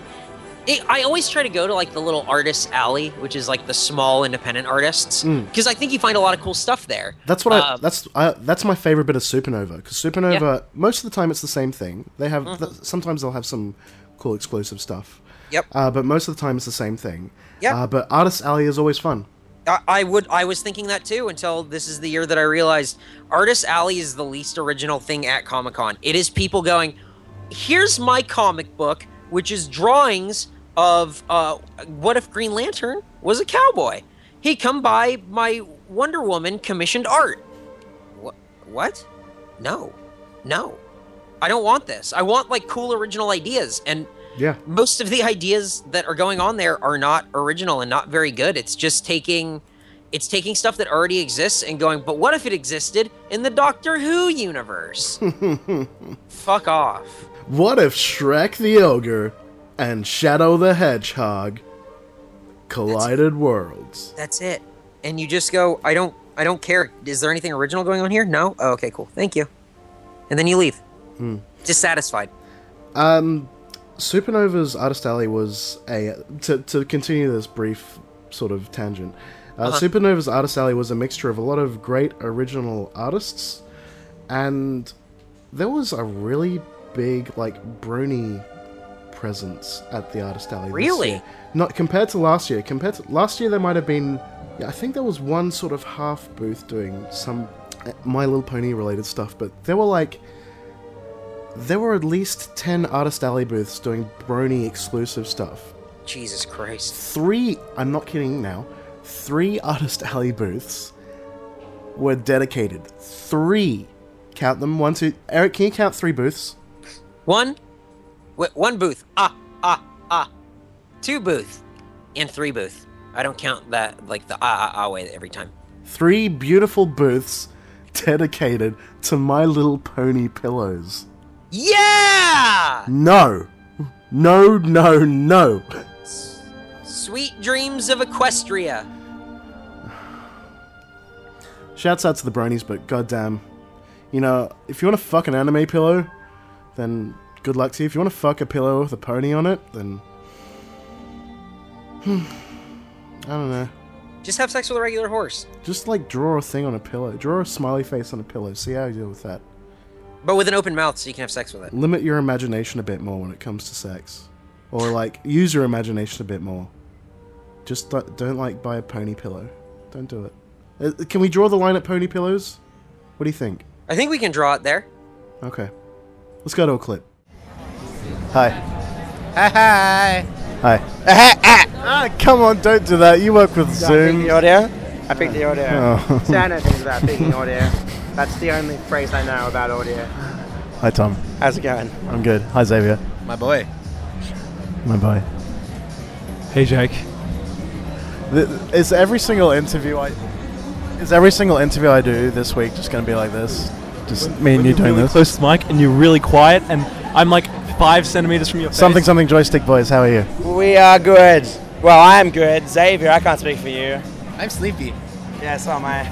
[SPEAKER 6] it, I always try to go to like the little artist alley, which is like the small independent artists,
[SPEAKER 1] Mm.
[SPEAKER 6] because I think you find a lot of cool stuff there.
[SPEAKER 1] That's what I.
[SPEAKER 6] Um,
[SPEAKER 1] That's I, that's my favorite bit of Supernova because Supernova most of the time it's the same thing. They have
[SPEAKER 6] Mhm.
[SPEAKER 1] th- sometimes they'll have some cool exclusive stuff.
[SPEAKER 6] Yep.
[SPEAKER 1] Uh, but most of the time it's the same thing.
[SPEAKER 6] Yep.
[SPEAKER 1] Uh, but Artist Alley is always fun.
[SPEAKER 6] I, I would I was thinking that too until this is the year that I realized Artist Alley is the least original thing at Comic Con. It is people going, here's my comic book, which is drawings of uh, what if Green Lantern was a cowboy? He come by my Wonder Woman commissioned art. What? What? No, no, I don't want this. I want like cool original ideas and
[SPEAKER 1] Yeah.
[SPEAKER 6] most of the ideas that are going on there are not original and not very good. It's just taking it's taking stuff that already exists and going, but what if it existed in the Doctor Who universe? Fuck off.
[SPEAKER 1] what if Shrek the Ogre and Shadow the Hedgehog collided worlds?
[SPEAKER 6] That's it. And you just go, I don't I don't care. Is there anything original going on here? No? Oh, okay, cool. Thank you. And then you leave.
[SPEAKER 1] Hmm.
[SPEAKER 6] Dissatisfied.
[SPEAKER 1] Um, Supernova's Artist Alley was a to to continue this brief sort of tangent. Uh,
[SPEAKER 6] Uh-huh.
[SPEAKER 1] Supernova's Artist Alley was a mixture of a lot of great original artists, and there was a really big like Bruni presence at the Artist Alley. this
[SPEAKER 6] Really?
[SPEAKER 1] year. Not compared to last year. Compared to last year, there might have been. Yeah, I think there was one sort of half booth doing some uh, My Little Pony related stuff, but there were like there were at least 10 Artist Alley booths doing Brony exclusive stuff.
[SPEAKER 6] Jesus Christ.
[SPEAKER 1] Three, I'm not kidding now, three Artist Alley booths were dedicated. Three. Count them. One, two. Eric, can you count three booths?
[SPEAKER 6] One, w- one booth. Ah, ah, ah. Two booth, and three booth. I don't count that like the ah ah ah way every time.
[SPEAKER 1] Three beautiful booths dedicated to My Little Pony pillows.
[SPEAKER 6] Yeah!
[SPEAKER 1] No. No, no, no.
[SPEAKER 6] Sweet dreams of Equestria.
[SPEAKER 1] Shouts out to the bronies, but goddamn, you know, if you want to fuck an anime pillow, then good luck to you. If you want to fuck a pillow with a pony on it, then
[SPEAKER 17] I don't know.
[SPEAKER 6] Just have sex with a regular horse,
[SPEAKER 17] Just like draw a thing on a pillow. Draw a smiley face on a pillow. See how you deal with that.
[SPEAKER 6] but with an open mouth so you can have sex with it.
[SPEAKER 17] Limit your imagination a bit more when it comes to sex, or like use your imagination a bit more. Just do- don't like buy a pony pillow. Don't do it. Uh, Can we draw the line at pony pillows? What do you think?
[SPEAKER 6] I think we can draw it there.
[SPEAKER 17] Okay, let's go to a clip.
[SPEAKER 1] Hi.
[SPEAKER 16] Hi.
[SPEAKER 1] Hi. ah, come on, don't do that. You work with Zoom.
[SPEAKER 16] the audio? I picked the audio.
[SPEAKER 1] Oh.
[SPEAKER 16] See, I know things about picking audio. That's the only phrase I know about audio.
[SPEAKER 1] Hi, Tom.
[SPEAKER 16] How's it going?
[SPEAKER 1] I'm good. Hi, Xavier.
[SPEAKER 16] My boy.
[SPEAKER 1] My boy.
[SPEAKER 18] Hey, Jake.
[SPEAKER 1] Is every single interview I is every single interview I do this week just going to be like this? Just me and you doing
[SPEAKER 2] really
[SPEAKER 1] this?
[SPEAKER 2] close to the mic and you're really quiet and I'm like five centimeters from your face.
[SPEAKER 1] Something, something, joystick boys. How are you?
[SPEAKER 16] We are good. Well, I'm good. Xavier, I can't speak for you.
[SPEAKER 1] I'm sleepy.
[SPEAKER 16] Yeah, so am I.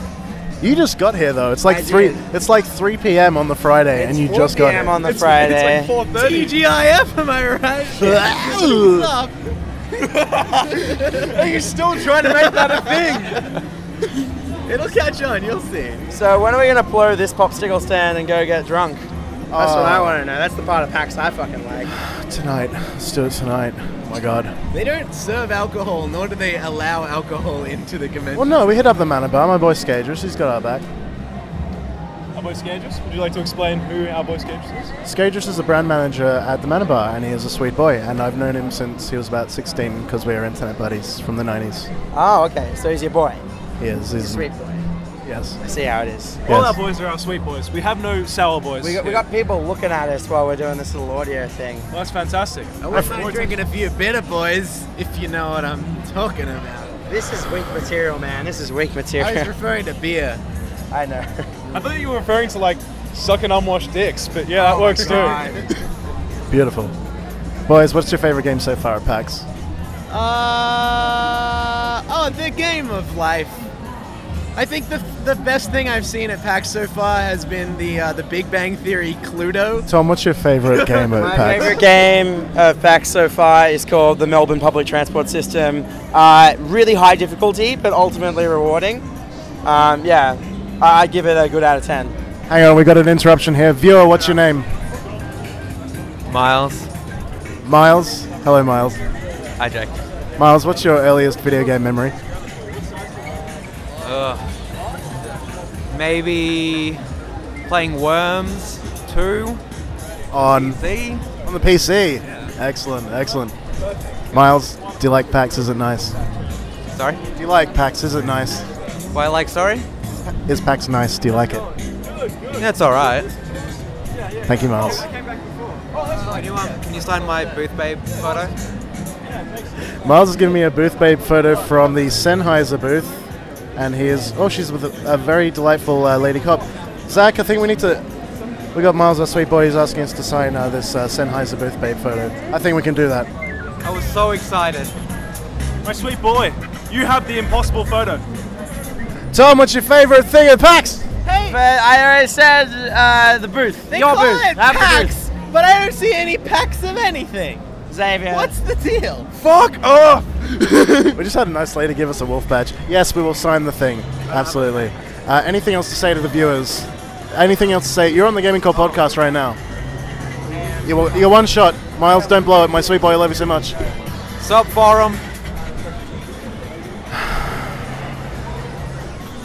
[SPEAKER 1] You just got here though. It's like
[SPEAKER 16] I
[SPEAKER 1] three.
[SPEAKER 16] did.
[SPEAKER 1] It's like three p.m. on the Friday, and you just got here.
[SPEAKER 16] on the Friday.
[SPEAKER 3] TGIF, am I right?
[SPEAKER 16] Are you still trying to make that a thing? It'll catch on, you'll see. So when are we gonna blow this popsicle stand and go get drunk? That's what I
[SPEAKER 1] Uh,
[SPEAKER 16] want to know. That's the part of PAX I fucking like.
[SPEAKER 1] Tonight. Let's do it tonight. Oh my god.
[SPEAKER 7] They don't serve alcohol, nor do they allow alcohol into the convention.
[SPEAKER 1] Well, no, we hit up the man bar. My boy Skagers, he's got our back.
[SPEAKER 2] Our boy Skagers, would you like to explain who our boy Skagers is?
[SPEAKER 1] Skagers is the brand manager at the man bar, and he is a sweet boy. And I've known him since he was about 16 because we are internet buddies from the 90s.
[SPEAKER 16] Oh, okay. So he's your boy.
[SPEAKER 1] He is.
[SPEAKER 16] He's a
[SPEAKER 1] He's
[SPEAKER 16] sweet boy.
[SPEAKER 1] Yes.
[SPEAKER 16] I see how it is.
[SPEAKER 2] All our boys are our sweet boys. We have no sour boys.
[SPEAKER 16] We got, we
[SPEAKER 2] here.
[SPEAKER 16] got people looking at us while we're doing this little audio thing.
[SPEAKER 2] Well, that's fantastic.
[SPEAKER 7] I wouldn't mind drinking a few bitter boys, if you know what I'm talking about.
[SPEAKER 16] This is weak material, man. This is weak
[SPEAKER 7] I was
[SPEAKER 16] material.
[SPEAKER 7] referring to beer.
[SPEAKER 16] I know.
[SPEAKER 2] I thought you were referring to like sucking unwashed dicks, but yeah,
[SPEAKER 8] Oh
[SPEAKER 2] that works too.
[SPEAKER 1] Beautiful. Boys, what's your favorite game so far at PAX?
[SPEAKER 7] Uh, oh, the game of life. I think the the best thing I've seen at PAX so far has been the uh, the Big Bang Theory Cluedo.
[SPEAKER 1] Tom, what's your favorite game at
[SPEAKER 7] My
[SPEAKER 1] PAX?
[SPEAKER 16] favorite game of PAX so far is called the Melbourne Public Transport System. Uh, really high difficulty, but ultimately rewarding. Um, yeah, I- I'd give it a good out of 10.
[SPEAKER 1] Hang on, we got an interruption here. Viewer, what's your name?
[SPEAKER 8] Miles.
[SPEAKER 1] Miles. Hello, Miles.
[SPEAKER 8] Hi, Jake.
[SPEAKER 1] Miles, what's your earliest video game memory?
[SPEAKER 8] Ugh. Maybe playing Worms 2.
[SPEAKER 1] On
[SPEAKER 8] PC?
[SPEAKER 1] On the PC. Excellent, excellent. Miles, do you like PAX? Is it nice?
[SPEAKER 8] Sorry?
[SPEAKER 1] Do you like PAX? Is it nice?
[SPEAKER 8] Why, like, sorry?
[SPEAKER 1] Is PAX nice? Do you like it?
[SPEAKER 8] That's alright.
[SPEAKER 1] Thank you, Miles.
[SPEAKER 8] Can you, um, can you sign my booth babe photo?
[SPEAKER 1] Miles has given me a booth babe photo from the Sennheiser booth, and he is oh, she's with a, a very delightful uh, lady cop. Zach, I think we need to. We got Miles, our sweet boy, who's asking us to sign uh, this uh, Sennheiser booth babe photo. I think we can do that.
[SPEAKER 8] I was so excited.
[SPEAKER 2] My sweet boy, you have the impossible photo.
[SPEAKER 1] Tom, what's your favorite thing at PAX?
[SPEAKER 16] Hey! But I already said uh, the booth.
[SPEAKER 7] They
[SPEAKER 16] Your
[SPEAKER 7] call
[SPEAKER 16] booth.
[SPEAKER 7] it
[SPEAKER 16] Our
[SPEAKER 7] packs, but I don't see any packs of anything.
[SPEAKER 16] booth. Xavier.
[SPEAKER 7] What's the deal?
[SPEAKER 1] Fuck off! we just had a nice lady give us a wolf badge. Yes, we will sign the thing. Absolutely. Uh, anything else to say to the viewers? Anything else to say? You're on the Gaming Call podcast right now. You're, you're one shot. Miles, don't blow it. My sweet boy, I love you so much.
[SPEAKER 8] Sub forum.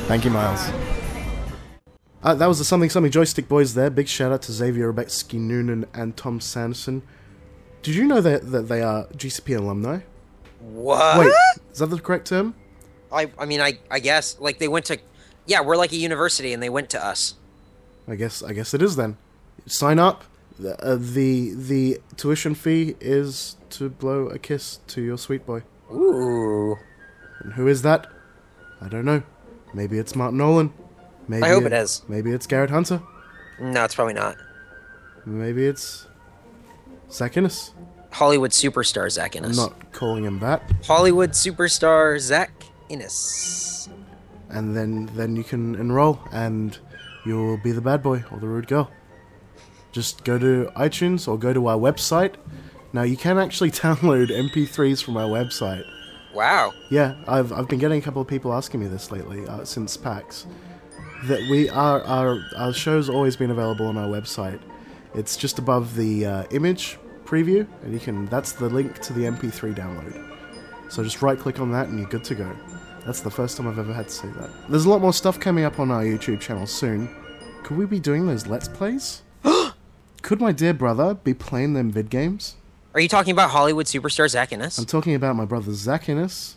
[SPEAKER 1] Thank you, Miles.
[SPEAKER 17] Uh, that was the something something joystick boys there. Big shout out to Xavier Rebecki Noonan and Tom Sanderson. Did you know that that they are GCP alumni?
[SPEAKER 6] What?
[SPEAKER 17] Wait, is that the correct term?
[SPEAKER 6] I, I mean, I, I guess like they went to, yeah, we're like a university and they went to us.
[SPEAKER 17] I guess I guess it is then. Sign up. The uh, the, the tuition fee is to blow a kiss to your sweet boy.
[SPEAKER 6] Ooh.
[SPEAKER 17] And who is that? I don't know. Maybe it's Martin Nolan. Maybe
[SPEAKER 6] hope it is.
[SPEAKER 17] Maybe it's Garrett Hunter.
[SPEAKER 6] No, it's probably not.
[SPEAKER 17] Maybe it's Zach Innes.
[SPEAKER 6] Hollywood superstar Zach
[SPEAKER 17] I'm
[SPEAKER 6] Innes.
[SPEAKER 17] not calling him that.
[SPEAKER 6] Hollywood superstar Zach Innes.
[SPEAKER 17] and then then you can enroll and you'll be the bad boy or the rude girl just go to itunes or go to our website now you can actually download mp3s from our website
[SPEAKER 6] Wow.
[SPEAKER 19] Yeah, I've, I've been getting a couple of people asking me this lately uh, since PAX. That we are our our show's always been available on our website. It's just above the uh, image preview, and you can that's the link to the MP3 download. So just right click on that, and you're good to go. That's the first time I've ever had to say that. There's a lot more stuff coming up on our YouTube channel soon. Could we be doing those Let's Plays? Could my dear brother be playing them vid games?
[SPEAKER 6] Are you talking about Hollywood superstar Zach Innes?
[SPEAKER 19] I'm talking about my brother Zach Innes,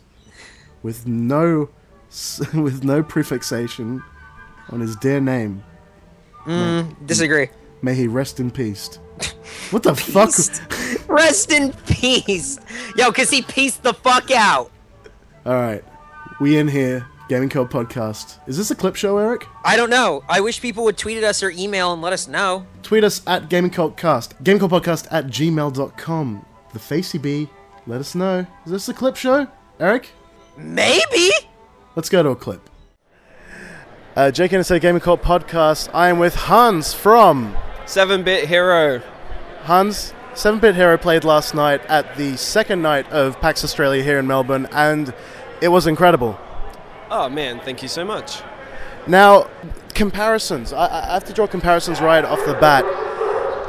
[SPEAKER 19] with no, with no prefixation on his dear name.
[SPEAKER 6] Mm, disagree.
[SPEAKER 19] May he rest in peace. What the fuck?
[SPEAKER 6] Rest in peace. Yo, because he pieced the fuck out.
[SPEAKER 19] All right, we in here. Gaming Code Podcast. Is this a clip show, Eric?
[SPEAKER 6] I don't know. I wish people would tweet at us or email and let us know.
[SPEAKER 19] Tweet us at Gaming Cult Cast, Gaming Cult Podcast at gmail.com. The Facey Bee, let us know. Is this a clip show, Eric?
[SPEAKER 6] Maybe.
[SPEAKER 19] Let's go to a clip.
[SPEAKER 1] Uh, Jake and NSA Gaming Cult Podcast. I am with Hans from
[SPEAKER 20] 7 Bit Hero.
[SPEAKER 1] Hans, 7 Bit Hero played last night at the second night of PAX Australia here in Melbourne, and it was incredible.
[SPEAKER 20] Oh man, thank you so much.
[SPEAKER 1] Now, comparisons. I, I have to draw comparisons right off the bat.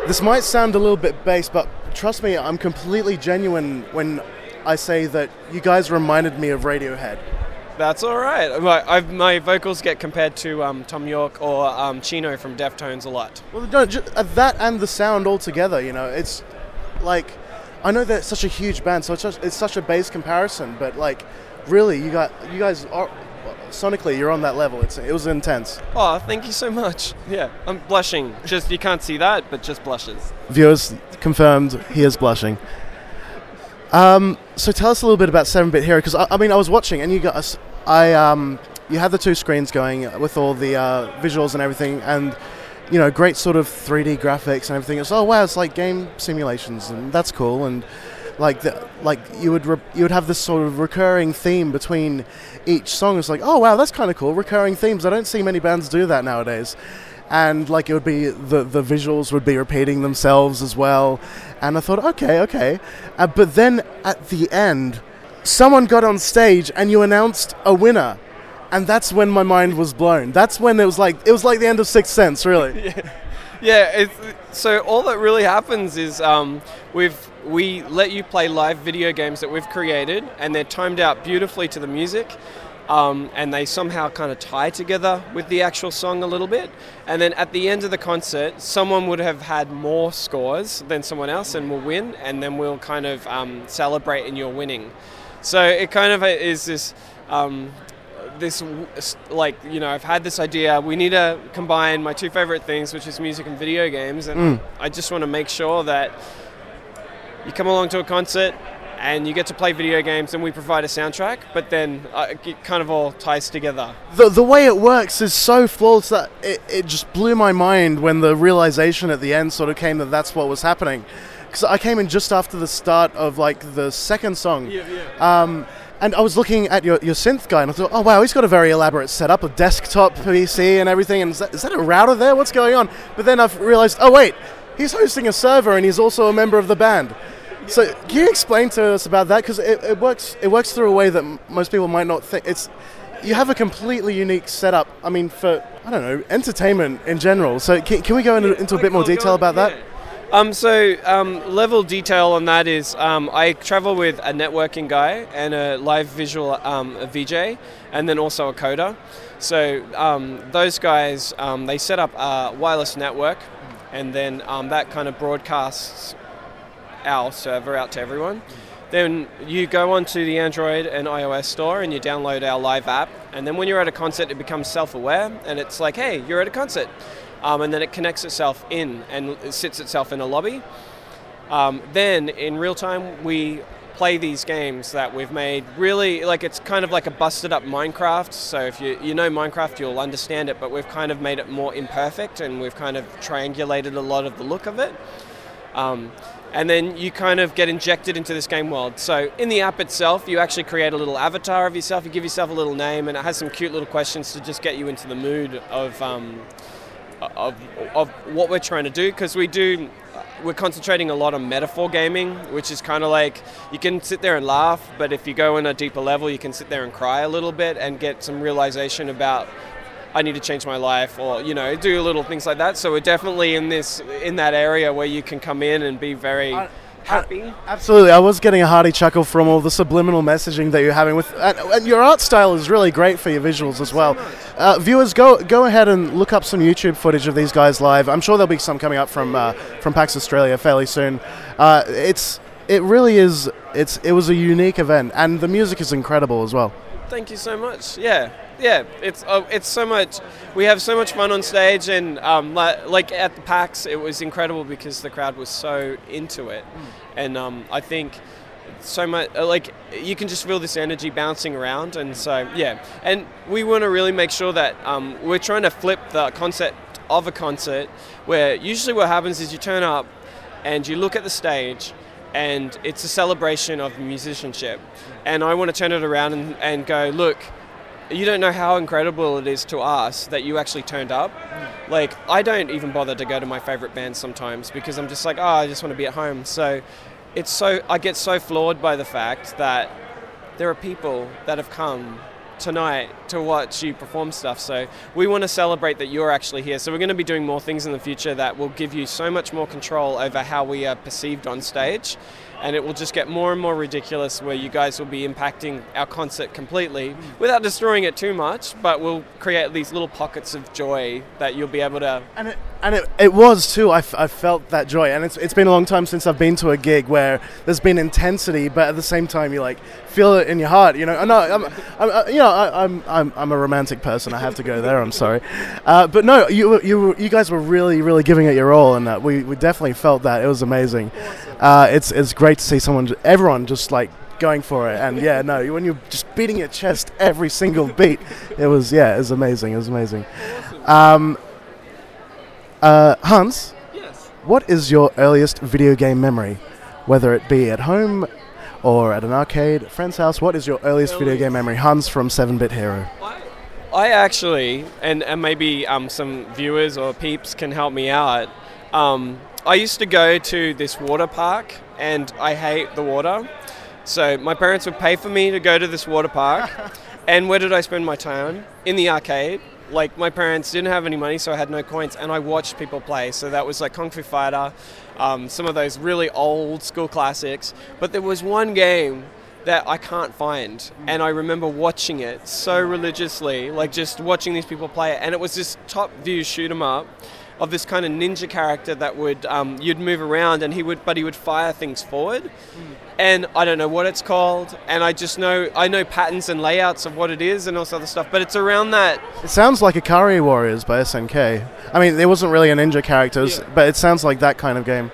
[SPEAKER 1] This might sound a little bit base, but trust me, I'm completely genuine when I say that you guys reminded me of Radiohead.
[SPEAKER 20] That's all right. My, I've, my vocals get compared to um, Tom York or um, Chino from Deftones a lot.
[SPEAKER 1] Well, no, ju- uh, that and the sound altogether, you know, it's like I know they're such a huge band, so it's such, it's such a base comparison, but like really, you got you guys are sonically you're on that level. It's it was intense.
[SPEAKER 20] Oh, thank you so much. Yeah, I'm blushing. Just you can't see that, but just blushes.
[SPEAKER 1] Viewers confirmed, he is blushing. Um, so tell us a little bit about Seven Bit Hero, because I, I mean I was watching and you guys, I um, you had the two screens going with all the uh, visuals and everything, and you know great sort of 3D graphics and everything. It's oh wow, it's like game simulations, and that's cool and. Like the, like you would re- you would have this sort of recurring theme between each song. It's like oh wow, that's kind of cool. Recurring themes. I don't see many bands do that nowadays. And like it would be the the visuals would be repeating themselves as well. And I thought okay, okay. Uh, but then at the end, someone got on stage and you announced a winner. And that's when my mind was blown. That's when it was like it was like the end of Sixth Sense, really.
[SPEAKER 20] Yeah, it's, so all that really happens is um, we've we let you play live video games that we've created, and they're timed out beautifully to the music, um, and they somehow kind of tie together with the actual song a little bit. And then at the end of the concert, someone would have had more scores than someone else, and will win, and then we'll kind of um, celebrate in your winning. So it kind of is this. Um, this like you know i've had this idea we need to combine my two favorite things which is music and video games and
[SPEAKER 1] Mm.
[SPEAKER 20] i just want to make sure that you come along to a concert and you get to play video games and we provide a soundtrack but then uh, it kind of all ties together
[SPEAKER 1] the the way it works is so flawless that it, it just blew my mind when the realization at the end sort of came that that's what was happening because I came in just after the start of like the second song um, and I was looking at your, your synth guy and I thought oh wow he's got a very elaborate setup a desktop PC and everything and is that, is that a router there what's going on but then I've realized oh wait he's hosting a server and he's also a member of the band so can you explain to us about that? Because it, it works. It works through a way that m- most people might not think. It's you have a completely unique setup. I mean, for I don't know entertainment in general. So can, can we go into, into a bit more detail about that?
[SPEAKER 20] Um, so um, level detail on that is um, I travel with a networking guy and a live visual um, a VJ, and then also a coder. So um, those guys um, they set up a wireless network, and then um, that kind of broadcasts our server out to everyone. Then you go onto the Android and iOS store and you download our live app. And then when you're at a concert, it becomes self aware and it's like, hey, you're at a concert. Um, and then it connects itself in and it sits itself in a lobby. Um, then in real time, we play these games that we've made really like it's kind of like a busted up Minecraft. So if you, you know Minecraft, you'll understand it, but we've kind of made it more imperfect and we've kind of triangulated a lot of the look of it. Um, and then you kind of get injected into this game world. So in the app itself, you actually create a little avatar of yourself. You give yourself a little name, and it has some cute little questions to just get you into the mood of um, of, of what we're trying to do because we do we're concentrating a lot on metaphor gaming which is kind of like you can sit there and laugh but if you go on a deeper level you can sit there and cry a little bit and get some realization about I need to change my life or you know do little things like that so we're definitely in this in that area where you can come in and be very happy
[SPEAKER 1] Absolutely, I was getting a hearty chuckle from all the subliminal messaging that you're having with, and, and your art style is really great for your visuals as well. Uh, viewers, go go ahead and look up some YouTube footage of these guys live. I'm sure there'll be some coming up from uh, from PAX Australia fairly soon. Uh, it's it really is it's it was a unique event, and the music is incredible as well.
[SPEAKER 20] Thank you so much. Yeah, yeah. It's uh, it's so much. We have so much fun on stage, and um, li- like at the PAX, it was incredible because the crowd was so into it, and um, I think so much uh, like you can just feel this energy bouncing around and so yeah and we want to really make sure that um, we're trying to flip the concept of a concert where usually what happens is you turn up and you look at the stage and it's a celebration of musicianship and i want to turn it around and, and go look you don't know how incredible it is to us that you actually turned up like i don't even bother to go to my favorite bands sometimes because i'm just like oh i just want to be at home so it's so i get so floored by the fact that there are people that have come tonight to watch you perform stuff. So we want to celebrate that you're actually here. So we're going to be doing more things in the future that will give you so much more control over how we are perceived on stage. And it will just get more and more ridiculous where you guys will be impacting our concert completely without destroying it too much, but we'll create these little pockets of joy that you'll be able to.
[SPEAKER 1] And it, And it, it was too. I, f- I felt that joy, and it's, it's been a long time since I've been to a gig where there's been intensity, but at the same time you like feel it in your heart. You know, no, I'm, I'm, I- you know, I, I'm, I'm, I'm a romantic person. I have to go there. I'm sorry, uh, but no, you, were- you, were- you guys were really, really giving it your all, and that we, we definitely felt that. It was amazing. Uh, it's, it's great to see someone, j- everyone, just like going for it. And yeah, no, when you're just beating your chest every single beat, it was yeah, it was amazing. It was amazing. Um, uh, Hans, yes. what is your earliest video game memory? Whether it be at home or at an arcade, a friend's house, what is your earliest video game memory? Hans from 7 Bit Hero.
[SPEAKER 20] I actually, and, and maybe um, some viewers or peeps can help me out. Um, I used to go to this water park, and I hate the water. So my parents would pay for me to go to this water park. and where did I spend my time? In the arcade. Like my parents didn't have any money, so I had no coins, and I watched people play. So that was like Kung Fu Fighter, um, some of those really old school classics. But there was one game that I can't find. And I remember watching it so religiously, like just watching these people play it. And it was this top view shoot 'em up of this kind of ninja character that would um, you'd move around and he would, but he would fire things forward. And I don't know what it's called. And I just know I know patterns and layouts of what it is and all this other stuff. But it's around that
[SPEAKER 1] It sounds like Akari Warriors by SNK. I mean, there wasn't really a ninja characters, but it sounds like that kind of game.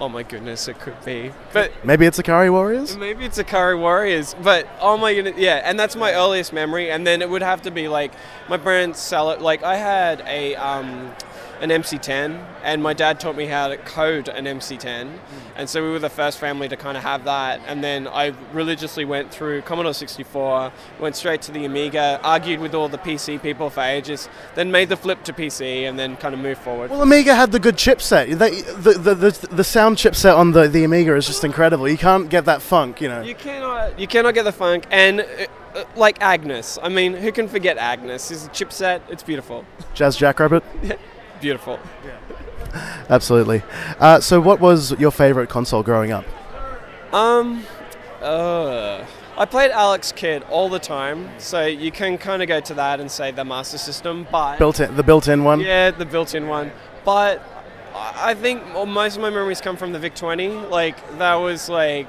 [SPEAKER 20] oh my goodness, it could be. But
[SPEAKER 1] Maybe it's Akari Warriors?
[SPEAKER 20] Maybe it's Akari Warriors, but oh my goodness, yeah. And that's my earliest memory. And then it would have to be like my parents sell it. Like I had a um, an MC10, and my dad taught me how to code an MC10, and so we were the first family to kind of have that. And then I religiously went through Commodore 64, went straight to the Amiga, argued with all the PC people for ages, then made the flip to PC, and then kind of moved forward.
[SPEAKER 1] Well, Amiga had the good chipset. They, the, the, the, the sound chipset on the, the Amiga is just incredible. You can't get that funk, you know.
[SPEAKER 20] You cannot, you cannot get the funk, and uh, uh, like Agnes. I mean, who can forget Agnes? His chipset, it's beautiful,
[SPEAKER 1] Jazz Jackrabbit?
[SPEAKER 20] beautiful.
[SPEAKER 1] Absolutely. Uh, so, what was your favorite console growing up?
[SPEAKER 20] Um, uh, I played Alex Kidd all the time, so you can kind of go to that and say the Master System, but
[SPEAKER 1] Built in, the built in one?
[SPEAKER 20] Yeah, the built-in one. But I I think well, most of my memories come from the VIC 20. Like that was like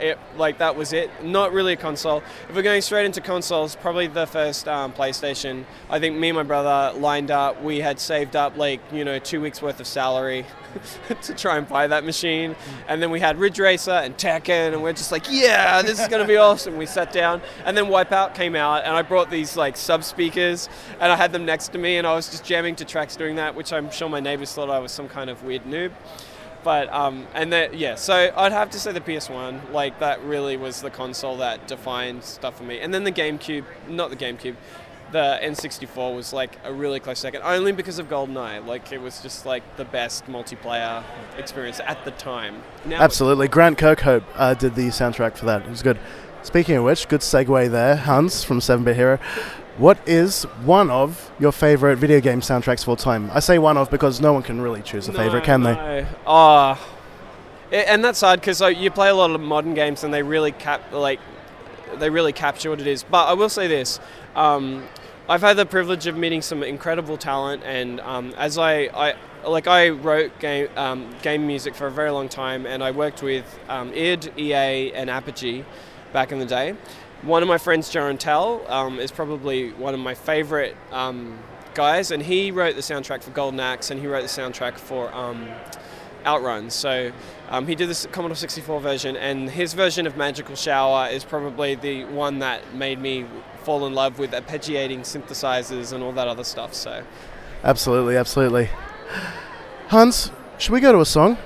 [SPEAKER 20] it. Like that was it. Not really a console. If we're going straight into consoles, probably the first um, PlayStation. I think me and my brother lined up. We had saved up like you know two weeks worth of salary to try and buy that machine, and then we had Ridge Racer and Tekken, and we're just like, yeah, this is gonna be awesome. We sat down, and then Wipeout came out, and I brought these like sub speakers, and I had them next to me, and I was just jamming to tracks doing that, which I'm sure my neighbors thought I was some kind of weird noob. But um, and that yeah, so I'd have to say the PS1, like that really was the console that defined stuff for me, and then the GameCube, not the GameCube. the N64 was like a really close second, only because of GoldenEye. Like it was just like the best multiplayer experience at the time. Now
[SPEAKER 1] Absolutely. Grant Kirkhope uh, did the soundtrack for that. It was good. Speaking of which, good segue there, Hans from 7 Bit Hero. What is one of your favorite video game soundtracks of all time? I say one of because no one can really choose a favorite, can they?
[SPEAKER 20] No. Ah. A- and that's hard because you play a lot of modern games and they really cap like they really capture what it is. But I will say this: um, I've had the privilege of meeting some incredible talent, and um, as I, I like I wrote game um, game music for a very long time, and I worked with um, id, EA, and Apogee back in the day. One of my friends, Jaron Tell, um, is probably one of my favorite um, guys, and he wrote the soundtrack for Golden Axe, and he wrote the soundtrack for um, Outrun. So um, he did this Commodore 64 version, and his version of Magical Shower is probably the one that made me fall in love with arpeggiating synthesizers and all that other stuff. So,
[SPEAKER 1] Absolutely, absolutely. Hans, should we go to a song?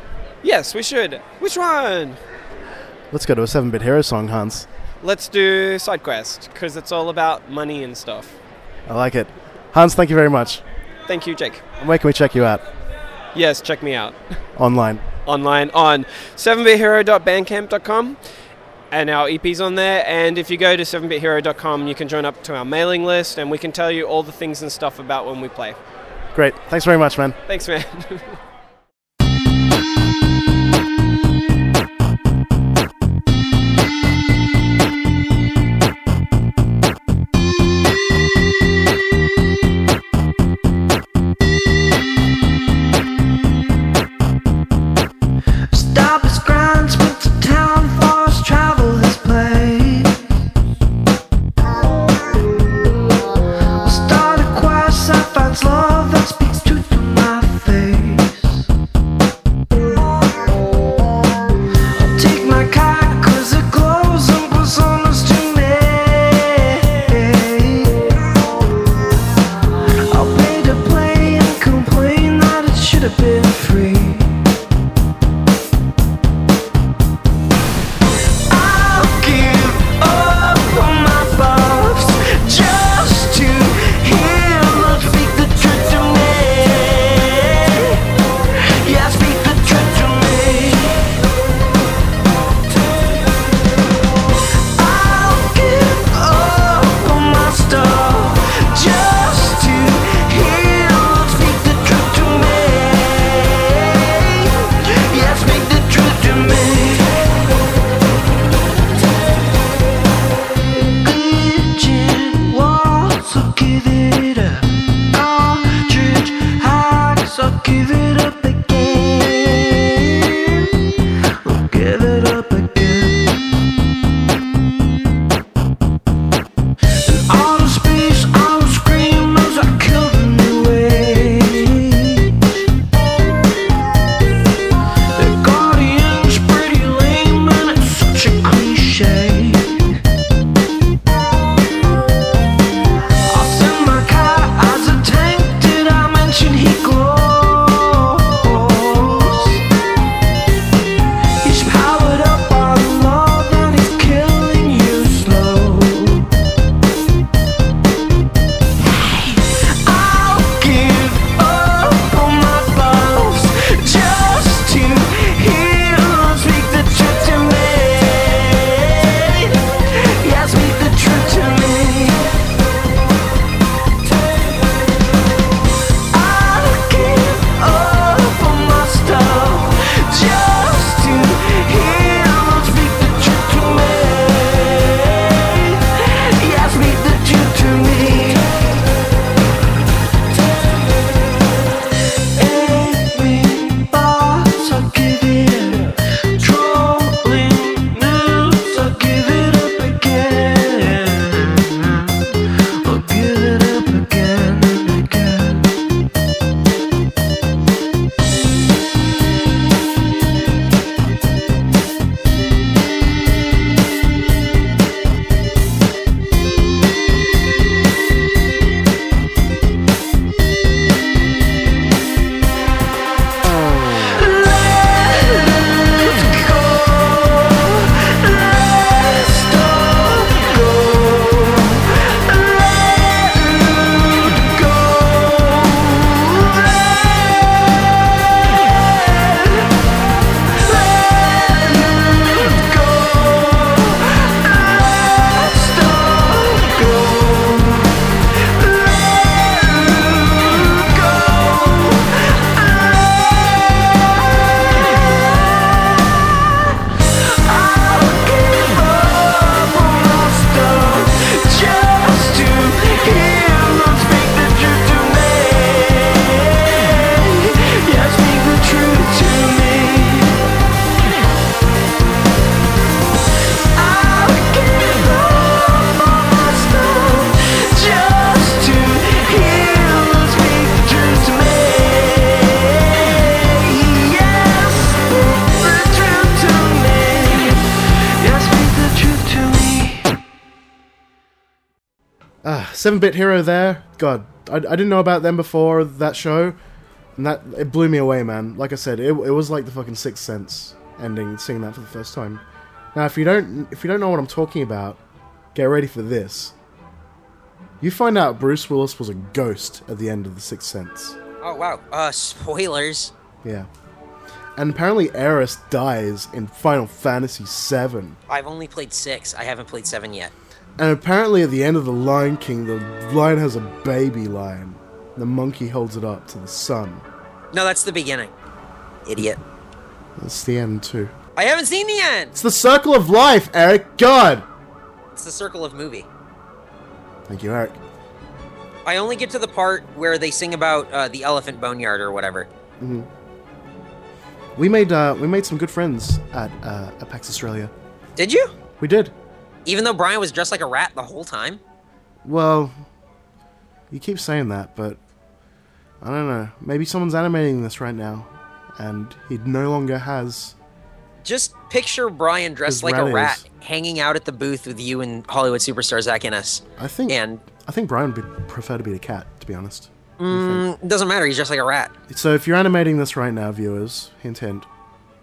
[SPEAKER 20] yes, we should. Which one?
[SPEAKER 1] Let's go to a 7 Bit Hero song, Hans.
[SPEAKER 20] Let's do side quest because it's all about money and stuff.
[SPEAKER 1] I like it. Hans, thank you very much.
[SPEAKER 20] Thank you, Jake.
[SPEAKER 1] And where can we check you out?
[SPEAKER 20] Yes, check me out.
[SPEAKER 1] Online.
[SPEAKER 20] online on 7bithero.bandcamp.com and our EP's on there. And if you go to 7bithero.com, you can join up to our mailing list and we can tell you all the things and stuff about when we play.
[SPEAKER 1] Great. Thanks very much, man.
[SPEAKER 20] Thanks, man.
[SPEAKER 3] Stop his grind, split the town, forest travel his play. Start a quest that finds love that speaks truth to my face. Oh,
[SPEAKER 1] Ah, Seven Bit Hero there. God, I, I didn't know about them before that show, and that it blew me away, man. Like I said, it, it was like the fucking Sixth Sense ending, seeing that for the first time. Now, if you don't if you don't know what I'm talking about, get ready for this. You find out Bruce Willis was a ghost at the end of the Sixth Sense.
[SPEAKER 6] Oh wow. Uh, spoilers.
[SPEAKER 1] Yeah, and apparently Eris dies in Final Fantasy VII.
[SPEAKER 6] I've only played six. I haven't played seven yet.
[SPEAKER 1] And apparently, at the end of The Lion King, the lion has a baby lion. The monkey holds it up to the sun.
[SPEAKER 6] No, that's the beginning. Idiot.
[SPEAKER 1] That's the end, too.
[SPEAKER 6] I haven't seen the end.
[SPEAKER 1] It's the circle of life, Eric. God!
[SPEAKER 6] It's the circle of movie.
[SPEAKER 1] Thank you, Eric.
[SPEAKER 6] I only get to the part where they sing about uh, the elephant boneyard or whatever.
[SPEAKER 1] hmm We made uh, we made some good friends at uh, Apex Australia.
[SPEAKER 6] Did you?
[SPEAKER 1] We did.
[SPEAKER 6] Even though Brian was dressed like a rat the whole time.
[SPEAKER 1] Well, you keep saying that, but I don't know. Maybe someone's animating this right now, and he no longer has.
[SPEAKER 6] Just picture Brian dressed
[SPEAKER 1] His
[SPEAKER 6] like
[SPEAKER 1] rat
[SPEAKER 6] a rat,
[SPEAKER 1] is.
[SPEAKER 6] hanging out at the booth with you and Hollywood superstar Zach Innes.
[SPEAKER 1] I think.
[SPEAKER 6] And
[SPEAKER 1] I think Brian would prefer to be the cat, to be honest.
[SPEAKER 6] mm, doesn't matter. He's dressed like a rat.
[SPEAKER 1] So if you're animating this right now, viewers, hint hint,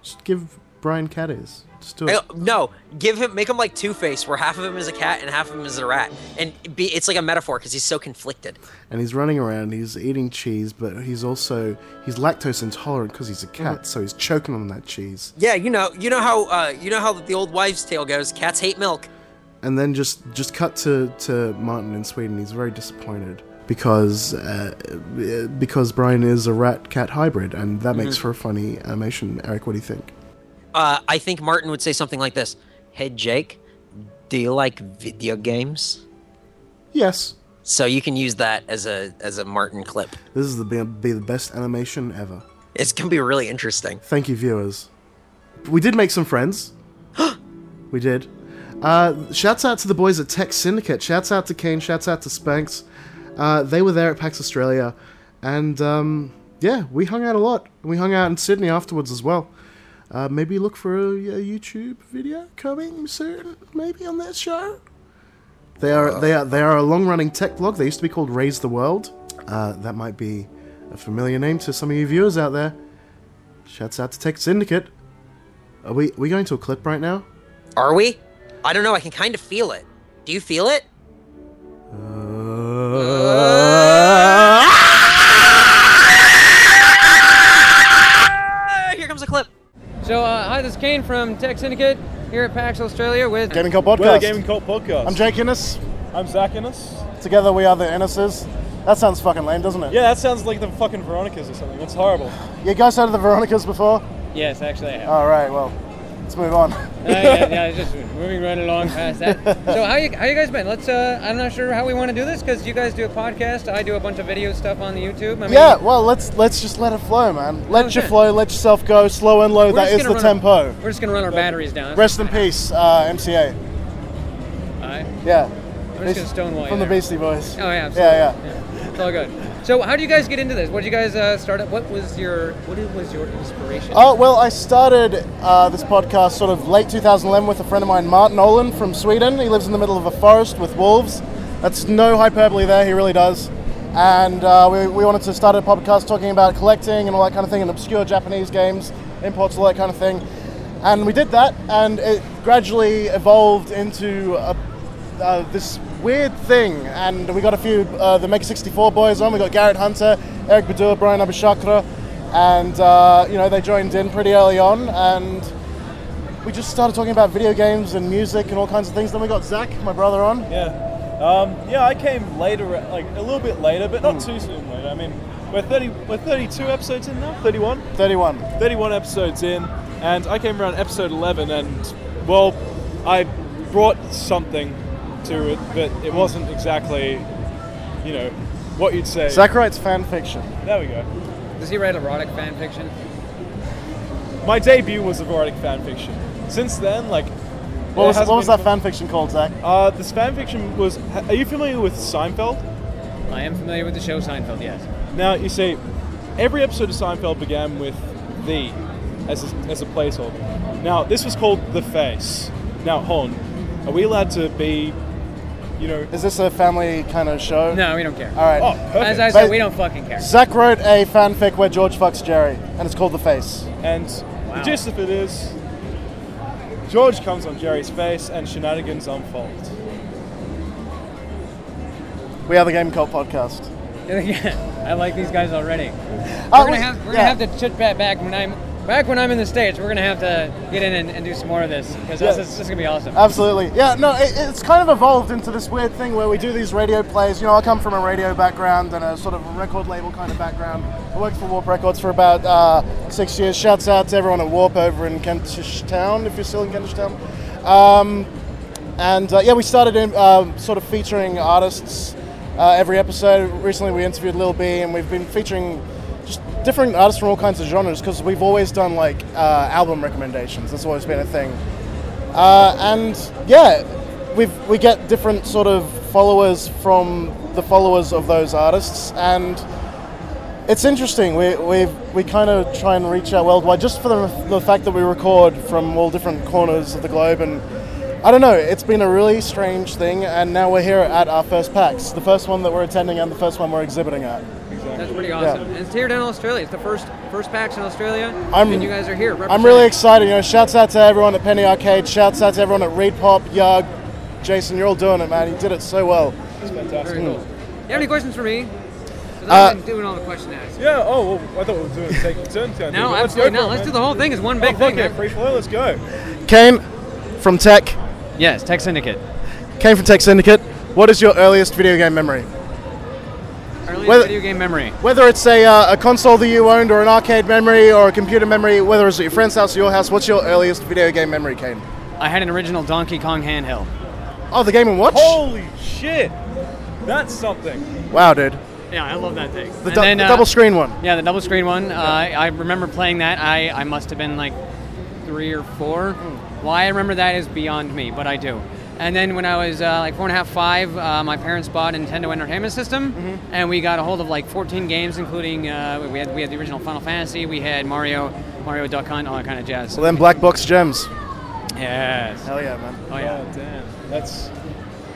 [SPEAKER 1] just give Brian cat ears. Just do it.
[SPEAKER 6] I- no, give him, make him like Two Face, where half of him is a cat and half of him is a rat, and it'd be, it's like a metaphor because he's so conflicted.
[SPEAKER 1] and he's running around. He's eating cheese, but he's also he's lactose intolerant because he's a cat,
[SPEAKER 6] Mhm.
[SPEAKER 1] so he's choking on that cheese.
[SPEAKER 6] Yeah, you know, you know how, uh, you know how the old wives' tale goes: cats hate milk.
[SPEAKER 1] And then just just cut to to Martin in Sweden. He's very disappointed because uh, because Brian is a rat cat hybrid, and that makes
[SPEAKER 6] Mhm.
[SPEAKER 1] for a funny animation. Eric, what do you think?
[SPEAKER 6] Uh, I think Martin would say something like this: "Hey Jake, do you like video games?"
[SPEAKER 1] Yes.
[SPEAKER 6] So you can use that as a as a Martin clip.
[SPEAKER 1] This is the be, be the best animation ever.
[SPEAKER 6] It's gonna be really interesting.
[SPEAKER 1] Thank you, viewers. We did make some friends. we did. Uh, shouts out to the boys at Tech Syndicate. Shouts out to Kane. Shouts out to Spanx. Uh, they were there at PAX Australia, and um, yeah, we hung out a lot. We hung out in Sydney afterwards as well. Uh, maybe look for a, a YouTube video coming soon, maybe on that show. They are they are they are a long running tech blog. They used to be called Raise the World. Uh, that might be a familiar name to some of you viewers out there. Shouts out to Tech Syndicate. Are we we going to a clip right now?
[SPEAKER 6] Are we? I don't know. I can kind of feel it. Do you feel it? Uh-huh.
[SPEAKER 13] Ah,
[SPEAKER 6] here comes a clip.
[SPEAKER 13] So, uh, hi, this is Kane from Tech Syndicate here at PAX Australia with
[SPEAKER 9] Gaming Cult Podcast.
[SPEAKER 2] We're the Gaming Cult Podcast.
[SPEAKER 9] I'm Jake Innes.
[SPEAKER 2] I'm Zach Innes.
[SPEAKER 9] Together we are the Inneses. That sounds fucking lame, doesn't it?
[SPEAKER 2] Yeah, that sounds like the fucking Veronicas or something. That's horrible.
[SPEAKER 9] You guys heard of the Veronicas before?
[SPEAKER 13] Yes, actually, I have.
[SPEAKER 9] All right, well, let's move on.
[SPEAKER 13] Uh, yeah, yeah, just moving right along past that. So how you how you guys been? Let's. Uh, I'm not sure how we want to do this because you guys do a podcast. I do a bunch of video stuff on the YouTube. I mean, Oh,
[SPEAKER 9] yeah, well, let's let's just let it flow, man. Let your flow, let yourself go, slow and low.
[SPEAKER 13] we're
[SPEAKER 9] that
[SPEAKER 13] just
[SPEAKER 9] is the
[SPEAKER 13] gonna run our-
[SPEAKER 9] tempo.
[SPEAKER 13] we're just gonna run our batteries down.
[SPEAKER 9] Rest in peace, uh, MCA.
[SPEAKER 13] Alright.
[SPEAKER 9] Yeah.
[SPEAKER 13] I'm just gonna stonewall you
[SPEAKER 9] From the
[SPEAKER 13] there.
[SPEAKER 9] Beastie Boys.
[SPEAKER 13] Oh yeah. Absolutely.
[SPEAKER 9] Yeah, yeah.
[SPEAKER 13] It's all good. So how do you guys get into this? What did you guys uh, start up? What was your what was your inspiration?
[SPEAKER 9] Oh, well, I started uh, this podcast sort of late 2011 with a friend of mine, Martin Olin from Sweden. He lives in the middle of a forest with wolves. That's no hyperbole there, he really does. And uh, we, we wanted to start a podcast talking about collecting and all that kind of thing and obscure Japanese games, imports, all that kind of thing. And we did that, and it gradually evolved into a, uh, this weird thing. And we got a few, uh, the Mega 64 boys on. We got Garrett Hunter, Eric Badur, Brian Abishakra, and uh, you know they joined in pretty early on, and we just started talking about video games and music and all kinds of things. Then we got Zach, my brother, on.
[SPEAKER 2] Yeah. Um, yeah, I came later, like a little bit later, but not too soon later. I mean, we're 30, we're 32 episodes in now, 31,
[SPEAKER 9] 31,
[SPEAKER 2] 31 episodes in, and I came around episode 11, and well, I brought something to it, but it wasn't exactly, you know, what you'd say.
[SPEAKER 9] Zach writes fan fiction.
[SPEAKER 2] There we go.
[SPEAKER 13] Does he write erotic fan fiction?
[SPEAKER 2] My debut was erotic fan fiction. Since then, like,
[SPEAKER 9] What was,
[SPEAKER 2] there hasn't
[SPEAKER 9] what was
[SPEAKER 2] been-
[SPEAKER 9] that fan fiction called, Zach?
[SPEAKER 2] Uh, this fan fiction was. ha- Are you familiar with Seinfeld?
[SPEAKER 13] I am familiar with the show Seinfeld. Yes.
[SPEAKER 2] Now you see, every episode of Seinfeld began with the as a, as a placeholder. Now this was called the face. Now hold on, are we allowed to be you know,
[SPEAKER 1] Is this a family kind of show?
[SPEAKER 21] No, we don't care.
[SPEAKER 1] All right.
[SPEAKER 21] Oh, perfect. As I said, we don't fucking care.
[SPEAKER 1] Zach wrote a fanfic where George fucks Jerry, and it's called The Face.
[SPEAKER 2] And the gist of it is, George comes on Jerry's face and shenanigans unfold.
[SPEAKER 1] We are the Game Cult podcast.
[SPEAKER 21] Yeah, I like these guys already.
[SPEAKER 1] Oh,
[SPEAKER 21] we're gonna
[SPEAKER 1] we-
[SPEAKER 21] have we're
[SPEAKER 1] yeah.
[SPEAKER 21] gonna have to chit chat back when I'm back when I'm in the states. We're gonna have to get in and, and do some more of this because
[SPEAKER 1] Yeah.
[SPEAKER 21] this, is- this is gonna be awesome.
[SPEAKER 1] Absolutely. Yeah, no, it, it's kind of evolved into this weird thing where we do these radio plays. You know, I come from a radio background and a sort of record label kind of background. I worked for Warp Records for about uh, six years. Shouts out to everyone at Warp over in Kentish Town, if you're still in Kentish Town. Um, and uh, yeah, we started in, um, sort of featuring artists uh, every episode. Recently, we interviewed Lil B, and we've been featuring just different artists from all kinds of genres because we've always done like uh, album recommendations. That's always been a thing. Uh, and yeah, we've, we get different sort of followers from the followers of those artists, and it's interesting. We we we kind of try and reach out worldwide just for the, the fact that we record from all different corners of the globe, and I don't know. It's been a really strange thing, and now we're here at our first PAX, the first one that we're attending and the first one we're exhibiting at.
[SPEAKER 21] That's pretty
[SPEAKER 1] Yeah.
[SPEAKER 21] awesome. And it's here down in Australia. It's the first first PAX in Australia,
[SPEAKER 1] I'm-
[SPEAKER 21] and you guys are here.
[SPEAKER 1] I'm really excited. You know, shouts out to everyone at Penny Arcade. Shouts out to everyone at Reed Pop, Yug, Jason. You're all doing it, man. You did it so well.
[SPEAKER 2] It's fantastic.
[SPEAKER 1] Mm.
[SPEAKER 21] You have any questions for me? 'Cause
[SPEAKER 1] Uh,
[SPEAKER 21] I've been doing all the question asking.
[SPEAKER 2] Yeah. Oh, well, I thought we were doing taking turns. down
[SPEAKER 21] No,
[SPEAKER 2] here, but
[SPEAKER 21] absolutely
[SPEAKER 2] go for
[SPEAKER 21] not.
[SPEAKER 2] it,
[SPEAKER 21] Let's
[SPEAKER 2] man.
[SPEAKER 21] do the whole thing as one
[SPEAKER 2] Oh,
[SPEAKER 21] big
[SPEAKER 2] fuck
[SPEAKER 21] thing,
[SPEAKER 2] yeah,
[SPEAKER 21] man.
[SPEAKER 2] free flow. Let's go.
[SPEAKER 1] Kane from Tech.
[SPEAKER 21] Yes, Tech Syndicate.
[SPEAKER 1] Kane from Tech Syndicate. What is your earliest video game memory?
[SPEAKER 21] Earliest
[SPEAKER 1] Whether-
[SPEAKER 21] video game memory.
[SPEAKER 1] Whether it's a, uh, a console that you owned, or an arcade memory, or a computer memory, whether it's at your friend's house or your house, what's your earliest video game memory, Kane?
[SPEAKER 21] I had an original Donkey Kong handheld.
[SPEAKER 1] Oh, the Game and Watch.
[SPEAKER 2] Holy shit! That's something.
[SPEAKER 1] Wow, dude.
[SPEAKER 21] Yeah, I love that thing.
[SPEAKER 1] The dou- the double screen one.
[SPEAKER 21] uh, Yeah, the double screen one. Uh, I, I remember playing that. I, I must have been like three or four.
[SPEAKER 1] Hmm.
[SPEAKER 21] Why I remember that is beyond me, but I do. And then when I was uh, like four and a half, five, uh, my parents bought a Nintendo Entertainment System,
[SPEAKER 1] Mm-hmm.
[SPEAKER 21] and we got a hold of like 14 games, including uh, we had we had the original Final Fantasy, we had Mario, Mario Duck Hunt, all that kind of jazz.
[SPEAKER 1] So then, Black Box Gems.
[SPEAKER 21] Yes.
[SPEAKER 1] Hell yeah, man.
[SPEAKER 21] Oh yeah.
[SPEAKER 2] damn. That's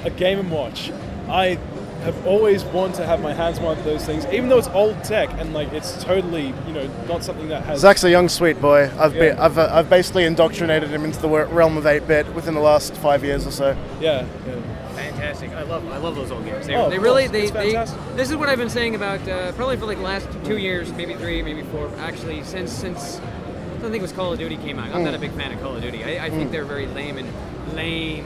[SPEAKER 2] a game and watch. I have always wanted to have my hands on one of those things, even though it's old tech and like it's totally, you know, not something that has.
[SPEAKER 1] Zach's a young sweet boy. I've been,
[SPEAKER 2] Yeah.
[SPEAKER 1] I've, uh, I've basically indoctrinated him into the wor- realm of 8-bit within the last five years or so.
[SPEAKER 2] Yeah. yeah.
[SPEAKER 21] Fantastic. I love I love those old games. They,
[SPEAKER 2] Oh, of
[SPEAKER 21] they really
[SPEAKER 2] course.
[SPEAKER 21] they,
[SPEAKER 2] It's
[SPEAKER 21] they this is what I've been saying about uh, probably for like the last two years, maybe three, maybe four. Actually, since since I don't think it was Call of Duty came out. I'm
[SPEAKER 11] Mm.
[SPEAKER 2] Hmm.
[SPEAKER 21] not a big fan of Call of Duty. I, I think
[SPEAKER 11] Mm.
[SPEAKER 21] they're very lame and lame,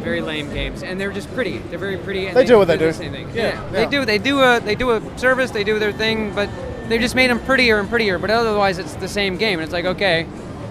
[SPEAKER 21] very lame games, and they're just pretty. They're very pretty. And
[SPEAKER 1] They do what they
[SPEAKER 21] the
[SPEAKER 1] do.
[SPEAKER 21] same thing.
[SPEAKER 1] Yeah,
[SPEAKER 21] Yeah,
[SPEAKER 1] yeah.
[SPEAKER 21] they do. They do a they do a service. They do their thing, but they just made them prettier and prettier. But otherwise, it's the same game, and it's like okay.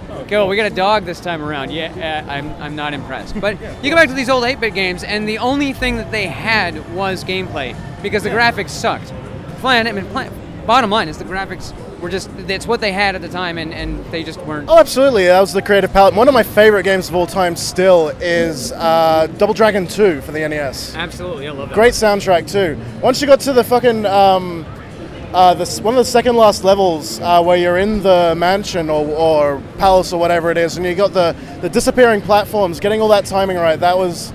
[SPEAKER 21] Oh, Cool, we got a dog this time around. Yeah, uh, I'm, I'm not impressed. But you go back to these old 8 bit games, and the only thing that they had was gameplay because the graphics sucked. Plan, I mean, plan, bottom line is the graphics were just, that's what they had at the time, and, and they just weren't.
[SPEAKER 1] Oh, absolutely. That was the creative palette. One of my favorite games of all time still is uh, Double Dragon 2 for the NES.
[SPEAKER 21] Absolutely, I love
[SPEAKER 1] Great soundtrack too. Once you got to the fucking um, uh, this one of the second last levels uh, where you're in the mansion or, or palace or whatever it is, and you got the the disappearing platforms, getting all that timing right. That was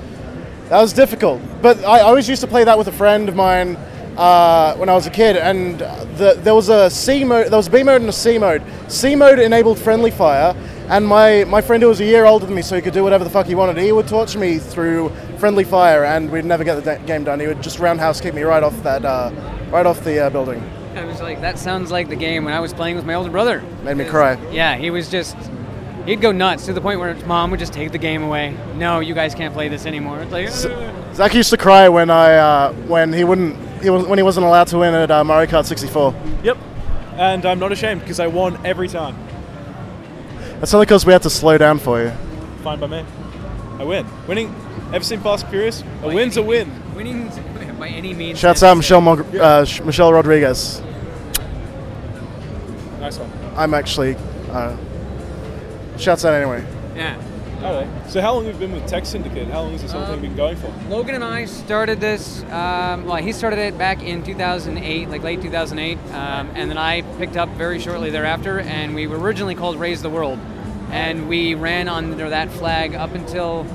[SPEAKER 1] that was difficult. But I always used to play that with a friend of mine uh, when I was a kid, and the, there was a C mode, there was a B mode and a C mode. C mode enabled friendly fire, and my, my friend who was a year older than me, so he could do whatever the fuck he wanted, he would torture me through friendly fire, and we'd never get the da- game done. He would just roundhouse kick me right off that uh, right off the uh, building.
[SPEAKER 21] I was like, that sounds like the game when I was playing with my older brother.
[SPEAKER 1] Made me cry.
[SPEAKER 21] Yeah, he was just, he'd go nuts to the point where his mom would just take the game away. No, you guys can't play this anymore. It's like,
[SPEAKER 1] Zach used to cry when I uh, when he wouldn't he was, when he wasn't allowed to win at uh, Mario Kart 64.
[SPEAKER 2] Yep. And I'm not ashamed because I won every time.
[SPEAKER 1] That's only because we had to slow down for you.
[SPEAKER 2] Fine by me. I win. Winning. Ever seen Fast and Furious? A win's a win.
[SPEAKER 21] Winning by any means.
[SPEAKER 1] Shouts out Michelle Mog- uh, Sh- Michelle Rodriguez.
[SPEAKER 2] Nice one.
[SPEAKER 1] I'm actually. Uh, shouts out anyway.
[SPEAKER 21] Yeah.
[SPEAKER 2] Oh, well. So how long have you been with Tech Syndicate? How long has this whole
[SPEAKER 21] Um,
[SPEAKER 2] thing been going for?
[SPEAKER 21] Logan and I started this. Um, well, he started it back in 2008, like late 2008, um, and then I picked up very shortly thereafter. And we were originally called Raise the World, and we ran under that flag up until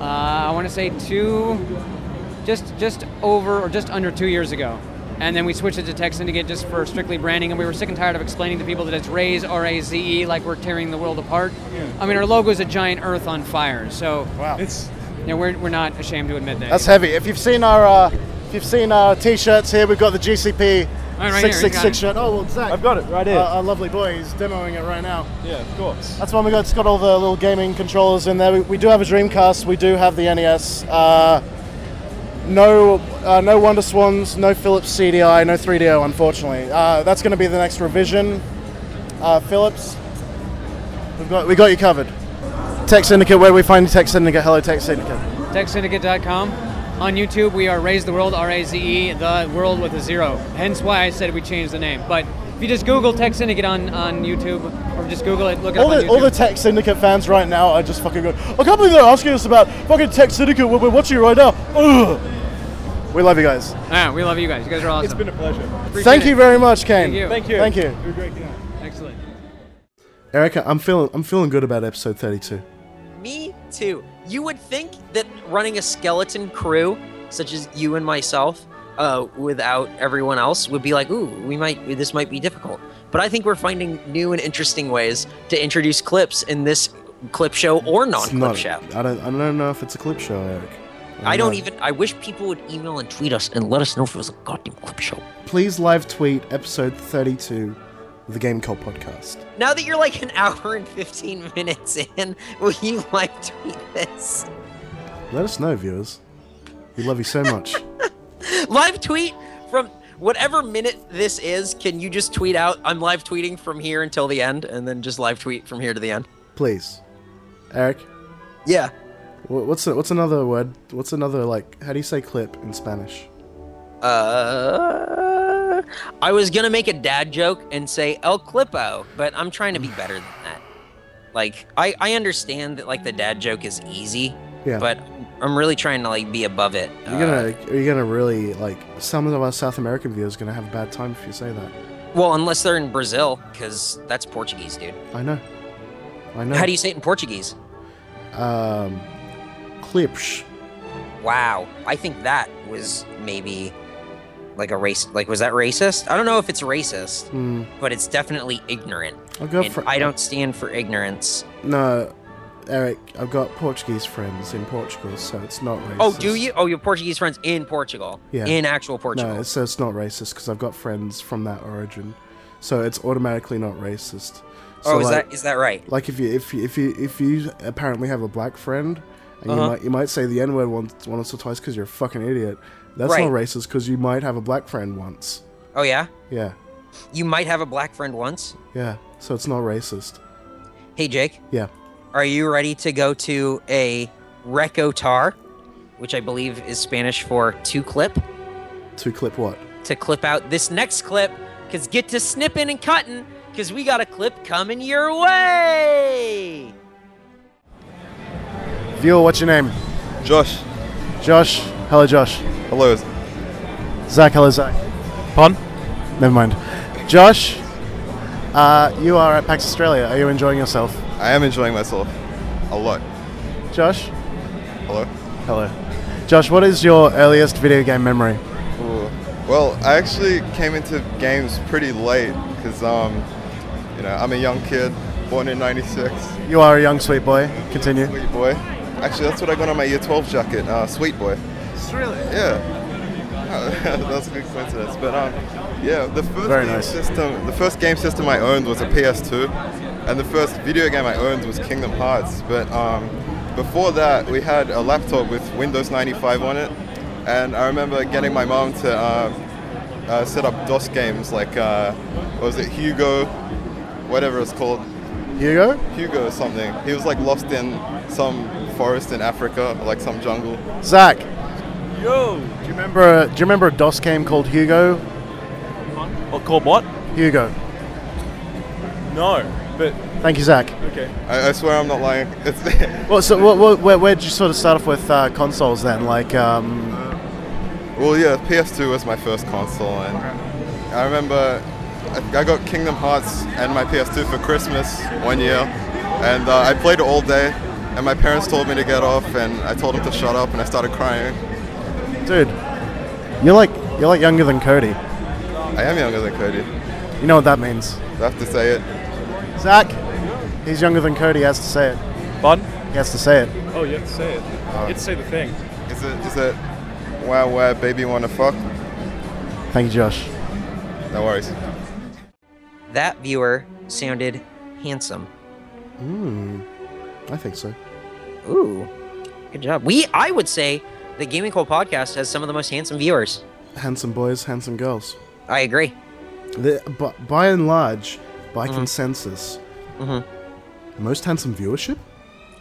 [SPEAKER 21] uh, I want to say two, just just over or just under two years ago, and then we switched it to Tech Syndicate just for strictly branding. And we were sick and tired of explaining to people that it's Raise R A Z E like we're tearing the world apart.
[SPEAKER 9] Yeah.
[SPEAKER 21] I mean, our logo is a giant Earth on fire. So wow, it's you know, we're we're not ashamed to admit that.
[SPEAKER 9] That's heavy. If you've seen our uh, if you've seen our t-shirts here, we've got the GCP
[SPEAKER 21] right here, you
[SPEAKER 9] six six
[SPEAKER 21] got it.
[SPEAKER 9] six shirt. Oh well, Zach, I've got it right
[SPEAKER 2] here.
[SPEAKER 9] Our, our lovely boy, he's demoing it right now.
[SPEAKER 2] Yeah, of course.
[SPEAKER 9] That's one we got. It's got all the little gaming controllers in there. We, we do have a Dreamcast. We do have the NES. Uh, no, uh, no Wonder Swans. No Philips CDI. No 3DO, unfortunately. Uh, that's going to be the next revision. Uh, Philips, we've got we got you covered. Tech Syndicate. Where do we find Tech Syndicate? Hello, Tech Syndicate.
[SPEAKER 21] TechSyndicate.com. On YouTube, we are Raise the World, R A Z E, the world with a zero. Hence why I said we changed the name. But if you just Google Tech Syndicate on, on YouTube, or just Google it, look it
[SPEAKER 9] All
[SPEAKER 21] up
[SPEAKER 9] the,
[SPEAKER 21] on
[SPEAKER 9] all
[SPEAKER 21] YouTube.
[SPEAKER 9] the Tech Syndicate fans right now are just fucking going, I can't believe they're asking us about fucking Tech Syndicate when we're watching it right now. Ugh. We love you guys.
[SPEAKER 21] Ah, we love you guys. You guys are awesome. It's been
[SPEAKER 2] a pleasure.
[SPEAKER 9] Thank you very much, Kane.
[SPEAKER 21] Thank you.
[SPEAKER 9] Thank you. Thank you.
[SPEAKER 2] You're a great guy.
[SPEAKER 21] Excellent.
[SPEAKER 1] Erica, I'm feeling I'm feeling good about episode 32.
[SPEAKER 6] Me too. You would think that running a skeleton crew, such as you and myself, uh, without everyone else, would be like, ooh, we might, this might be difficult. But I think we're finding new and interesting ways to introduce clips in this clip show or
[SPEAKER 1] It's
[SPEAKER 6] non-clip
[SPEAKER 1] not-
[SPEAKER 6] show.
[SPEAKER 1] I don't I don't know if it's a clip show, Eric.
[SPEAKER 6] I don't
[SPEAKER 1] know.
[SPEAKER 6] even. I wish people would email and tweet us and let us know if it was a goddamn clip show.
[SPEAKER 1] Please live tweet episode 32 of the Game Call podcast.
[SPEAKER 6] Now that you're like an hour and 15 minutes in, will you live tweet this?
[SPEAKER 1] Let us know, viewers. We love you so much.
[SPEAKER 6] Live tweet from whatever minute this is. Can you just tweet out, I'm live tweeting from here until the end, and then just live tweet from here to the end?
[SPEAKER 1] Please. Eric?
[SPEAKER 6] Yeah.
[SPEAKER 1] Wh- What's a, what's another word? What's another like how do you say clip in Spanish?
[SPEAKER 6] Uh, I was gonna make a dad joke and say El Clipo, but I'm trying to be better than that. Like, I I understand that like the dad joke is easy,
[SPEAKER 1] Yeah.
[SPEAKER 6] but I'm really trying to like be above it. Uh,
[SPEAKER 1] You're gonna are you gonna really like some of our South American viewers are gonna have a bad time if you say that.
[SPEAKER 6] Well, unless they're in Brazil, because that's Portuguese, dude.
[SPEAKER 1] I know. I know.
[SPEAKER 6] How do you say it in Portuguese?
[SPEAKER 1] um clips?
[SPEAKER 6] Wow, I think that was maybe like a race. Like, was that racist? I don't know if it's racist,
[SPEAKER 1] Hmm.
[SPEAKER 6] but it's definitely ignorant.
[SPEAKER 1] I'll go
[SPEAKER 6] and
[SPEAKER 1] for-
[SPEAKER 6] I don't stand for ignorance.
[SPEAKER 1] No, Eric, I've got Portuguese friends in Portugal, so it's not racist.
[SPEAKER 6] Oh, do you? Oh, your Portuguese friends in Portugal. In actual Portugal.
[SPEAKER 1] No, so it's not racist because I've got friends from that origin, so it's automatically not racist. So
[SPEAKER 6] Oh, is
[SPEAKER 1] like-
[SPEAKER 6] that- is that right?
[SPEAKER 1] Like if you if you, if you if you apparently have a black friend, and you
[SPEAKER 6] Uh-huh.
[SPEAKER 1] might you might say the n word once once or twice because you're a fucking idiot. That's
[SPEAKER 6] Right.
[SPEAKER 1] not racist because you might have a black friend once.
[SPEAKER 6] Oh, yeah?
[SPEAKER 1] Yeah,
[SPEAKER 6] You might have a black friend once.
[SPEAKER 1] yeah. So it's not racist.
[SPEAKER 6] Hey, Jake,
[SPEAKER 1] Yeah.
[SPEAKER 6] are you ready to go to a recotar, which I believe is Spanish for to clip,
[SPEAKER 1] To clip what?
[SPEAKER 6] to clip out this next clip? Because get to snipping and cutting, because we got a clip coming your way.
[SPEAKER 9] Viewer, what's your name?
[SPEAKER 22] Josh.
[SPEAKER 9] Josh. Hello, Josh.
[SPEAKER 22] Hello.
[SPEAKER 9] Zach. Hello, Zach.
[SPEAKER 2] Pun?
[SPEAKER 9] Never mind. Josh, uh, you are at PAX Australia. Are you enjoying yourself?
[SPEAKER 22] I am enjoying myself a lot.
[SPEAKER 9] Josh?
[SPEAKER 22] Hello.
[SPEAKER 9] Hello. Josh, what is your earliest video game memory?
[SPEAKER 22] Ooh. Well, I actually came into games pretty late because, um, you know, I'm a young kid, born in '96.
[SPEAKER 9] You are a young sweet boy. Continue.
[SPEAKER 22] Sweet boy. Actually, that's what I got on my year 12 jacket. Uh, sweet boy.
[SPEAKER 9] Really?
[SPEAKER 22] Yeah. that's a good coincidence. But um, yeah, the first
[SPEAKER 9] Very
[SPEAKER 22] game
[SPEAKER 9] nice.
[SPEAKER 22] system, the first game system I owned was a PS2, and the first video game I owned was Kingdom Hearts. But um, before that, we had a laptop with Windows 95 on it, and I remember getting my mom to uh, uh, set up DOS games like uh, what was it Hugo, whatever it's called.
[SPEAKER 9] Hugo?
[SPEAKER 22] Hugo or something. He was like lost in some forest in Africa, like some jungle.
[SPEAKER 9] Zach,
[SPEAKER 2] Yo.
[SPEAKER 9] do you remember? Do you remember a DOS game called Hugo?
[SPEAKER 2] What called what?
[SPEAKER 9] Hugo.
[SPEAKER 2] No, but
[SPEAKER 9] Thank you, Zach.
[SPEAKER 2] okay.
[SPEAKER 22] I, I swear I'm not lying. It's
[SPEAKER 9] Well, so what, what, where, where'd you sort of start off with uh, consoles then? Like, um,
[SPEAKER 22] Well, yeah, PS2 was my first console, and I remember I, I got Kingdom Hearts and my PS2 for Christmas one year, and uh, I played it all day. And my parents told me to get off, and I told them to shut up, and I started crying.
[SPEAKER 1] Dude, you're like you're like younger than Cody.
[SPEAKER 22] I am younger than Cody.
[SPEAKER 1] You know what that means.
[SPEAKER 22] I have to say it.
[SPEAKER 1] Zach, he's younger than Cody. He has to say it.
[SPEAKER 23] Pardon?
[SPEAKER 1] He has to say it.
[SPEAKER 23] Oh, you have to say it. you have to say the thing.
[SPEAKER 22] Is it is it wow wow baby wanna fuck?
[SPEAKER 1] Thank you, Josh.
[SPEAKER 22] No worries.
[SPEAKER 6] That viewer sounded handsome.
[SPEAKER 24] Mm, I think so.
[SPEAKER 6] Ooh, good job. We, I would say, the Gaming Cold podcast has some of the most handsome viewers.
[SPEAKER 24] Handsome boys, handsome girls.
[SPEAKER 6] I agree. Mm-hmm.
[SPEAKER 24] The, but by and large, by consensus, most handsome viewership.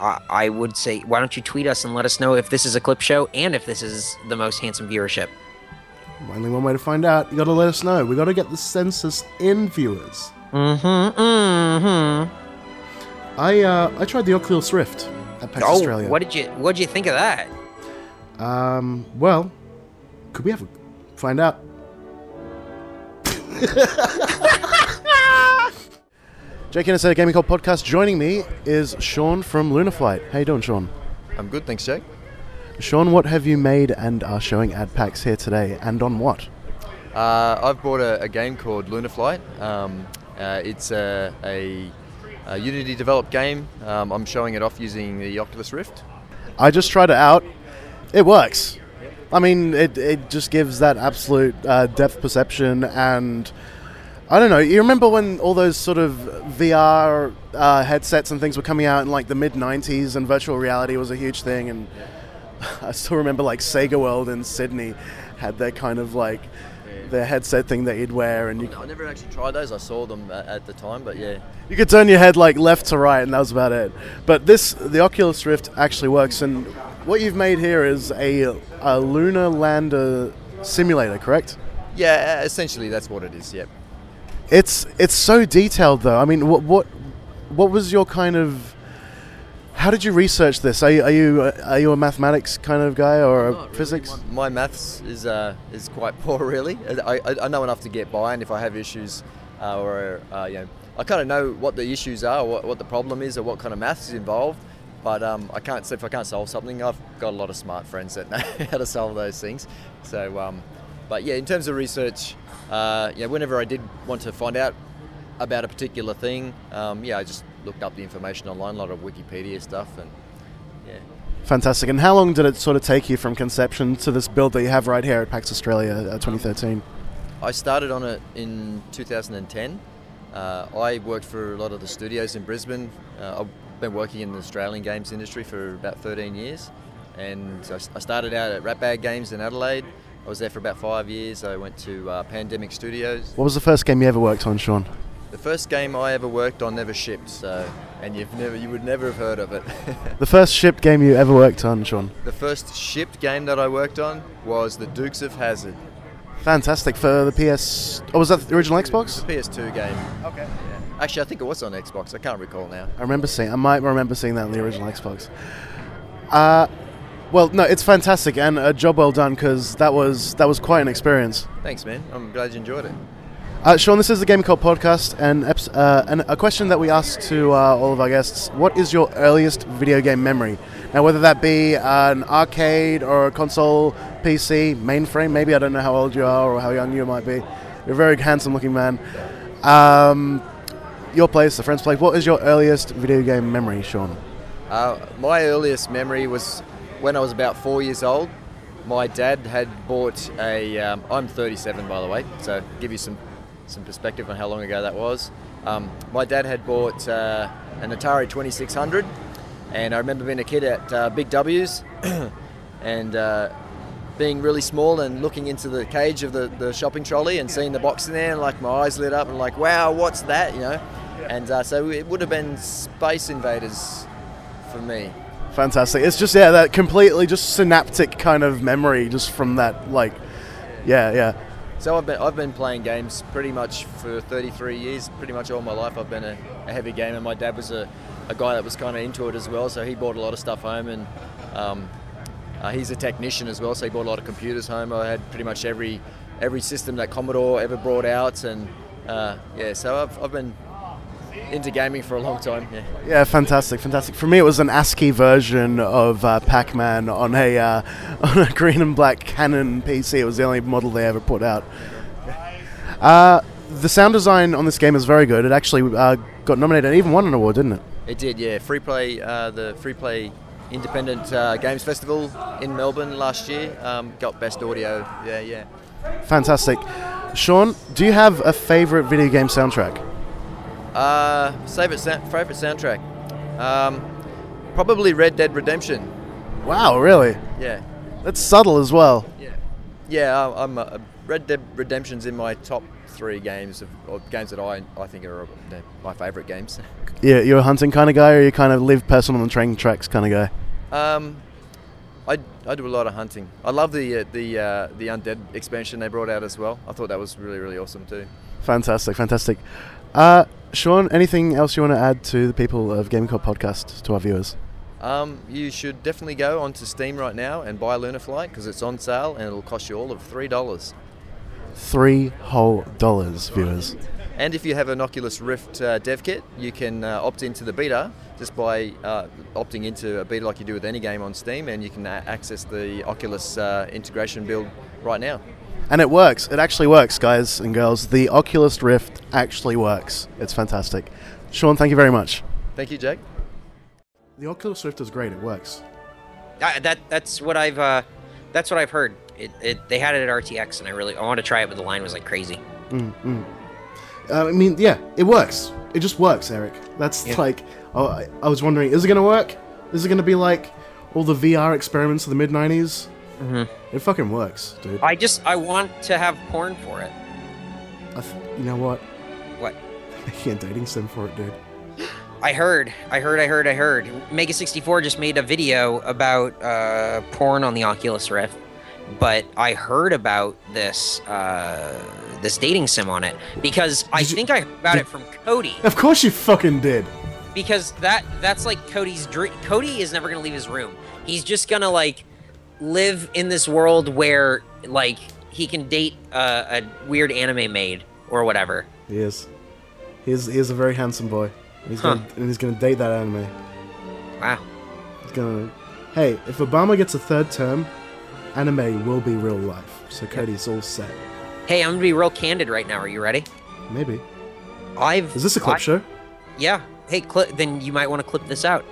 [SPEAKER 6] I, I would say, why don't you tweet us and let us know if this is a clip show and if this is the most handsome viewership?
[SPEAKER 24] Only one way to find out. You got to let us know. We got to get the census in viewers.
[SPEAKER 6] Mm-hmm. Mm-hmm.
[SPEAKER 24] I uh, I tried the Oculus Rift at PAX
[SPEAKER 6] oh,
[SPEAKER 24] Australia.
[SPEAKER 6] what did you what did you think of that?
[SPEAKER 24] Um. Well, could we have a, find out?
[SPEAKER 1] Jake Innes at Gaming Call Podcast. Joining me is Sean from Lunaflight. How you doing, Sean?
[SPEAKER 25] I'm good, thanks, Jake.
[SPEAKER 1] Sean, what have you made and are showing at PAX here today, and on what?
[SPEAKER 25] Uh, I've bought a, a game called Lunaflight. Um, uh, it's a, a, a Unity developed game. Um, I'm showing it off using the Oculus Rift.
[SPEAKER 1] I just tried it out. It works. I mean, it, it just gives that absolute uh, depth perception and. I don't know. You remember when all those sort of VR uh, headsets and things were coming out in like the mid 90s and virtual reality was a huge thing? And I still remember like Sega World in Sydney had their kind of like their headset thing that you'd wear and you,
[SPEAKER 25] I never actually tried those. I saw them uh, at, at the time, but yeah.
[SPEAKER 1] you could turn your head like left to right and that was about it. But this, the Oculus Rift actually works. And what you've made here is a, a lunar lander simulator, correct?
[SPEAKER 25] Yeah, uh, essentially that's what it is, yep.
[SPEAKER 1] It's it's so detailed though. I mean, what what what was your kind of how did you research this? Are you are you, uh, are you a mathematics kind of guy or a physics?
[SPEAKER 25] My maths is uh, is quite poor, really. I, I, I know enough to get by, and if I have issues, uh, or uh, you know, I kind of know what the issues are, what, what the problem is, or what kind of maths is involved. But um, I can't so if I can't solve something. I've got a lot of smart friends that know how to solve those things. So, um, but yeah, in terms of research, uh, yeah, whenever I did want to find out about a particular thing, um, yeah, I just looked up the information online, a lot of Wikipedia stuff, and yeah.
[SPEAKER 1] Fantastic. And how long did it sort of take you from conception to this build that you have right here at PAX Australia uh, 2013?
[SPEAKER 25] I started on it in 2010. Uh, I worked for a lot of the studios in Brisbane. Uh, I've been working in the Australian games industry for about 13 years, and I, s- I started out at Ratbag Games in Adelaide. I was there for about five years. I went to uh, Pandemic Studios.
[SPEAKER 1] What was the first game you ever worked on, Sean?
[SPEAKER 25] The first game I ever worked on never shipped, so and you've never you would never have heard of it.
[SPEAKER 1] The first ship game you ever worked on, Sean?
[SPEAKER 25] the first shipped game that I worked on was the Dukes of Hazard.
[SPEAKER 1] Fantastic for the PS. Oh, was that the original Xbox?
[SPEAKER 25] PS2 game. Okay. Actually, I think it was on Xbox. I can't recall now.
[SPEAKER 1] I remember seeing. I might remember seeing that on the original Xbox. Uh, well, no, it's fantastic and a job well done because that was that was quite an experience.
[SPEAKER 25] Thanks, man. I'm glad you enjoyed it.
[SPEAKER 1] Uh, Sean, this is the Game Cult podcast, and, eps- uh, and a question that we ask to uh, all of our guests: What is your earliest video game memory? Now, whether that be an arcade or a console, PC, mainframe, maybe I don't know how old you are or how young you might be. You're a very handsome-looking man. Um, your place, the friend's place. What is your earliest video game memory, Sean?
[SPEAKER 25] Uh, my earliest memory was when I was about four years old. My dad had bought a. Um, I'm 37, by the way, so give you some some perspective on how long ago that was. Um, my dad had bought uh, an Atari 2600, and I remember being a kid at uh, Big W's, and uh, being really small and looking into the cage of the, the shopping trolley and seeing the box in there, and like my eyes lit up and like, wow, what's that, you know? And uh, so it would have been Space Invaders for me.
[SPEAKER 1] Fantastic. It's just yeah, that completely just synaptic kind of memory just from that like, yeah, yeah.
[SPEAKER 25] So I've been I've been playing games pretty much for 33 years, pretty much all my life. I've been a, a heavy gamer. My dad was a, a guy that was kind of into it as well, so he bought a lot of stuff home, and um, uh, he's a technician as well, so he bought a lot of computers home. I had pretty much every every system that Commodore ever brought out, and uh, yeah, so I've, I've been into gaming for a long time. Yeah.
[SPEAKER 1] Yeah, fantastic, fantastic. For me, it was an ASCII version of uh, Pac-Man on a uh, on a green and black Canon PC. It was the only model they ever put out. Uh, the sound design on this game is very good. It actually uh, got nominated and even won an award, didn't it?
[SPEAKER 25] It did, yeah. Free Play, uh, the Free Play Independent uh, Games Festival in Melbourne last year, um, got best audio. Yeah, yeah.
[SPEAKER 1] Fantastic. Sean, do you have a favorite video game soundtrack?
[SPEAKER 25] Uh, favorite sa- favorite soundtrack, um, probably Red Dead Redemption.
[SPEAKER 1] Wow, really?
[SPEAKER 25] Yeah,
[SPEAKER 1] That's subtle as well.
[SPEAKER 25] yeah. I- I'm uh, Red Dead Redemption's in my top three games of or games that I I think are uh, they're my favorite games.
[SPEAKER 1] Yeah, you're a hunting kind of guy, or you kind of live person on the train tracks kind of guy.
[SPEAKER 25] Um, I, I do a lot of hunting. I love the uh, the uh, the undead expansion they brought out as well. I thought that was really really awesome too.
[SPEAKER 1] Fantastic, fantastic. Uh, Sean, anything else you want to add to the people of Gaming Club podcast to our viewers?
[SPEAKER 25] Um, you should definitely go onto Steam right now and buy Lunar Flight because it's on sale and it'll cost you all of three dollars.
[SPEAKER 1] Three whole dollars, viewers.
[SPEAKER 25] And if you have an Oculus Rift uh, dev kit, you can uh, opt into the beta just by uh, opting into a beta like you do with any game on Steam, and you can a- access the Oculus uh, integration build right now.
[SPEAKER 1] And it works. It actually works, guys and girls. The Oculus Rift actually works. It's fantastic. Sean, thank you very much.
[SPEAKER 25] Thank you, Jake.
[SPEAKER 1] The Oculus Rift is great. It works.
[SPEAKER 6] I, that that's what I've uh, that's what I've heard. It, it they had it at RTX, and I really I wanted to try it, but the line was like crazy.
[SPEAKER 1] Mm, mm. Uh, I mean, yeah, it works. It just works, Eric. That's
[SPEAKER 6] Yeah.
[SPEAKER 1] like, oh, I, I was wondering, is it going to work? Is it going to be like all the VR experiments of the mid 90s? Mm-hmm. It fucking works, dude.
[SPEAKER 6] I just I want to have porn for it.
[SPEAKER 1] I th- you know what?
[SPEAKER 6] What?
[SPEAKER 1] Making a dating sim for it, dude.
[SPEAKER 6] I heard, I heard, I heard, I heard. Mega64 just made a video about uh, porn on the Oculus Rift, but I heard about this uh, this dating sim on it because I think I heard about it from Cody
[SPEAKER 1] Of course you fucking did.
[SPEAKER 6] because that that's like Cody's dream. Cody is never gonna leave his room. He's just gonna like live in this world where like he can date uh, a weird anime maid or whatever.
[SPEAKER 1] He is. He is, he is a very handsome boy. And he's
[SPEAKER 6] Huh.
[SPEAKER 1] gonna, and he's going to date that anime.
[SPEAKER 6] Wow.
[SPEAKER 1] He's going to. Hey, if Obama gets a third term, anime will be real life. So Cody's all set.
[SPEAKER 6] Hey, I'm gonna be real candid right now. Are you ready?
[SPEAKER 1] Maybe.
[SPEAKER 6] I've
[SPEAKER 1] Is this a clip
[SPEAKER 6] I-
[SPEAKER 1] show?
[SPEAKER 6] Yeah. Hey, cli then you might want to clip this out.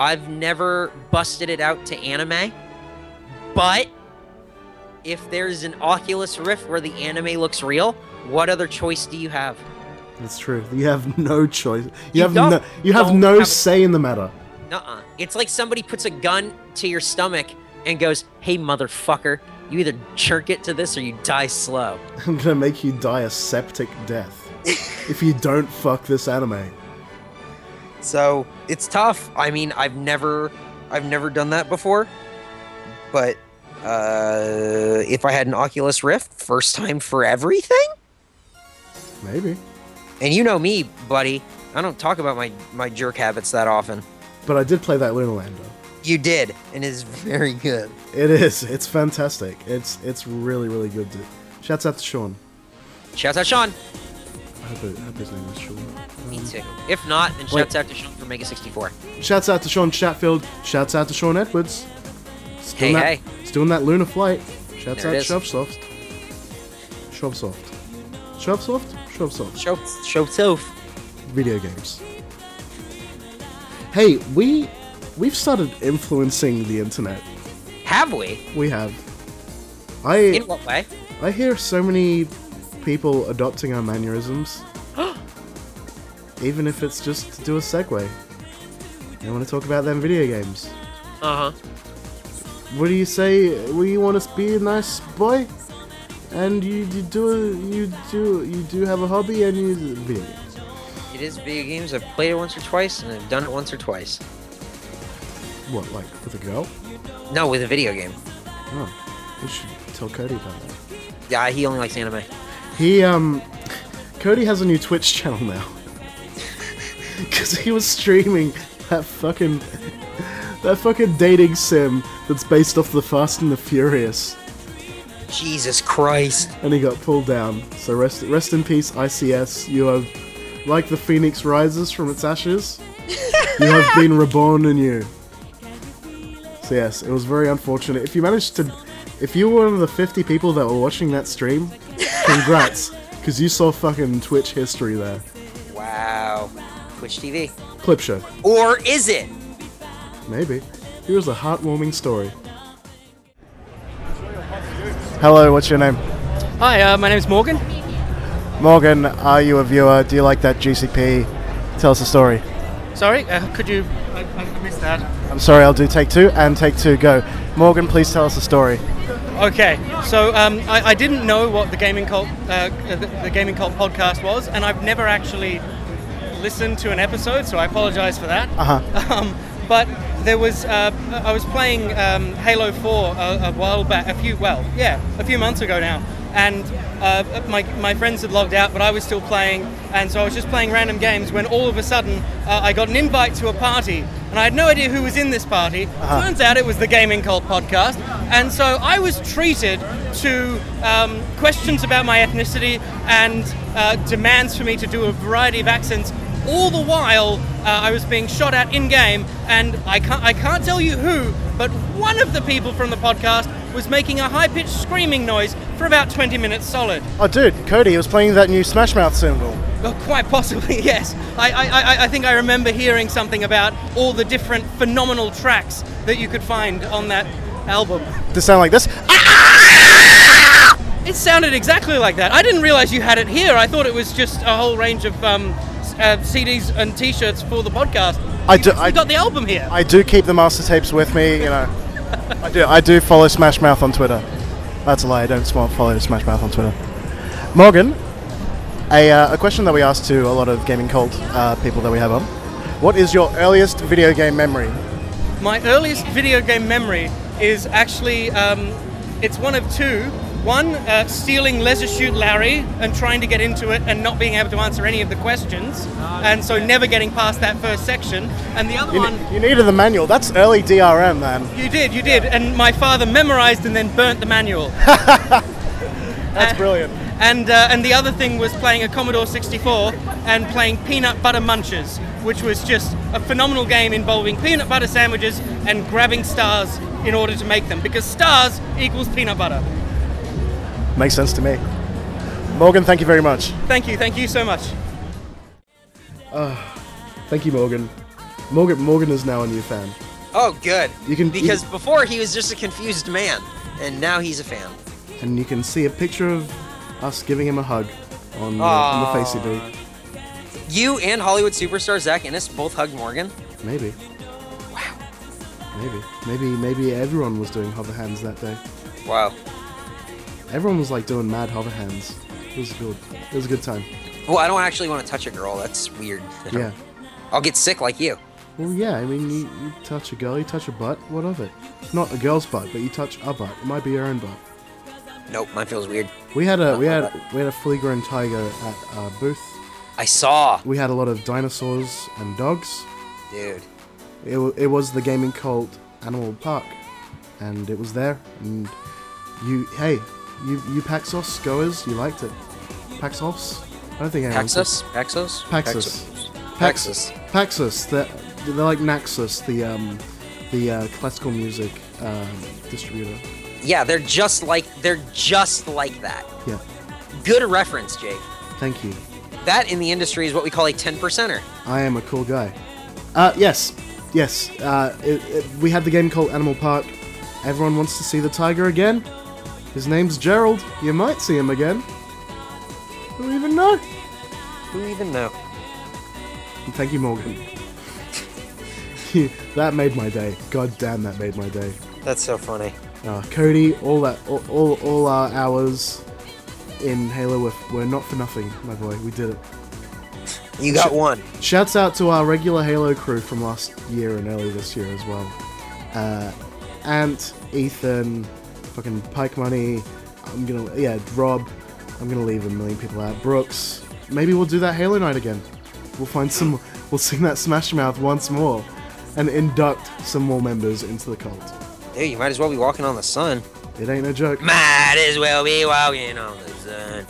[SPEAKER 6] I've never busted it out to anime, but if there's an Oculus Rift where the anime looks real, what other choice do you have?
[SPEAKER 1] That's true. You have no choice. You,
[SPEAKER 6] You
[SPEAKER 1] have
[SPEAKER 6] don't-
[SPEAKER 1] no. You have
[SPEAKER 6] don't
[SPEAKER 1] no
[SPEAKER 6] have-
[SPEAKER 1] say in the matter.
[SPEAKER 6] Nuh-uh. It's like somebody puts a gun to your stomach and goes, "Hey, motherfucker, you either jerk it to this or you die slow."
[SPEAKER 1] I'm gonna make you die a septic death if you don't fuck this anime.
[SPEAKER 6] So it's tough. I mean, I've never, I've never done that before. But uh, if I had an Oculus Rift, first time for everything.
[SPEAKER 1] Maybe.
[SPEAKER 6] And you know me, buddy. I don't talk about my my jerk habits that often.
[SPEAKER 1] But I did play that Lunar Lander.
[SPEAKER 6] You did, and it's very good.
[SPEAKER 1] It is. It's fantastic. It's it's really really good. Dude. Shouts out to Sean.
[SPEAKER 6] Shouts out Sean.
[SPEAKER 1] I hope, it, I hope his name is Sean.
[SPEAKER 6] Me too. If not, then
[SPEAKER 1] Wait.
[SPEAKER 6] shouts out to Sean for Mega 64.
[SPEAKER 1] Shouts out to Sean Chatfield. Shouts out to Sean Edwards. Still
[SPEAKER 6] Hey,
[SPEAKER 1] in that,
[SPEAKER 6] hey.
[SPEAKER 1] Still in that Lunar flight. Shouts
[SPEAKER 6] There it
[SPEAKER 1] out
[SPEAKER 6] is.
[SPEAKER 1] to Shovsoft. Shovsoft. Shovsoft. Shovsoft.
[SPEAKER 6] Shove Shovsoft.
[SPEAKER 1] Video games. Hey, we we've started influencing the internet.
[SPEAKER 6] Have we?
[SPEAKER 1] We have. I
[SPEAKER 6] In what way?
[SPEAKER 1] I hear so many people adopting our mannerisms. even if it's just to do a segue. I want to talk about them video games.
[SPEAKER 6] Uh huh.
[SPEAKER 1] What do you say? Well, you want to be a nice boy, and you, you do you do you do have a hobby, and you video games.
[SPEAKER 6] It is video games. I've played it once or twice, and I've done it once or twice.
[SPEAKER 1] What like with a girl?
[SPEAKER 6] No, with a video game.
[SPEAKER 1] Oh, we should tell Cody about that.
[SPEAKER 6] Yeah, he only likes anime.
[SPEAKER 1] He um, Cody has a new Twitch channel now. Because he was streaming that fucking that fucking dating sim that's based off the Fast and the Furious,
[SPEAKER 6] Jesus Christ.
[SPEAKER 1] and he got pulled down. So rest rest in peace, ICS. You are Like the phoenix rises from its ashes, you have been reborn anew. So yes, it was very unfortunate. If you managed to, if you were one of the 50 people that were watching that stream, congrats, because you saw fucking Twitch history there.
[SPEAKER 6] Wow. Twitch TV.
[SPEAKER 1] Clip show,
[SPEAKER 6] Or is it?
[SPEAKER 1] maybe. Here's a heartwarming story. Hello, what's your name?
[SPEAKER 26] Hi, uh, my name's Morgan.
[SPEAKER 9] Morgan, are you a viewer? Do you like that GCP? Tell us a story.
[SPEAKER 26] Sorry, uh, could you? I, I missed that.
[SPEAKER 9] I'm sorry, I'll do take two and take two go. Morgan, please tell us a story.
[SPEAKER 26] Okay, so um, I, I didn't know what the gaming cult, uh, the, the gaming cult podcast was, and I've never actually listened to an episode, so I apologise for that.
[SPEAKER 9] Uh-huh.
[SPEAKER 26] Um, but there was, uh, I was playing um, Halo 4 a, a while back, a few, well, yeah, a few months ago now, and uh, my, my friends had logged out, but I was still playing, and so I was just playing random games when all of a sudden uh, I got an invite to a party, and I had no idea who was in this party.
[SPEAKER 9] Uh-huh.
[SPEAKER 26] Turns out it was the Gaming Cult podcast, and so I was treated to um, questions about my ethnicity and uh, demands for me to do a variety of accents. All the while, uh, I was being shot at in game, and I can't, I can't tell you who, but one of the people from the podcast was making a high pitched screaming noise for about 20 minutes solid.
[SPEAKER 9] Oh, dude, Cody was playing that new Smash Mouth symbol.
[SPEAKER 26] Well, quite possibly, yes. I, I, I, I think I remember hearing something about all the different phenomenal tracks that you could find on that album.
[SPEAKER 9] To sound like this?
[SPEAKER 26] It sounded exactly like that. I didn't realize you had it here. I thought it was just a whole range of um, s- uh, CDs and t shirts for the podcast.
[SPEAKER 9] I do. I,
[SPEAKER 26] You got the album here.
[SPEAKER 9] I do keep the master tapes with me. You know, I do. I do follow Smash Mouth on Twitter. That's a lie. I don't sm- follow Smash Mouth on Twitter. Morgan, a, uh, a question that we asked to a lot of gaming cult uh, people that we have on: What is your earliest video game memory?
[SPEAKER 26] My earliest video game memory is actually um, it's one of two. One, uh, stealing Leisure Suit Larry and trying to get into it and not being able to answer any of the questions, and so never getting past that first section. And the other
[SPEAKER 9] You,
[SPEAKER 26] one,
[SPEAKER 9] ne- you needed the manual. That's early DRM, man.
[SPEAKER 26] you did, you did, and my father memorized and then burnt the manual.
[SPEAKER 9] That's brilliant.
[SPEAKER 26] And uh, and the other thing was playing a Commodore 64 and playing Peanut Butter Munchers, which was just a phenomenal game involving peanut butter sandwiches and grabbing stars in order to make them because stars equals peanut butter.
[SPEAKER 9] Makes sense to me. Morgan, thank you very much.
[SPEAKER 26] Thank you, thank you so much.
[SPEAKER 1] Ah, thank you, Morgan. Morgan Morgan is now a new fan.
[SPEAKER 6] Oh, good.
[SPEAKER 1] You can-
[SPEAKER 6] because before he was just a confused man, and now he's a fan.
[SPEAKER 1] and you can see a picture of us giving him a hug on, the on the
[SPEAKER 6] Aw.
[SPEAKER 1] face ID.
[SPEAKER 6] You and Hollywood superstar Zach Innes both hugged Morgan.
[SPEAKER 1] Maybe. Wow. Maybe. Maybe. Maybe everyone was doing hover hands that day.
[SPEAKER 6] Wow.
[SPEAKER 1] Everyone was like doing mad hover hands. It was good. It was a good time.
[SPEAKER 6] Well, I don't actually want to touch a girl. That's weird.
[SPEAKER 1] Yeah.
[SPEAKER 6] I'll get sick like you.
[SPEAKER 1] Well, yeah. I mean, you, you touch a girl, you touch a butt. What of it? Not a girl's butt, but you touch a butt. It might be your own butt.
[SPEAKER 6] Nope, mine feels weird.
[SPEAKER 1] We had a we had we had a fully grown tiger at our booth.
[SPEAKER 6] I saw.
[SPEAKER 1] We had a lot of dinosaurs and dogs.
[SPEAKER 6] Dude.
[SPEAKER 1] It, wa- it was the gaming cult animal park, and it was there. And you, hey, you you Paxos goers, you liked it. Paxos, I don't think anyone.
[SPEAKER 6] Paxos? Paxos?
[SPEAKER 1] Paxos.
[SPEAKER 6] Paxos.
[SPEAKER 1] Paxos. Paxos. They're, they're like Naxos, the um, the uh, classical music um, distributor.
[SPEAKER 6] Yeah, they're just like they're just like that.
[SPEAKER 1] Yeah.
[SPEAKER 6] Good reference, Jake.
[SPEAKER 1] Thank you.
[SPEAKER 6] That in the industry is what we call a ten percenter.
[SPEAKER 1] I am a cool guy. Uh, yes, yes. Uh, it, it, we had the game called Animal Park. Everyone wants to see the tiger again. His name's Gerald. You might see him again. Do we even know?
[SPEAKER 6] Who even know?
[SPEAKER 1] And thank you, Morgan. that made my day. God damn, that made my day.
[SPEAKER 6] That's so funny.
[SPEAKER 1] Uh, Cody, all that, all, all, all our hours in Halo were, were not for nothing, my boy. We did it.
[SPEAKER 6] You got one.
[SPEAKER 1] Shouts out to our regular Halo crew from last year and early this year as well. Uh, Ant, Ethan, fucking Pike Money. I'm gonna yeah, Rob. I'm gonna leave a million people out. Brooks. Maybe we'll do that Halo night again. We'll find some. We'll sing that Smash Mouth once more, and induct some more members into the cult.
[SPEAKER 6] Dude, you might as well be walking on the sun.
[SPEAKER 1] It ain't no joke.
[SPEAKER 6] Might as well be walking on the sun.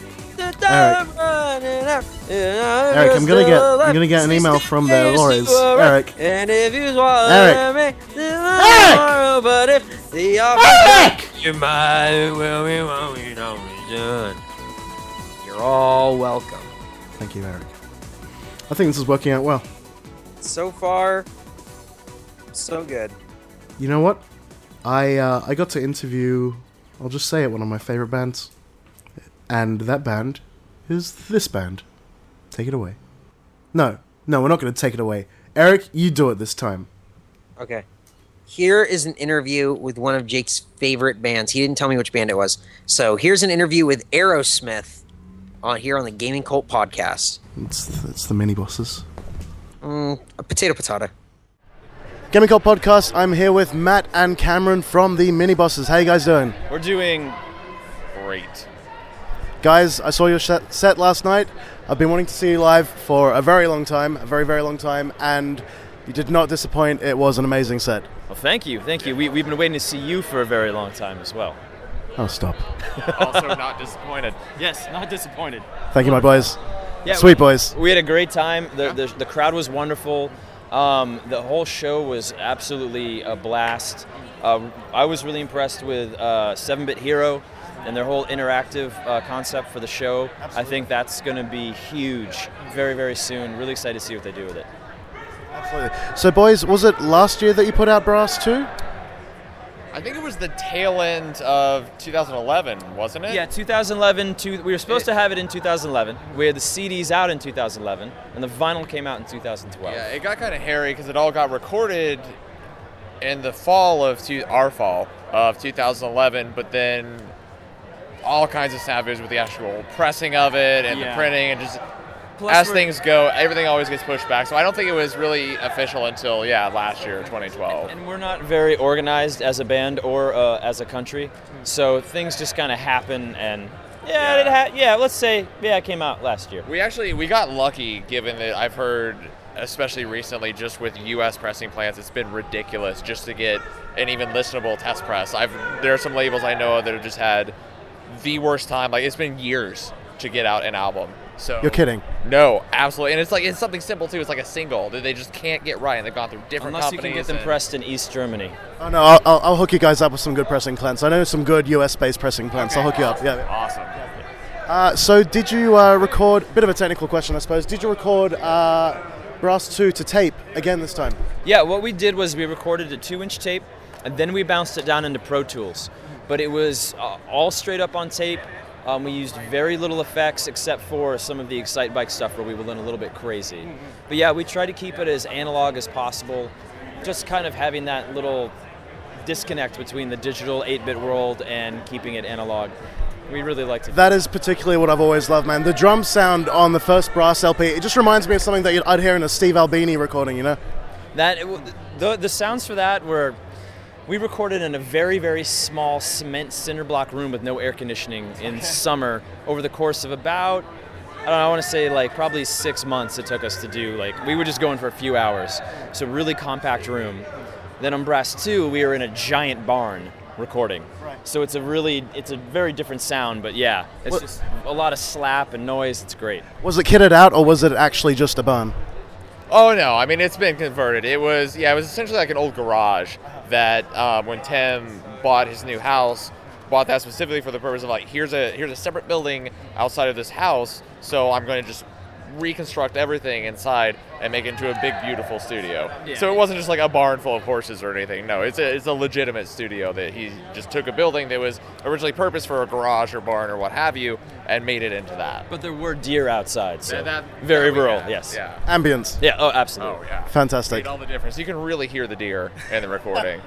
[SPEAKER 27] Eric. Eric, I'm gonna get I'm gonna get an email from the lawyers. Eric,
[SPEAKER 3] And if you swallow
[SPEAKER 27] Eric.
[SPEAKER 3] me, tomorrow, but if the Eric!
[SPEAKER 28] You might well be wrong, you know we're done. You're all welcome.
[SPEAKER 27] thank you, Eric. I think this is working out well.
[SPEAKER 28] So far, so good.
[SPEAKER 27] You know what? I uh, I got to interview. I'll just say it. One of my favorite bands, and that band is this band. Take it away. No, no, we're not going to take it away. Eric, you do it this time.
[SPEAKER 6] Okay. Here is an interview with one of Jake's favorite bands. He didn't tell me which band it was. So here's an interview with Aerosmith on here on the Gaming Cult podcast.
[SPEAKER 27] It's it's the mini bosses.
[SPEAKER 6] Mm, a potato potato.
[SPEAKER 1] Gaming Cult Podcast. I'm here with Matt and Cameron from the Mini Bosses. How you guys doing?
[SPEAKER 29] We're doing great.
[SPEAKER 1] Guys, I saw your sh- set last night. I've been wanting to see you live for a very long time, a very, very long time, and you did not disappoint. It was an amazing set.
[SPEAKER 30] Well, thank you, thank you. We, we've been waiting to see you for a very long time as well.
[SPEAKER 1] Oh, stop.
[SPEAKER 30] also, not disappointed. Yes, not disappointed.
[SPEAKER 1] Thank you, my boys.
[SPEAKER 30] Yeah,
[SPEAKER 1] Sweet
[SPEAKER 30] we-
[SPEAKER 1] boys.
[SPEAKER 30] We had a great time. The, the, the crowd was wonderful. Um, the whole show was absolutely a blast. Uh, I was really impressed with uh, 7 Bit Hero and their whole interactive uh, concept for the show. I think that's going to be huge very, very soon. Really excited to see what they do with it.
[SPEAKER 1] Absolutely. So, boys, was it last year that you put out Brass too?
[SPEAKER 31] I think it was the tail end of 2011, wasn't it?
[SPEAKER 30] Yeah, 2011. Two, we were supposed to have it in 2011. We had the CDs out in 2011, and the vinyl came out in 2012.
[SPEAKER 31] Yeah, it got kind of hairy because it all got recorded in the fall of two, our fall of 2011, but then all kinds of snafus with the actual pressing of it and
[SPEAKER 30] Yeah.
[SPEAKER 31] the printing and just
[SPEAKER 30] Plus
[SPEAKER 31] as
[SPEAKER 30] we're-
[SPEAKER 31] things go, everything always gets pushed back. So I don't think it was really official until yeah last year, 2012.
[SPEAKER 30] And we're not very organized as a band or uh, as a country,
[SPEAKER 31] Hmm.
[SPEAKER 30] so things just kind of happen. And yeah, it ha- yeah. Let's say yeah, it came out last year.
[SPEAKER 31] We actually we got lucky given that I've heard especially recently just with US pressing plants it's been ridiculous just to get an even listenable test press. I've there are some labels I know of that have just had the worst time like it's been years to get out an album. So
[SPEAKER 1] You're kidding.
[SPEAKER 31] No, absolutely. And it's like it's something simple too. It's like a single that they just can't get right and they've gone through different
[SPEAKER 30] Unless you
[SPEAKER 31] companies.
[SPEAKER 30] can get them
[SPEAKER 31] and-
[SPEAKER 30] pressed in East Germany.
[SPEAKER 1] Oh no, I'll, I'll, I'll hook you guys up with some good pressing plants. I know some good US based pressing plants. I'll hook you up. Yeah.
[SPEAKER 31] Awesome.
[SPEAKER 1] Uh, so, did you uh, record? Bit of a technical question, I suppose. Did you record uh, Brass Two to tape again this time?
[SPEAKER 30] Yeah, what we did was we recorded a two inch tape and then we bounced it down into Pro Tools. But it was uh, all straight up on tape. Um, we used very little effects except for some of the Excite Bike stuff where we went a little bit crazy. But yeah, we tried to keep it as analog as possible, just kind of having that little disconnect between the digital 8 bit world and keeping it analog. We really liked it.
[SPEAKER 1] That is particularly what I've always loved, man. The drum sound on the first Brass LP. It just reminds me of something that you'd, I'd hear in a Steve Albini recording. You know.
[SPEAKER 30] That it w- the the sounds for that were we recorded in a very very small cement cinder block room with no air conditioning in summer over the course of about I don't know, I want to say like probably six months it took us to do like we were just going for a few hours so really compact room then on brass two we were in a giant barn recording so it's a really it's a very different sound but yeah it's
[SPEAKER 1] What-
[SPEAKER 30] just a lot of slap and noise it's great
[SPEAKER 1] Was it kitted out or was it actually just a barn?
[SPEAKER 31] Oh no! I mean, it's been converted. It was yeah, it was essentially like an old garage that um, when Tim bought his new house, bought that specifically for the purpose of like here's a here's a separate building outside of this house, so I'm going to just reconstruct everything inside and make it into a big beautiful studio.
[SPEAKER 30] Yeah.
[SPEAKER 31] So it wasn't just like a barn full of horses or anything. No, it's a it's a legitimate studio that he just took a building that was originally purposed for a garage or barn or what have you and made it into that.
[SPEAKER 30] But there were deer outside, so
[SPEAKER 31] that,
[SPEAKER 30] very
[SPEAKER 31] that we
[SPEAKER 30] rural
[SPEAKER 31] had,
[SPEAKER 30] yes
[SPEAKER 31] Yeah.
[SPEAKER 1] Ambience.
[SPEAKER 30] Yeah, oh, absolutely.
[SPEAKER 31] Oh, yeah.
[SPEAKER 1] Fantastic.
[SPEAKER 31] Made all the difference. You can really hear the deer in the recording.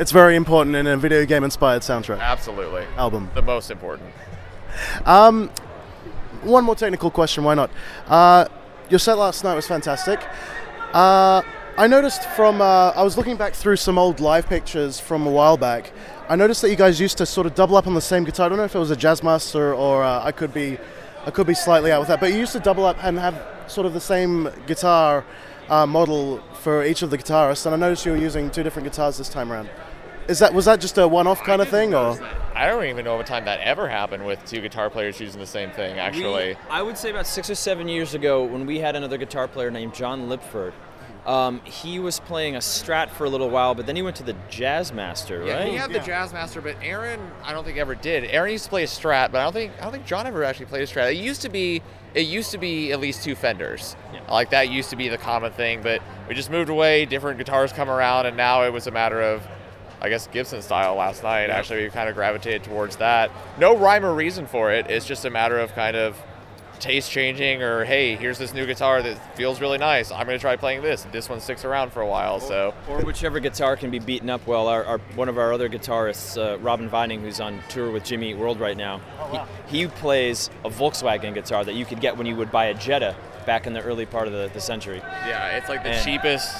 [SPEAKER 1] It's very important in a video game inspired soundtrack.
[SPEAKER 31] Absolutely.
[SPEAKER 1] Album.
[SPEAKER 31] The most important.
[SPEAKER 1] Um, one more technical question, why not? Uh, your set last night was fantastic. Uh, I noticed from, uh, I was looking back through some old live pictures from a while back. I noticed that you guys used to sort of double up on the same guitar. I don't know if it was a Jazzmaster or uh, I could be, I could be slightly out with that. But you used to double up and have sort of the same guitar uh, model for each of the guitarists. And I noticed you were using two different guitars this time around. Is that was that just a one-off kind of thing, or
[SPEAKER 31] I don't even know of a time that ever happened with two guitar players using the same thing. Actually,
[SPEAKER 30] We- I would say about six or seven years ago when we had another guitar player named John Lipford. Um, he was playing a Strat for a little while, but then he went to the Jazzmaster,
[SPEAKER 31] yeah,
[SPEAKER 30] right?
[SPEAKER 31] he had the jazz master, but Aaron, I don't think ever did. Aaron used to play a Strat, but I don't think I don't think John ever actually played a Strat. It used to be it used to be at least two Fenders, like that used to be the common thing. But we just moved away. Different guitars come around, and now it was a matter of. I guess Gibson style last night.
[SPEAKER 30] Yeah.
[SPEAKER 31] Actually, we kind of gravitated towards that. No rhyme or reason for it. It's just a matter of kind of taste changing, or hey, here's this new guitar that feels really nice. I'm going to try playing this. This one sticks around for a while. So
[SPEAKER 30] Or whichever guitar can be beaten up well. Our, our one of our other guitarists, uh, Robin Vining, who's on tour with Jimmy Eat World right now,
[SPEAKER 31] Oh,
[SPEAKER 30] he, he plays a Volkswagen guitar that you could get when you would buy a Jetta back in the early part of the, the century.
[SPEAKER 31] Yeah, it's like the
[SPEAKER 30] And-
[SPEAKER 31] cheapest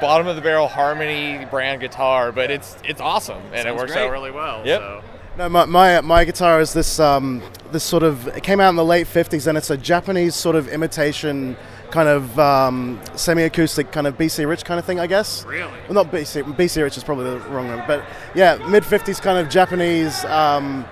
[SPEAKER 31] bottom of the barrel Harmony brand guitar, but it's it's awesome and it
[SPEAKER 30] Sounds
[SPEAKER 31] works
[SPEAKER 30] great.
[SPEAKER 31] out really well.
[SPEAKER 30] Yep.
[SPEAKER 31] So.
[SPEAKER 1] No, my, my my guitar is this um this sort of it came out in the late fifties and it's a Japanese sort of imitation kind of um, semi-acoustic kind of BC Rich kind of thing, I guess.
[SPEAKER 31] Really?
[SPEAKER 1] Well, not BC BC Rich is probably the wrong one, but yeah, mid fifties kind of Japanese um,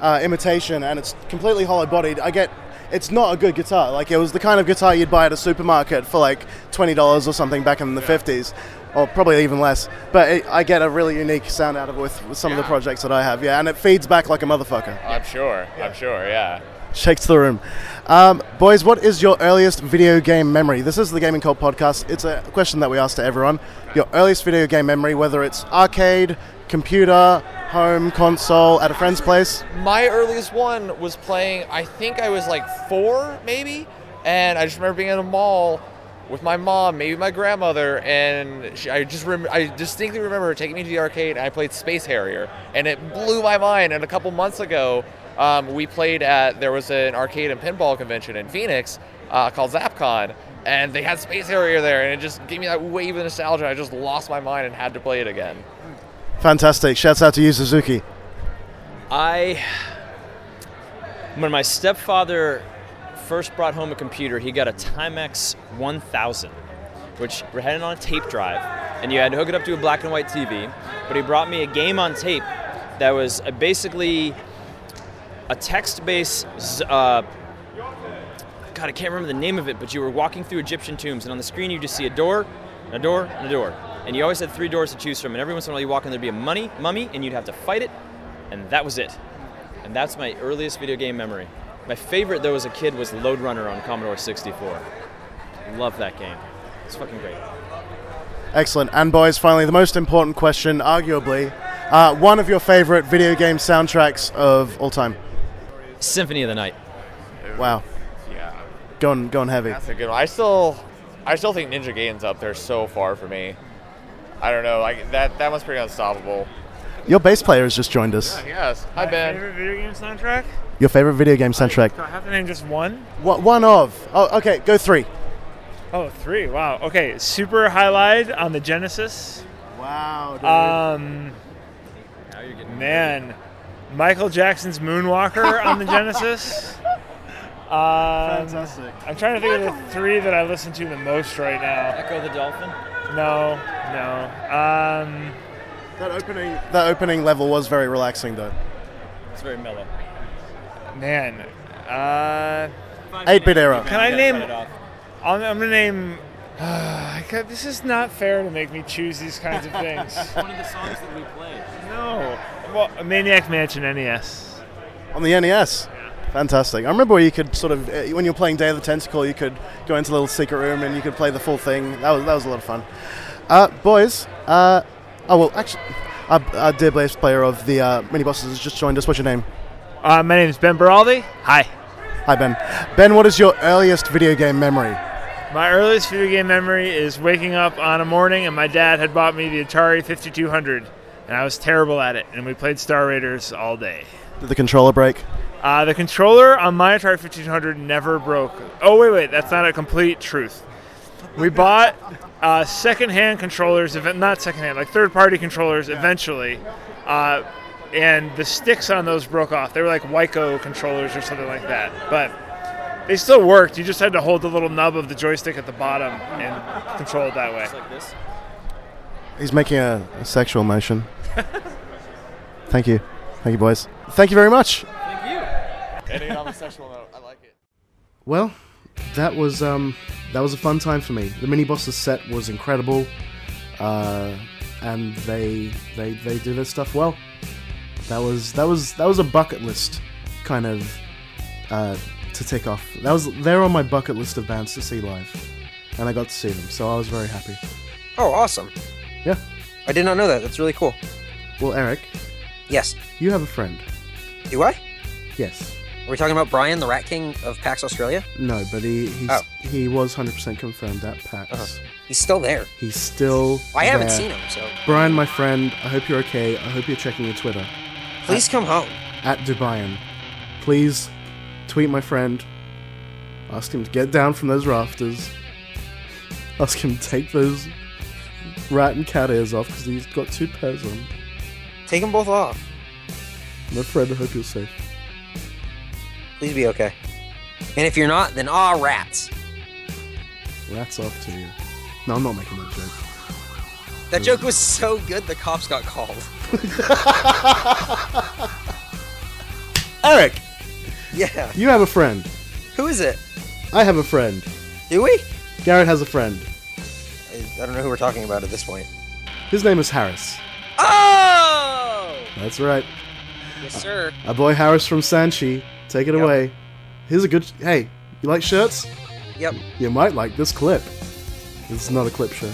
[SPEAKER 1] uh, imitation, and it's completely hollow-bodied. I get. It's not a good guitar. Like it was the kind of guitar you'd buy at a supermarket for like twenty dollars or something back in the fifties, or probably even less. But it, I get a really unique sound out of it with, with some of the projects that I have. Yeah, and it feeds back like a motherfucker.
[SPEAKER 31] I'm sure. I'm sure. Yeah.
[SPEAKER 1] Shakes the room. Um, boys, what is your earliest video game memory? This is the Gaming Cult podcast. It's a question that we ask to everyone. Your earliest video game memory, whether it's arcade, computer, home, console, at a friend's place.
[SPEAKER 31] My earliest one was playing. I think I was like four, maybe, and I just remember being in a mall with my mom, maybe my grandmother, and she, I just rem- I distinctly remember her taking me to the arcade. and I played Space Harrier, and it blew my mind. And a couple months ago, um, we played at there was an arcade and pinball convention in Phoenix uh, called ZapCon. And they had Space Harrier there, and it just gave me that wave of nostalgia. I just lost my mind and had to play it again.
[SPEAKER 1] Fantastic. Shouts out to you, Suzuki.
[SPEAKER 30] I, when my stepfather first brought home a computer, he got a Timex 1000, which we had it on a tape drive, and you had to hook it up to a black and white TV. But he brought me a game on tape that was uh, basically a text-based z- uh, God, I can't remember the name of it, but you were walking through Egyptian tombs, and on the screen you just see a door, and a door, and a door. And you always had three doors to choose from, and every once in a while you walk in, there'd be a money, mummy, and you'd have to fight it, and that was it. And that's my earliest video game memory. My favorite, though, as a kid was Lode Runner on Commodore 64. Love that game. It's fucking great.
[SPEAKER 1] Excellent. And boys, finally, the most important question, arguably, uh, one of your favorite video game soundtracks of all time.
[SPEAKER 30] Symphony of the Night.
[SPEAKER 1] Wow.
[SPEAKER 31] Yeah.
[SPEAKER 1] Going, going heavy.
[SPEAKER 31] That's a good one. I still, I still think Ninja Gaiden's up there so far for me. I don't know. Like that, that one's pretty unstoppable.
[SPEAKER 1] Your bass player has just joined us.
[SPEAKER 31] Yes. Hi,
[SPEAKER 12] My
[SPEAKER 31] Ben.
[SPEAKER 12] Favorite video game soundtrack?
[SPEAKER 1] Your favorite video game soundtrack?
[SPEAKER 12] Do I have to name just one?
[SPEAKER 1] What one of? Oh, okay, go three.
[SPEAKER 12] Oh, three. Wow. Okay, Super Highlight on the Genesis.
[SPEAKER 1] Wow. Dude.
[SPEAKER 12] Um. man, Michael Jackson's Moonwalker on the Genesis. Um,
[SPEAKER 1] Fantastic.
[SPEAKER 12] I'm trying to think of the three that I listen to the most right now.
[SPEAKER 30] Echo the Dolphin.
[SPEAKER 12] No, no. Um,
[SPEAKER 1] that opening. That opening level was very relaxing, though.
[SPEAKER 30] It's very mellow.
[SPEAKER 12] Man, uh,
[SPEAKER 1] 8-bit era.
[SPEAKER 12] Can
[SPEAKER 1] You
[SPEAKER 12] I
[SPEAKER 1] gotta
[SPEAKER 12] name?
[SPEAKER 1] cut it off.
[SPEAKER 12] I'm, I'm gonna name. I got- this is not fair to make me choose these kinds of things.
[SPEAKER 3] One of the songs that we played.
[SPEAKER 12] No. Well, Maniac Mansion
[SPEAKER 1] E
[SPEAKER 12] NES.
[SPEAKER 1] On the NES. Fantastic. I remember where you could sort of, uh, when you were playing Day of the Tentacle, you could go into a little secret room and you could play the full thing. That was that was a lot of fun. Uh, boys, uh, oh well, actually, our, our dear bass player of the uh, mini bosses has just joined us. What's your name?
[SPEAKER 12] Uh, my name is Ben Beraldi. Hi.
[SPEAKER 1] Hi, Ben. Ben, what is your earliest video game memory?
[SPEAKER 12] My earliest video game memory is waking up on a morning and my dad had bought me the Atari 5200, and I was terrible at it. And we played Star Raiders all day.
[SPEAKER 1] Did the controller break?
[SPEAKER 12] Uh, the controller on my Atari 1500 never broke. Oh, wait, wait, that's not a complete truth. We bought uh, secondhand controllers, ev- not secondhand, like third party controllers eventually, uh, and the sticks on those broke off. They were like Wico controllers or something like that. But they still worked. You just had to hold the little nub of the joystick at the bottom and control it that way.
[SPEAKER 30] Just like this.
[SPEAKER 1] He's making a, a sexual motion. Thank you. Thank you, boys. Thank you very much.
[SPEAKER 31] Ending it on a sexual note. I like it.
[SPEAKER 1] Well, that was um, that was a fun time for me. The mini bosses set was incredible, uh, and they they they did their stuff well. That was that was that was a bucket list kind of uh, to tick off. That was they're on my bucket list of bands to see live, and I got to see them, so I was very happy.
[SPEAKER 7] Oh, awesome.
[SPEAKER 1] Yeah.
[SPEAKER 7] I did not know that. That's really cool.
[SPEAKER 1] Well, Eric.
[SPEAKER 7] Yes.
[SPEAKER 1] You have a friend.
[SPEAKER 7] Do I?
[SPEAKER 1] Yes.
[SPEAKER 7] Are we talking about Brian, the Rat King of PAX Australia?
[SPEAKER 1] No, but he he's,
[SPEAKER 7] Oh.
[SPEAKER 1] he was 100% confirmed at PAX.
[SPEAKER 7] Uh-huh. He's still there.
[SPEAKER 1] He's still.
[SPEAKER 7] I haven't
[SPEAKER 1] there.
[SPEAKER 7] seen him, so-
[SPEAKER 1] Brian, my friend, I hope you're okay. I hope you're checking your Twitter.
[SPEAKER 7] Please come home.
[SPEAKER 1] At Dubayan. Please tweet my friend. Ask him to get down from those rafters. Ask him to take those rat and cat ears off because he's got two pairs on.
[SPEAKER 7] Take them both off.
[SPEAKER 1] My friend, I hope you're safe.
[SPEAKER 7] Please be okay. And if you're not, then ah, rats.
[SPEAKER 1] Rats off to you. No, I'm not making that joke.
[SPEAKER 7] That
[SPEAKER 1] Hmm.
[SPEAKER 7] joke was so good, the cops got called.
[SPEAKER 1] Eric!
[SPEAKER 7] Yeah.
[SPEAKER 1] You have a friend.
[SPEAKER 7] Who is it?
[SPEAKER 1] I have a friend.
[SPEAKER 7] Do we?
[SPEAKER 1] Garrett has a friend.
[SPEAKER 7] I I don't know who we're talking about at this point.
[SPEAKER 1] His name is Harris.
[SPEAKER 7] Oh!
[SPEAKER 1] That's right.
[SPEAKER 7] Yes, sir.
[SPEAKER 1] Our boy Harris from Sanchi. Take it away. Here's a good. Hey, you like shirts?
[SPEAKER 7] Yep.
[SPEAKER 1] You might like this clip. This is not a clip show.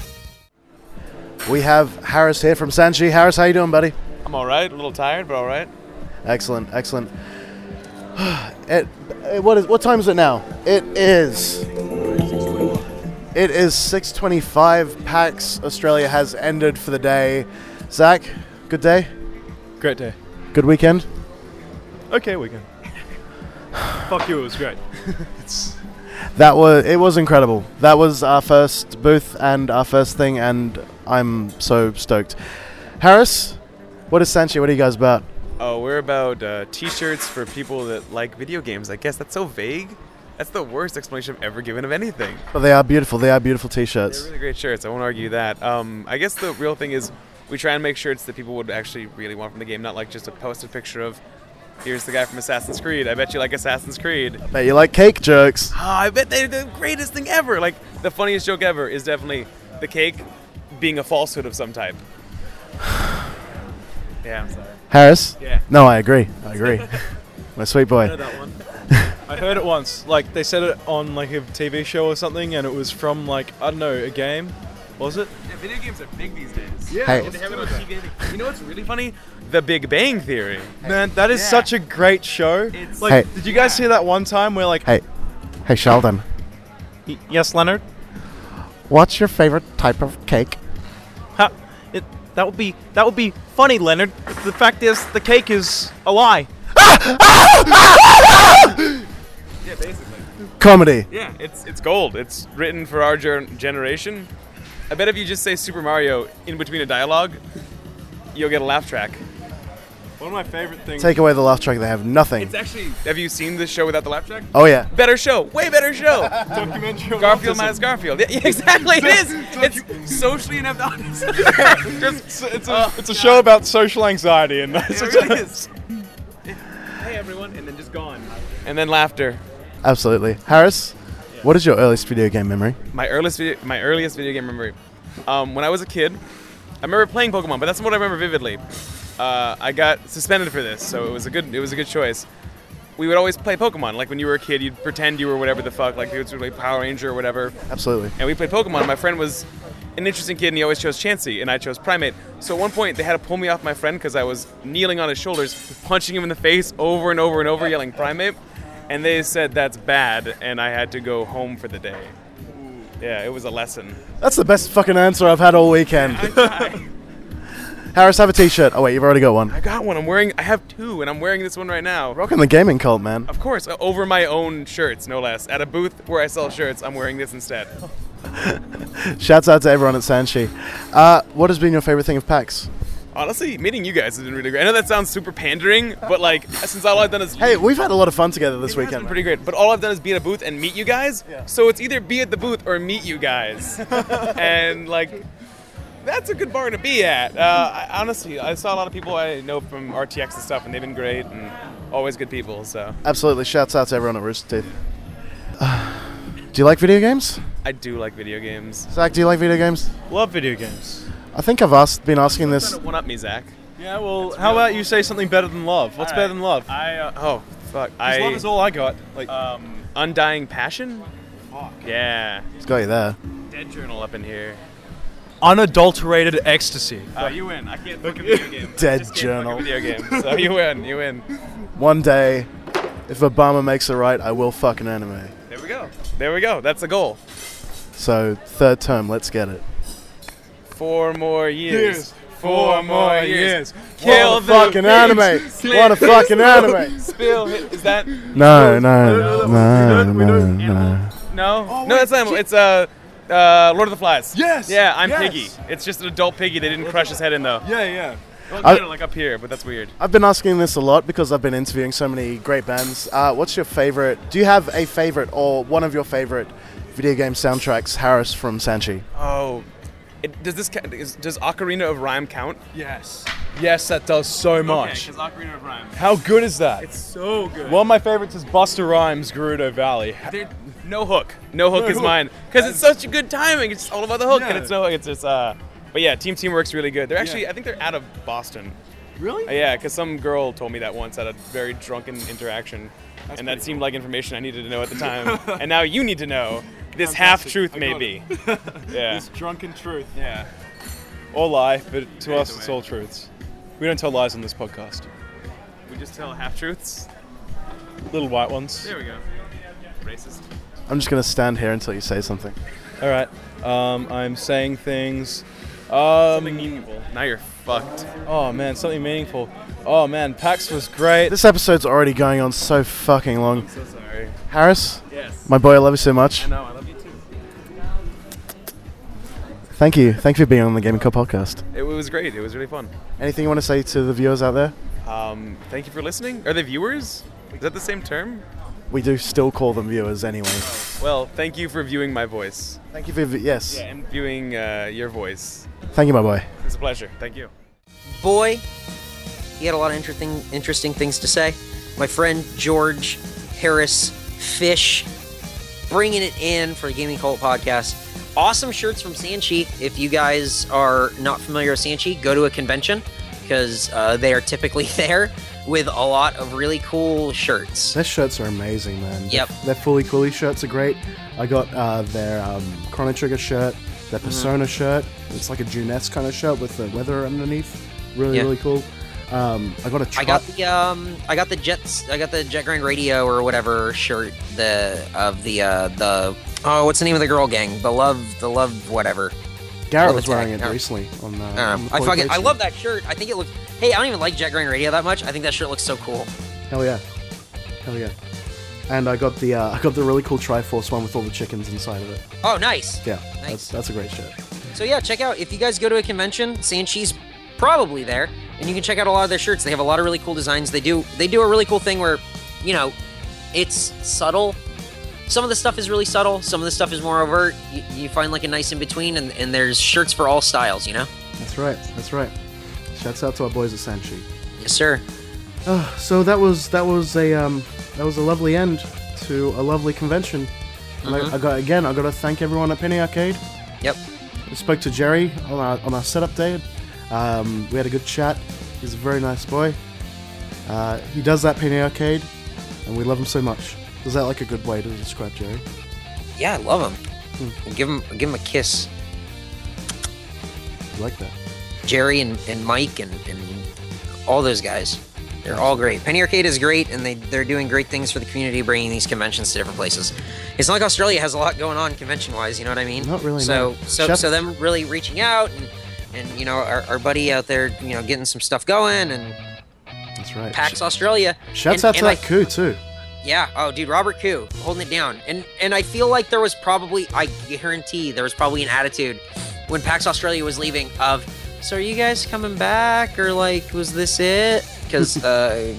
[SPEAKER 9] We have Harris here from Sanchi. Harris, how you doing, buddy?
[SPEAKER 31] I'm all right. A little tired, but all right.
[SPEAKER 9] Excellent, excellent. It, it- what is what time is it now? It is. It is 6:25. PAX Australia has ended for the day. Zach, good day.
[SPEAKER 2] Great day.
[SPEAKER 9] Good weekend.
[SPEAKER 2] Okay, weekend. Fuck you, it was great.
[SPEAKER 9] That was it was incredible. That was our first booth and our first thing, and I'm so stoked. Harris, what is Sanchi? What are you guys about?
[SPEAKER 32] Oh, we're about uh, T-shirts for people that like video games. I guess that's so vague. That's the worst explanation I've ever given of anything.
[SPEAKER 9] Well, they are beautiful. They are beautiful
[SPEAKER 32] They're
[SPEAKER 9] T-shirts.
[SPEAKER 32] really great shirts. I won't argue that. Um, I guess the real thing is we try and make shirts that people would actually really want from the game, not like just a posted picture of here's the guy from Assassin's Creed. I bet you like Assassin's Creed.
[SPEAKER 9] Bet you like cake jokes.
[SPEAKER 32] Oh, I bet they're the greatest thing ever. Like the funniest joke ever is definitely the cake being a falsehood of some type. Yeah, I'm sorry.
[SPEAKER 9] Harris.
[SPEAKER 2] Yeah.
[SPEAKER 9] No, I agree. I agree. My sweet boy.
[SPEAKER 2] I know that one. I heard it once. Like they said it on like a TV show or something, and it was from like I don't know a game. Was it?
[SPEAKER 32] Yeah, video games are big these days.
[SPEAKER 2] Yeah, Hey.
[SPEAKER 32] And they have it on TV. You know what's really funny? The Big Bang Theory.
[SPEAKER 2] Man, that is such a great show. like,
[SPEAKER 9] Hey.
[SPEAKER 2] did you guys see that one time where like?
[SPEAKER 9] Hey, hey, Sheldon.
[SPEAKER 2] Yes, Leonard.
[SPEAKER 9] What's your favorite type of cake?
[SPEAKER 8] Ha, it, that would be that would be funny, Leonard. The fact is, the cake is a lie.
[SPEAKER 32] Yeah, basically.
[SPEAKER 9] Comedy.
[SPEAKER 32] Yeah, it's it's gold. It's written for our gen- generation. I bet if you just say Super Mario in between a dialogue, you'll get a laugh track.
[SPEAKER 2] One of my favorite things.
[SPEAKER 9] Take away the laugh track. They have nothing.
[SPEAKER 32] It's actually. Have you seen this show without the laugh track?
[SPEAKER 9] Oh, yeah.
[SPEAKER 32] Better show. Way better show. Documentary. Garfield
[SPEAKER 2] autism.
[SPEAKER 32] minus Garfield. Yeah, yeah, exactly. It is. It's socially inept autism. Just- uh,
[SPEAKER 2] It's a, it's a show about social anxiety, and that's
[SPEAKER 32] it really is. Hey everyone, and then just gone. And then laughter.
[SPEAKER 9] Absolutely. Harris, what is your earliest video game memory?
[SPEAKER 32] My earliest video, my earliest video game memory. Um, when I was a kid, I remember playing Pokemon, but that's not what I remember vividly. Uh, I got suspended for this, so it was a good it was a good choice. We would always play Pokemon. Like when you were a kid, you'd pretend you were whatever the fuck, like you would like Power Ranger or whatever.
[SPEAKER 9] Absolutely.
[SPEAKER 32] And we played Pokemon. My friend was an interesting kid, and he always chose Chansey, and I chose Primate. So at one point, they had to pull me off my friend because I was kneeling on his shoulders, punching him in the face over and over and over, yelling Primate. And they said that's bad, and I had to go home for the day. Yeah, it was a lesson.
[SPEAKER 9] That's the best fucking answer I've had all weekend. Harris, have a t-shirt. Oh wait, you've already got one.
[SPEAKER 32] I got one. I'm wearing. I have two, and I'm wearing this one right now.
[SPEAKER 9] Fucking the gaming cult, man.
[SPEAKER 32] Of course, uh, over my own shirts, no less. At a booth where I sell shirts, I'm wearing this instead.
[SPEAKER 9] Shouts out to everyone at Sanchi. Uh, what has been your favorite thing of PAX?
[SPEAKER 32] Honestly, meeting you guys has been really great. I know that sounds super pandering, but like since all I've done is
[SPEAKER 9] Hey, we've had a lot of fun together this
[SPEAKER 32] It's been
[SPEAKER 9] weekend.
[SPEAKER 32] pretty great. But all I've done is be at a booth and meet you guys. So it's either be at the booth or meet you guys. and like, That's a good bar to be at. Uh, I, honestly, I saw a lot of people I know from RTX and stuff, and they've been great and always good people. So
[SPEAKER 9] Absolutely. Shouts out to everyone at Rooster Teeth. do you like video games?
[SPEAKER 32] I do like video games.
[SPEAKER 9] Zach, do you like video games?
[SPEAKER 2] Love video games.
[SPEAKER 9] I think I've asked, been asking this.
[SPEAKER 32] One up me, Zach.
[SPEAKER 2] Yeah, well, how about you say something better than love? What's
[SPEAKER 32] All
[SPEAKER 2] better
[SPEAKER 32] right.
[SPEAKER 2] than love?
[SPEAKER 32] I uh, oh fuck. I
[SPEAKER 2] love is all I got. Like
[SPEAKER 32] um, undying passion. Fuck. Yeah.
[SPEAKER 9] It's got you there.
[SPEAKER 32] Dead journal up in here.
[SPEAKER 2] Unadulterated ecstasy.
[SPEAKER 32] Uh, you win. I can't fucking video game.
[SPEAKER 9] Dead
[SPEAKER 32] Just can't fuck a
[SPEAKER 9] journal.
[SPEAKER 32] Video game. So you win. You win.
[SPEAKER 9] One day, if Obama makes it right, I will fuck an anime.
[SPEAKER 32] There we go. There we go. That's the goal.
[SPEAKER 9] So, third term, let's get it.
[SPEAKER 32] Four more years.
[SPEAKER 2] Years.
[SPEAKER 32] Four more years.
[SPEAKER 2] What
[SPEAKER 32] Kill
[SPEAKER 2] a
[SPEAKER 32] the
[SPEAKER 2] fucking anime.
[SPEAKER 32] Slay
[SPEAKER 2] What a
[SPEAKER 32] the
[SPEAKER 2] fucking
[SPEAKER 32] beast.
[SPEAKER 2] anime.
[SPEAKER 32] Spill. Is that?
[SPEAKER 9] No, no, no, no, no.
[SPEAKER 32] No. no, that's not. It's uh, uh, Lord of the Flies.
[SPEAKER 2] Oh, Yes,
[SPEAKER 32] Yeah, I'm
[SPEAKER 2] yes.
[SPEAKER 32] Piggy. It's just an adult Piggy. They didn't crush his head in though.
[SPEAKER 2] Yeah, yeah.
[SPEAKER 32] Well,
[SPEAKER 9] I-
[SPEAKER 32] kinda like up here, but that's weird.
[SPEAKER 9] I've been asking this a lot because I've been interviewing so many great bands. Uh, what's your favorite? Do you have a favorite or one of your favorite video game soundtracks? Harris from Sanchi.
[SPEAKER 32] Oh, it, does this ca- is, does Ocarina of Rhyme count? Yes.
[SPEAKER 2] Yes, that does so much.
[SPEAKER 32] Because Ocarina of Rhyme.
[SPEAKER 2] How good is that?
[SPEAKER 32] It's so good.
[SPEAKER 2] One of my favorites is Buster Rhymes' Gerudo Valley.
[SPEAKER 32] There- no hook. No hook
[SPEAKER 2] No
[SPEAKER 32] is
[SPEAKER 2] hook.
[SPEAKER 32] mine because it's such a good timing. It's all about the hook, and
[SPEAKER 2] Yeah.
[SPEAKER 32] it's no hook. It's just uh, but yeah, Team Teamwork's really good. They're
[SPEAKER 2] Yeah.
[SPEAKER 32] actually, I think they're out of Boston.
[SPEAKER 2] Really?
[SPEAKER 32] Uh, yeah, because some girl told me that once at a very drunken interaction, and that seemed like information I needed to know at the time, and now you need to know this half truth maybe. yeah.
[SPEAKER 2] This drunken truth.
[SPEAKER 32] Yeah.
[SPEAKER 2] Or lie, but to
[SPEAKER 32] Either
[SPEAKER 2] us, it's
[SPEAKER 32] way.
[SPEAKER 2] all truths. We don't tell lies on this podcast.
[SPEAKER 32] We just tell half truths.
[SPEAKER 2] Little white ones.
[SPEAKER 32] There we go. Racist.
[SPEAKER 9] I'm just gonna stand here until you say something.
[SPEAKER 2] All right. Um, I'm saying things. Um, something meaningful.
[SPEAKER 32] Now you're fucked.
[SPEAKER 2] Oh man, something meaningful. Oh man, PAX was great.
[SPEAKER 9] This episode's already going on so fucking long. I'm
[SPEAKER 2] so sorry.
[SPEAKER 9] Harris.
[SPEAKER 2] Yes.
[SPEAKER 9] My boy, I love you so much.
[SPEAKER 2] I know, I love you too.
[SPEAKER 9] Thank you. Thank you for being on the Gaming Co podcast.
[SPEAKER 32] It was great. It was really fun.
[SPEAKER 9] Anything you want to say to the viewers out there?
[SPEAKER 32] Um, thank you for listening. Are they viewers? Is that the same term?
[SPEAKER 9] We do still call them viewers anyway.
[SPEAKER 32] Well, thank you for viewing my voice.
[SPEAKER 9] Thank you for vi- yes.
[SPEAKER 32] Yeah, and viewing uh, your voice.
[SPEAKER 9] Thank you, my boy.
[SPEAKER 32] It's a pleasure. Thank you.
[SPEAKER 6] boy, he had a lot of interesting interesting things to say. My friend George Harris Fish, bringing it in for the Gaming Cult podcast. Awesome shirts from Sanchi. If you guys are not familiar with Sanchi, go to a convention because uh, they are typically there with a lot of really cool shirts.
[SPEAKER 1] Their shirts are amazing, man. Their-
[SPEAKER 6] Yep.
[SPEAKER 1] Their Fully Cooley shirts are great. I got uh, their um, Chrono Trigger shirt,
[SPEAKER 6] Mm-hmm.
[SPEAKER 1] their Persona shirt. It's like a Juness kind of shirt with the weather underneath. Really,
[SPEAKER 6] Yeah.
[SPEAKER 1] really cool. Um, I got a
[SPEAKER 6] I
[SPEAKER 1] tri-
[SPEAKER 6] got the um, I got the Jets, I got the Jet Grind Radio or whatever shirt the of the uh the oh what's the name of the girl gang the love the love whatever.
[SPEAKER 1] Garrett
[SPEAKER 6] Love
[SPEAKER 1] was
[SPEAKER 6] Attack.
[SPEAKER 1] wearing it
[SPEAKER 6] Uh,
[SPEAKER 1] recently on, uh,
[SPEAKER 6] uh,
[SPEAKER 1] on the
[SPEAKER 6] I
[SPEAKER 1] Fully
[SPEAKER 6] fucking I
[SPEAKER 1] Cooley
[SPEAKER 6] love that shirt. I think it looks. Hey, I don't even like Jet Grind Radio that much. I think that shirt looks so cool.
[SPEAKER 1] shirt. Hell yeah, hell yeah. And I got the uh, I got the really cool Triforce one with all the chickens inside of it.
[SPEAKER 6] Oh, nice.
[SPEAKER 1] Yeah, that's, that's a great shirt.
[SPEAKER 6] So yeah, check out if you guys go to a convention, Sanchi's probably there, and you can check out a lot of their shirts. They have a lot of really cool designs. They do they do a really cool thing where, you know, it's subtle. Some of the stuff is really subtle. Some of the stuff is more overt. You, you find like a nice in between, and, and there's shirts for all styles. You know.
[SPEAKER 1] That's right. That's right. Shouts out to our boys at Sanchi.
[SPEAKER 6] Yes, sir.
[SPEAKER 1] Uh, so that was that was a um, that was a lovely end to a lovely convention. And
[SPEAKER 6] Mhm.
[SPEAKER 1] I, I got again. I got to thank everyone at Penny Arcade.
[SPEAKER 6] Yep.
[SPEAKER 1] I spoke to Jerry on our on our setup day. Um, we had a good chat. He's a very nice boy. Uh, he does that Penny Arcade, and we love him so much. Is that like a good way to describe Jerry?
[SPEAKER 6] Yeah, I love them. Give them give them a kiss,
[SPEAKER 1] You like that?
[SPEAKER 6] Jerry and, and Mike and, and all those guys. They're all great. Penny Arcade is great, and they they're doing great things for the community, bringing these conventions to different places. It's not like Australia has a lot going on convention wise. You know what I mean?
[SPEAKER 1] Not really,
[SPEAKER 6] So
[SPEAKER 1] no.
[SPEAKER 6] so
[SPEAKER 1] Chef-
[SPEAKER 6] so them really reaching out and and you know our, our buddy out there you know getting some stuff going and
[SPEAKER 1] That's right.
[SPEAKER 6] PAX Australia.
[SPEAKER 1] Shouts
[SPEAKER 6] And-
[SPEAKER 1] out to
[SPEAKER 6] and I-
[SPEAKER 1] that coup too.
[SPEAKER 6] yeah. Oh, dude, Robert Koo holding it down, and and I feel like there was probably, I guarantee, there was probably an attitude when PAX Australia was leaving of, so are you guys coming back or like was this it? Because uh,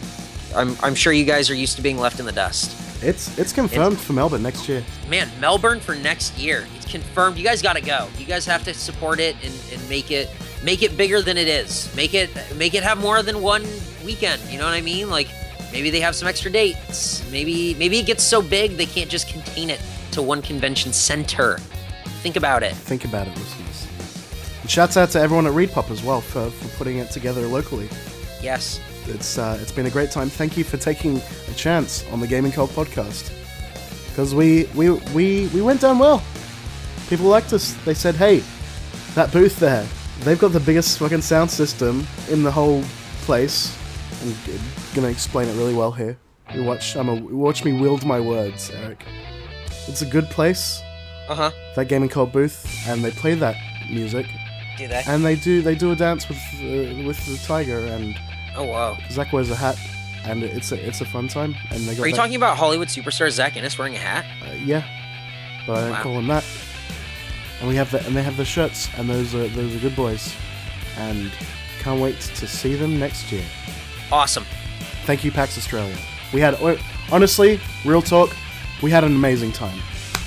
[SPEAKER 6] I'm I'm sure you guys are used to being left in the dust.
[SPEAKER 1] It's it's confirmed for Melbourne next year.
[SPEAKER 6] man, Melbourne for next year. It's confirmed. You guys got to go. You guys have to support it and, and make it make it bigger than it is. Make it make it have more than one weekend. You know what I mean? Like maybe they have some extra dates. Maybe maybe it gets so big they can't just contain it to one convention center. Think about it.
[SPEAKER 1] Think about it, listeners. And shouts out to everyone at Readpop as well for, for putting it together locally.
[SPEAKER 6] Yes.
[SPEAKER 1] It's uh, it's been a great time. Thank you for taking a chance on the Gaming Cult podcast because we we we we went down well. People liked us. They said, "Hey, that booth there, they've got the biggest fucking sound system in the whole place." I'm g- gonna explain it really well here. You watch, I'm a watch me wield my words, Eric. It's a good place.
[SPEAKER 6] Uh huh.
[SPEAKER 1] That Gaming Cult booth, and they play that music.
[SPEAKER 6] Do they?
[SPEAKER 1] And they do they do a dance with uh, with the tiger and.
[SPEAKER 6] Oh wow.
[SPEAKER 1] Zach wears a hat, and it's a it's a fun time. And they got
[SPEAKER 6] Are you
[SPEAKER 1] that-
[SPEAKER 6] talking about Hollywood superstar Zach Innes wearing a hat?
[SPEAKER 1] Uh, yeah, but I don't
[SPEAKER 6] Wow.
[SPEAKER 1] call them that. And we have the, and they have the shirts, and those are those are good boys, and can't wait to see them next year.
[SPEAKER 6] Awesome.
[SPEAKER 1] Thank you, PAX Australia. We had uh, honestly, real talk, we had an amazing time.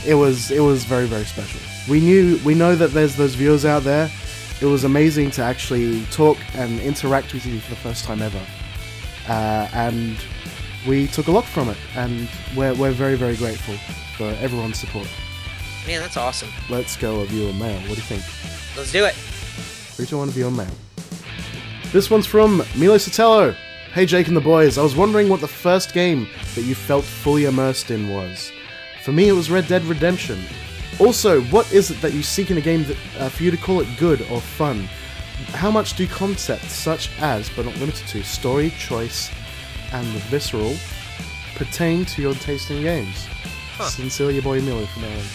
[SPEAKER 1] It was it was very very special. We knew we know that there's those viewers out there. It was amazing to actually talk and interact with you for the first time ever, uh, and we took a lot from it. And we're we're very very grateful for everyone's support.
[SPEAKER 6] Man, that's awesome.
[SPEAKER 1] Let's go a viewer mail. What do you think?
[SPEAKER 6] Let's do it.
[SPEAKER 1] Three to one viewer mail. This one's from Milo Sotelo. Hey Jake and the boys, I was wondering what the first game that you felt fully immersed in was. For me, it was Red Dead Redemption. Also, what is it that you seek in a game that, uh, for you to call it good or fun? How much do concepts such as, but not limited to, story, choice, and the visceral pertain to your taste in games? Sincerely, your boy Milo from Ireland.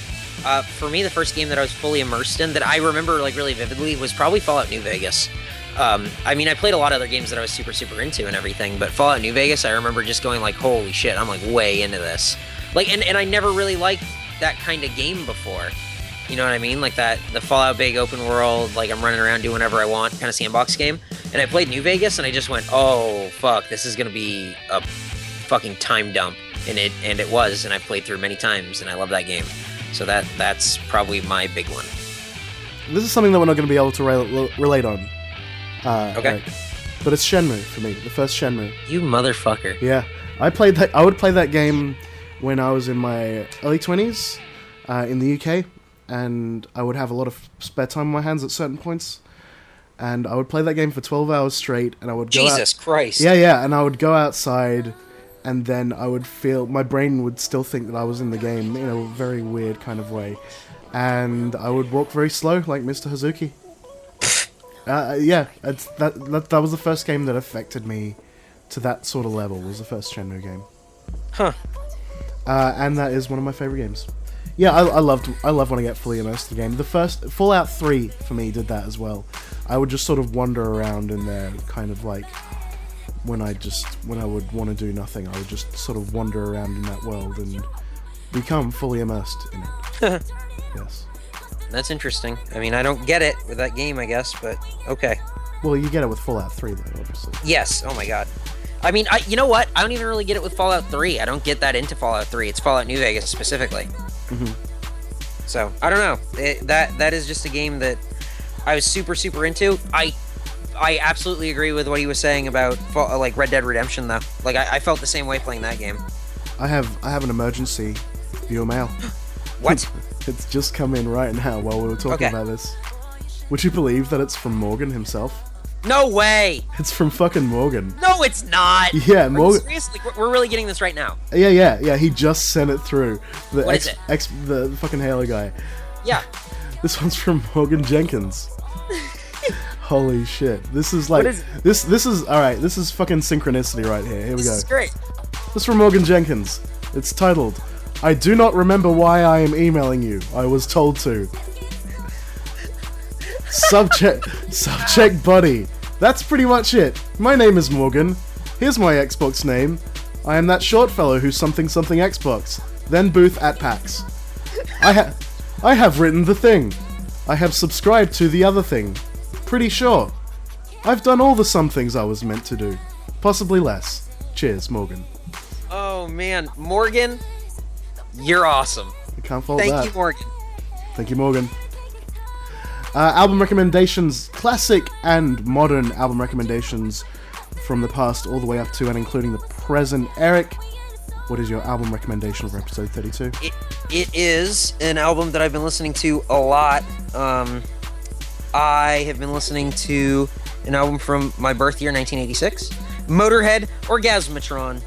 [SPEAKER 6] Uh, for me, the first game that I was fully immersed in that I remember like really vividly was probably Fallout New Vegas. Um, I mean, I played a lot of other games that I was super super into and everything, but Fallout New Vegas, I remember just going like, "Holy shit, I'm like way into this." Like, and and I never really liked that kind of game before. You know what I mean? Like that the Fallout big open world, like I'm running around doing whatever I want kind of sandbox game. And I played New Vegas and I just went, "Oh fuck, this is gonna be a fucking time dump." And it and it was, and I played through many times, and I love that game. So that that's probably my big one.
[SPEAKER 1] This is something that we're not going to be able to rel- relate on. Uh,
[SPEAKER 6] Okay.
[SPEAKER 1] Eric. But it's Shenmue for me, the first Shenmue.
[SPEAKER 6] You motherfucker.
[SPEAKER 1] Yeah, I played that. I would play that game when I was in my early twenties uh, in the UK, and I would have a lot of spare time on my hands at certain points, and I would play that game for twelve hours straight, and I would go out-
[SPEAKER 6] Jesus Christ.
[SPEAKER 1] Yeah, yeah, and I would go outside, and then I would feel my brain would still think that I was in the game in a very weird kind of way, and I would walk very slow like Mr. Hazuki. Uh, yeah, it's, that, that that was the first game that affected me to that sort of level. Was the first Shenmue game.
[SPEAKER 6] Huh.
[SPEAKER 1] Uh, and that is one of my favorite games. Yeah, I, I loved I love when I get fully immersed in the game. The first Fallout Three for me did that as well. I would just sort of wander around in there, kind of like when I just when I would want to do nothing, I would just sort of wander around in that world and become fully immersed in it. yes.
[SPEAKER 6] That's interesting. I mean, I don't get it with that game, I guess, but okay.
[SPEAKER 1] Well, you get it with Fallout Three though, obviously.
[SPEAKER 6] Yes. Oh my god. I mean, I, you know what? I don't even really get it with Fallout 3. I don't get that into Fallout 3. It's Fallout New Vegas specifically.
[SPEAKER 8] Mm-hmm.
[SPEAKER 1] Mhm.
[SPEAKER 6] So I don't know. It, that that is just a game that I was super super into. I I absolutely agree with what he was saying about Fa- like Red Dead Redemption though. Like I, I felt the same way playing that game.
[SPEAKER 1] I have I have an emergency viewer mail.
[SPEAKER 6] What?
[SPEAKER 1] it's just come in right now while we were talking
[SPEAKER 6] Okay.
[SPEAKER 1] about this. Would you believe that it's from Morgan himself?
[SPEAKER 6] No way.
[SPEAKER 1] It's from fucking Morgan.
[SPEAKER 6] No, it's not.
[SPEAKER 1] Yeah,
[SPEAKER 6] Are you
[SPEAKER 1] Morgan-
[SPEAKER 6] serious? Like, we're- we're really getting this right now.
[SPEAKER 1] Yeah, yeah, yeah. He just sent it through. The
[SPEAKER 6] What
[SPEAKER 1] ex,
[SPEAKER 6] is it?
[SPEAKER 1] ex the fucking Halo guy.
[SPEAKER 6] Yeah.
[SPEAKER 1] This one's from Morgan Jenkins. Holy shit. This is like
[SPEAKER 6] What is
[SPEAKER 1] this this is all right, this is fucking synchronicity right here. Here we go.
[SPEAKER 6] This is great.
[SPEAKER 1] This is from Morgan Jenkins. It's titled I do not remember why I am emailing you. I was told to. subject subject buddy. That's pretty much it. My name is Morgan. Here's my Xbox name. I am that short fellow who's something something Xbox. Then booth at PAX. I ha- I have written the thing. I have subscribed to the other thing. Pretty sure. I've done all the some things I was meant to do. Possibly less. Cheers, Morgan.
[SPEAKER 6] Oh man, Morgan, You're awesome.
[SPEAKER 1] I can't fault
[SPEAKER 6] Thank
[SPEAKER 1] that.
[SPEAKER 6] you, Morgan.
[SPEAKER 1] Thank you, Morgan. Uh, album recommendations, classic and modern album recommendations from the past all the way up to and including the present. Eric, what is your album recommendation for episode 32?
[SPEAKER 6] It, it is an album that I've been listening to a lot. Um, I have been listening to an album from my birth year, 1986, Motorhead Orgasmatron.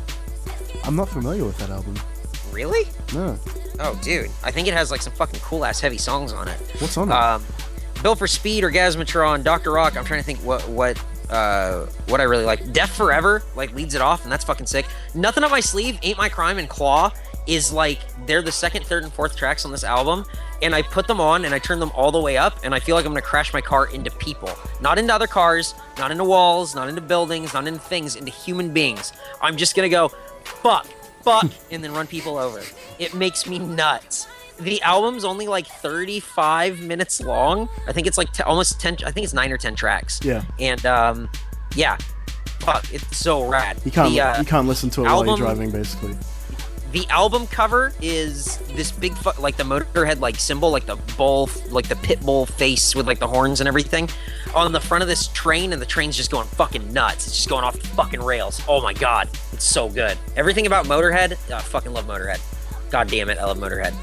[SPEAKER 1] I'm not familiar with that album.
[SPEAKER 6] Really?
[SPEAKER 1] No.
[SPEAKER 6] Oh, dude. I think it has like some fucking cool ass heavy songs on it.
[SPEAKER 1] What's on it?
[SPEAKER 6] Um, Bill for Speed, Orgasmatron, Doctor Rock. I'm trying to think what what uh, what I really like. Death Forever like leads it off, and that's fucking sick. Nothing up my sleeve, Ain't My Crime, and Claw is like they're the second, third, and fourth tracks on this album, and I put them on and I turn them all the way up, and I feel like I'm gonna crash my car into people, not into other cars, not into walls, not into buildings, not into things, into human beings. I'm just gonna go, fuck fuck and then run people over. It makes me nuts. The album's only like 35 minutes long. I think it's like t- almost 10 I think it's 9 or 10 tracks.
[SPEAKER 1] Yeah.
[SPEAKER 6] And um yeah. Fuck, it's so rad.
[SPEAKER 1] You can't
[SPEAKER 6] the, uh,
[SPEAKER 1] you can't listen to it while you're
[SPEAKER 6] album-
[SPEAKER 1] driving, basically.
[SPEAKER 6] the album cover is this big fu- like the motorhead like symbol like the bull like the pit bull face with like the horns and everything on the front of this train and the train's just going fucking nuts it's just going off the fucking rails oh my god it's so good everything about motorhead i fucking love motorhead god damn it i love motorhead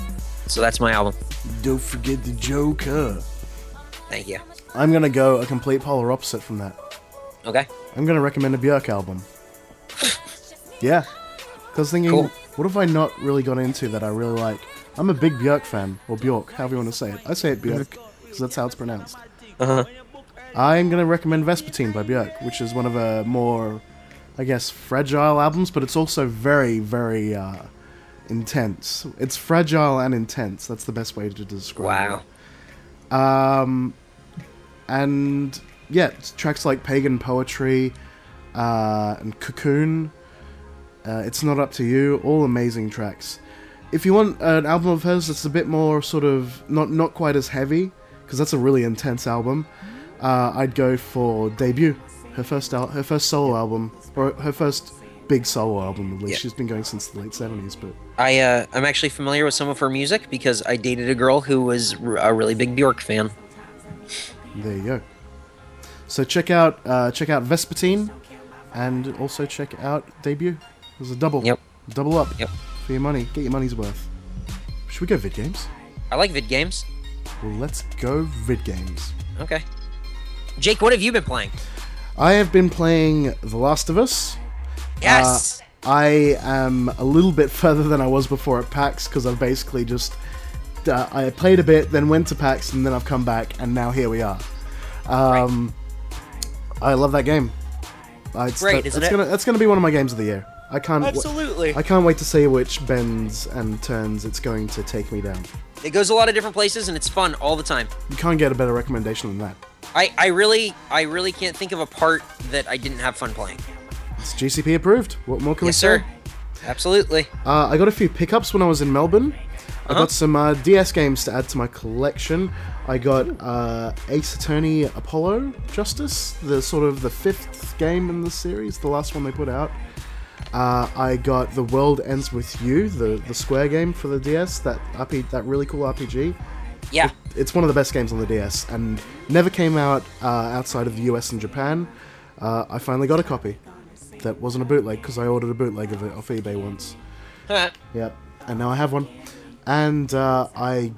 [SPEAKER 6] so that's my album
[SPEAKER 1] Don't forget the Joker.
[SPEAKER 6] thank you
[SPEAKER 1] I'm gonna go a complete polar opposite from that.
[SPEAKER 6] okay
[SPEAKER 1] I'm gonna recommend a Björk album. yeah, because thinking,
[SPEAKER 6] Cool.
[SPEAKER 1] what have I not really got into that I really like? I'm a big Björk fan, or Björk, however you want to say it. I say it Björk because that's how it's pronounced.
[SPEAKER 6] Uh-huh.
[SPEAKER 1] I'm gonna recommend Vespertine by Björk, which is one of her more, I guess, fragile albums, but it's also very, very uh, intense. It's fragile and intense. That's the best way to describe
[SPEAKER 6] wow.
[SPEAKER 1] it. Um, and yeah, it's tracks like Pagan Poetry uh, and Cocoon. Uh, it's not up to you. All amazing tracks. If you want an album of hers that's a bit more sort of not not quite as heavy, because that's a really intense album, uh, I'd go for debut, her first al- her first solo album or her first big solo album. At least
[SPEAKER 6] Yeah.
[SPEAKER 1] she's been going since the late seventies, but
[SPEAKER 6] i uh i'm actually familiar with some of her music because i dated a girl who was r- a really big bjork fan
[SPEAKER 1] There you go. So check out uh, check out Vespertine, and also check out Debut. There's a double. Yep. Double up.
[SPEAKER 6] Yep.
[SPEAKER 1] For your money, get your money's worth. Should we go vid games?
[SPEAKER 6] i like vid games
[SPEAKER 1] Well, let's go vid games.
[SPEAKER 6] okay jake what have you been playing
[SPEAKER 1] I have been playing The Last of Us.
[SPEAKER 6] Yes.
[SPEAKER 1] Uh, I am a little bit further than I was before at PAX because I've basically just uh, I played a bit, then went to PAX, and then I've come back, and now here we are. Um, I love that game. Uh, it's
[SPEAKER 12] Great,
[SPEAKER 1] that-
[SPEAKER 12] isn't
[SPEAKER 1] that's
[SPEAKER 12] it?
[SPEAKER 1] Gonna, that's going to be one of my games of the year. I can't wa-
[SPEAKER 6] Absolutely.
[SPEAKER 1] I can't wait to see which bends and turns it's going to take me down.
[SPEAKER 6] It goes a lot of different places and it's fun all the time.
[SPEAKER 1] You can't get a better recommendation than that.
[SPEAKER 6] I, I really I really can't think of a part that I didn't have fun playing.
[SPEAKER 1] It's GCP approved. What more can
[SPEAKER 6] yes,
[SPEAKER 1] we say?
[SPEAKER 6] sir. Absolutely.
[SPEAKER 1] Uh, I got a few pickups when I was in Melbourne. I
[SPEAKER 6] Uh-huh.
[SPEAKER 1] got some uh, DS games to add to my collection. I got uh, Ace Attorney Apollo Justice, the sort of the fifth game in the series, the last one they put out. Uh, I got The World Ends with You, the, the Square game for the DS, that RP, that really cool RPG.
[SPEAKER 6] Yeah.
[SPEAKER 1] It's one of the best games on the DS, and never came out uh, outside of the US and Japan. Uh, I finally got a copy. That wasn't a bootleg because I ordered a bootleg of it off eBay once. Yep. And now I have one. And uh, I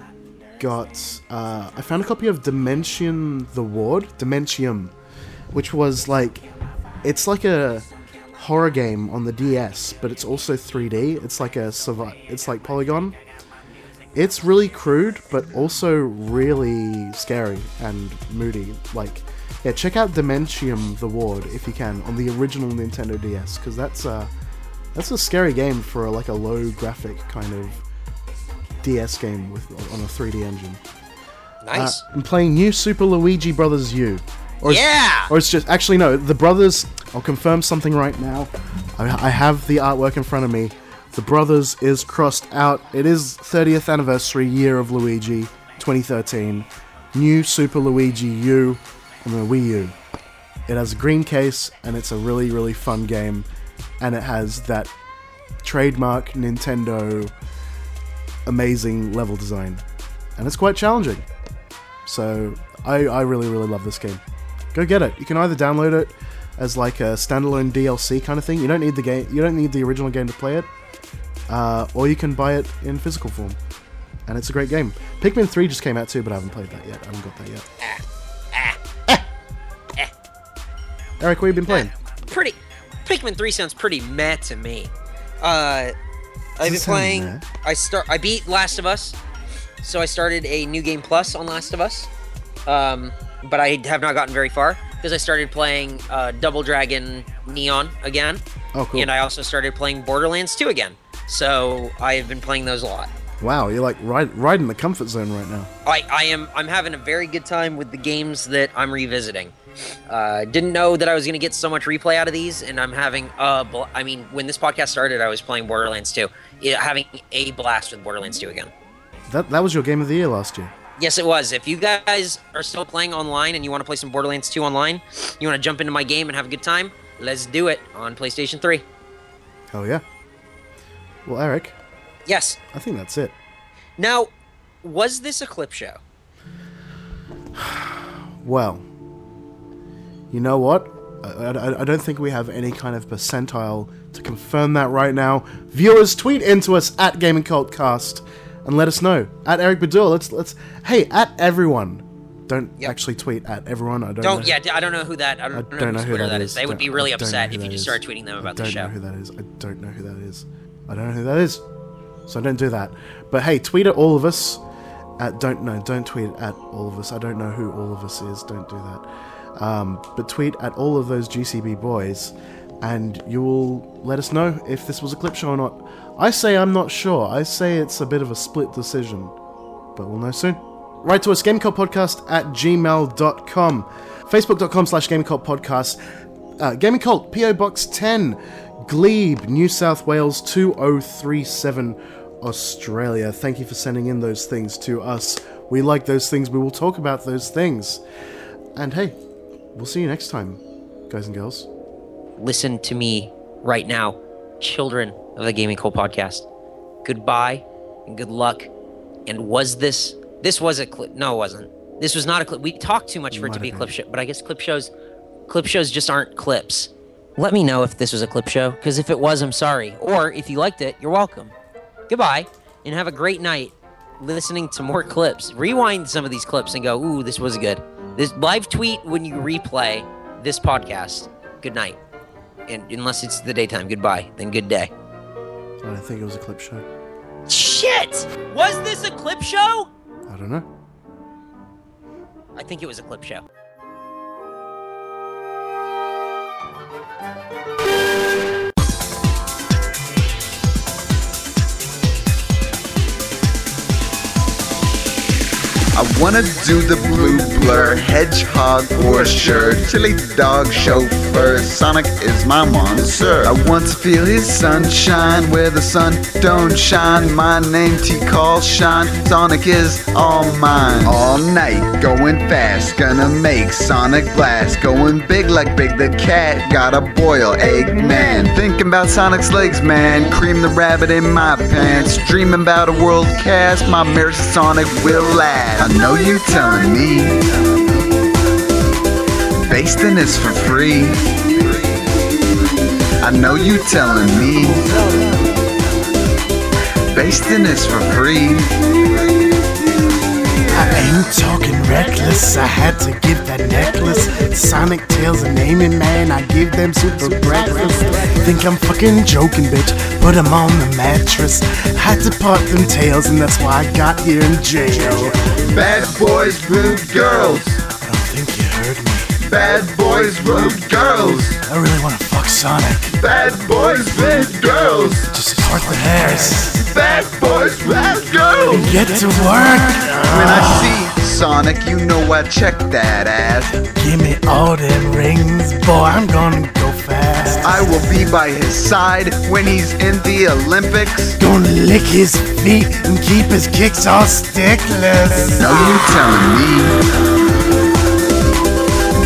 [SPEAKER 1] got. Uh, I found a copy of Dimension the Ward, Dementium, which was like. It's like a horror game on the DS, but it's also 3D. It's like a survi- It's like Polygon. It's really crude, but also really scary and moody. Like, yeah, check out Dementium the Ward if you can on the original Nintendo DS, because that's uh, that's a scary game for like a low graphic kind of DS game with on a 3D engine.
[SPEAKER 6] Nice.
[SPEAKER 1] Uh, I'm playing New Super Luigi Brothers U. Or
[SPEAKER 6] Yeah!
[SPEAKER 1] It's, or it's just actually no, the brothers. I'll confirm something right now. I, I have the artwork in front of me. The brothers is crossed out. It is 30th anniversary year of Luigi, 2013. New Super Luigi U on the Wii U. It has a green case and it's a really really fun game, and it has that trademark Nintendo amazing level design, and it's quite challenging. So I, I really really love this game. Go get it. You can either download it as like a standalone DLC kind of thing. You don't need the game. You don't need the original game to play it, uh, or you can buy it in physical form. And it's a great game. Pikmin 3 just came out too, but I haven't played that yet. I haven't got that yet.
[SPEAKER 6] Ah.
[SPEAKER 1] Eric, what have you been playing?
[SPEAKER 6] Pretty. Pikmin 3 sounds pretty meh to me. Uh, I've
[SPEAKER 1] Doesn't
[SPEAKER 6] been
[SPEAKER 1] sound
[SPEAKER 6] playing.
[SPEAKER 1] meh.
[SPEAKER 6] I start. I beat Last of Us, so I started a new game plus on Last of Us. Um, but I have not gotten very far because I started playing uh, Double Dragon Neon again.
[SPEAKER 1] Oh, cool.
[SPEAKER 6] And I also started playing Borderlands 2 again. So I have been playing those a lot.
[SPEAKER 1] Wow, you're like right, right in the comfort zone right now.
[SPEAKER 6] I, I am I'm having a very good time with the games that I'm revisiting. Uh, didn't know that I was going to get so much replay out of these, and I'm having a bl- I mean, when this podcast started, I was playing Borderlands 2, Yeah, having a blast with Borderlands 2 again.
[SPEAKER 1] That that was your game of the year last year.
[SPEAKER 6] Yes, it was. If you guys are still playing online and you want to play some Borderlands 2 online, you want to jump into my game and have a good time, let's do it on PlayStation 3.
[SPEAKER 1] Hell yeah. Well, Eric,
[SPEAKER 6] Yes.
[SPEAKER 1] I think that's it.
[SPEAKER 6] Now, was this a clip show?
[SPEAKER 1] Well, you know what? I, I- I don't think we have any kind of percentile to confirm that right now. Viewers, tweet into us at Gaming Cult Cast and let us know. At Eric Badul, let's let's. Hey, at everyone. Don't actually tweet at everyone. I don't.
[SPEAKER 6] Don't,
[SPEAKER 1] know.
[SPEAKER 6] yeah, I don't know who that I don't,
[SPEAKER 1] I don't know
[SPEAKER 6] whose
[SPEAKER 1] who
[SPEAKER 6] Twitter
[SPEAKER 1] that
[SPEAKER 6] is.
[SPEAKER 1] is.
[SPEAKER 6] They would
[SPEAKER 1] Don't-
[SPEAKER 6] be really
[SPEAKER 1] I don't know
[SPEAKER 6] upset
[SPEAKER 1] who
[SPEAKER 6] if you
[SPEAKER 1] that
[SPEAKER 6] just
[SPEAKER 1] is.
[SPEAKER 6] started tweeting them about
[SPEAKER 1] I
[SPEAKER 6] the
[SPEAKER 1] don't
[SPEAKER 6] show.
[SPEAKER 1] know who that is. I don't know who that is. I don't know who that is. So don't do that. But hey, tweet at all of us. At don't know. Don't tweet at all of us. I don't know who all of us is. Don't do that. Um, but tweet at all of those GCB boys, and you will let us know if this was a clip show or not. I say I'm not sure. I say it's a bit of a split decision, but we'll know soon. Write to us, GameCultPodcast at gmail.com, facebook.com slash GameCultPodcast, uh, Gaming Cult, PO Box 10, Glebe, New South Wales 2037, Australia. Thank you for sending in those things to us. We like those things. We will talk about those things. And hey, we'll see you next time, guys and girls.
[SPEAKER 6] Listen to me right now, children of the Gaming Cole podcast. Goodbye and good luck. And was this this was a clip? No, it wasn't. This was not a clip. We talked too much for it to be a clip show, but I guess clip shows clip shows just aren't clips. Let me know if this was a clip show because if it was, I'm sorry. Or if you liked it, you're welcome. Goodbye and have a great night listening to more clips. Rewind some of these clips and go, "Ooh, this was good." This live tweet when you replay this podcast. Good night. And unless it's the daytime, goodbye. Then good day.
[SPEAKER 1] I don't think it was a clip show.
[SPEAKER 6] Shit! Was this a clip show?
[SPEAKER 1] I don't know.
[SPEAKER 6] I think it was a clip show.
[SPEAKER 33] I wanna do the blue blur, hedgehog for sure, chili dog chauffeur, Sonic is my monster. I want to feel his sunshine where the sun don't shine. My name T call shine, Sonic is all mine. All night, going fast, gonna make Sonic blast, going big like Big the Cat, gotta boil egg man. Thinking about Sonic's legs, man, cream the rabbit in my pants, dreaming about a world cast, my mere Sonic will last. I know you telling me, basting is for free. I know you telling me, basting is for free.
[SPEAKER 34] I ain't talking reckless. I had to give that necklace. Sonic Tails and naming man. I give them super breakfast. Think I'm fucking joking, bitch. Put 'em on the mattress. Had to part them tails, and that's why I got here in jail.
[SPEAKER 33] Bad boys, rude girls. I don't think you heard me. Bad boys, rude girls.
[SPEAKER 34] I really wanna fuck Sonic.
[SPEAKER 33] Bad boys, rude girls.
[SPEAKER 34] Just part the hairs.
[SPEAKER 33] Bad boys, rude girls.
[SPEAKER 34] Get to work.
[SPEAKER 33] When I see Sonic, you know I check that ass.
[SPEAKER 34] Give me all them rings, boy. I'm gonna go fast.
[SPEAKER 33] I will be by his side when he's in the Olympics.
[SPEAKER 34] Gonna lick his feet and keep his kicks all stickless.
[SPEAKER 33] Now you telling me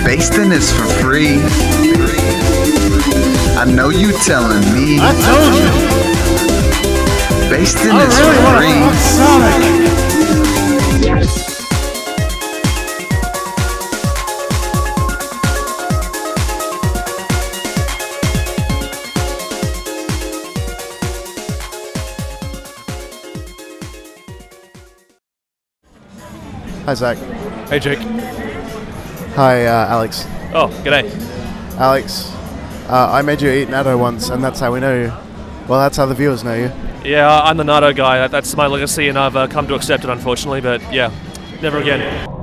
[SPEAKER 33] Basting is for free. I know you telling me. I told you. based in
[SPEAKER 3] I
[SPEAKER 33] his
[SPEAKER 3] really wanna
[SPEAKER 33] brain.
[SPEAKER 3] fuck Sonic.
[SPEAKER 1] Hi, Zach.
[SPEAKER 35] Hey, Jake.
[SPEAKER 1] Hi, uh, Alex.
[SPEAKER 14] Oh, g'day.
[SPEAKER 1] Alex, uh, I made you eat natto once, and that's how we know you. Well, that's how the viewers know you.
[SPEAKER 14] Yeah, I'm the Nato guy. That- That's my legacy, and I've uh, come to accept it, unfortunately. But yeah, never again.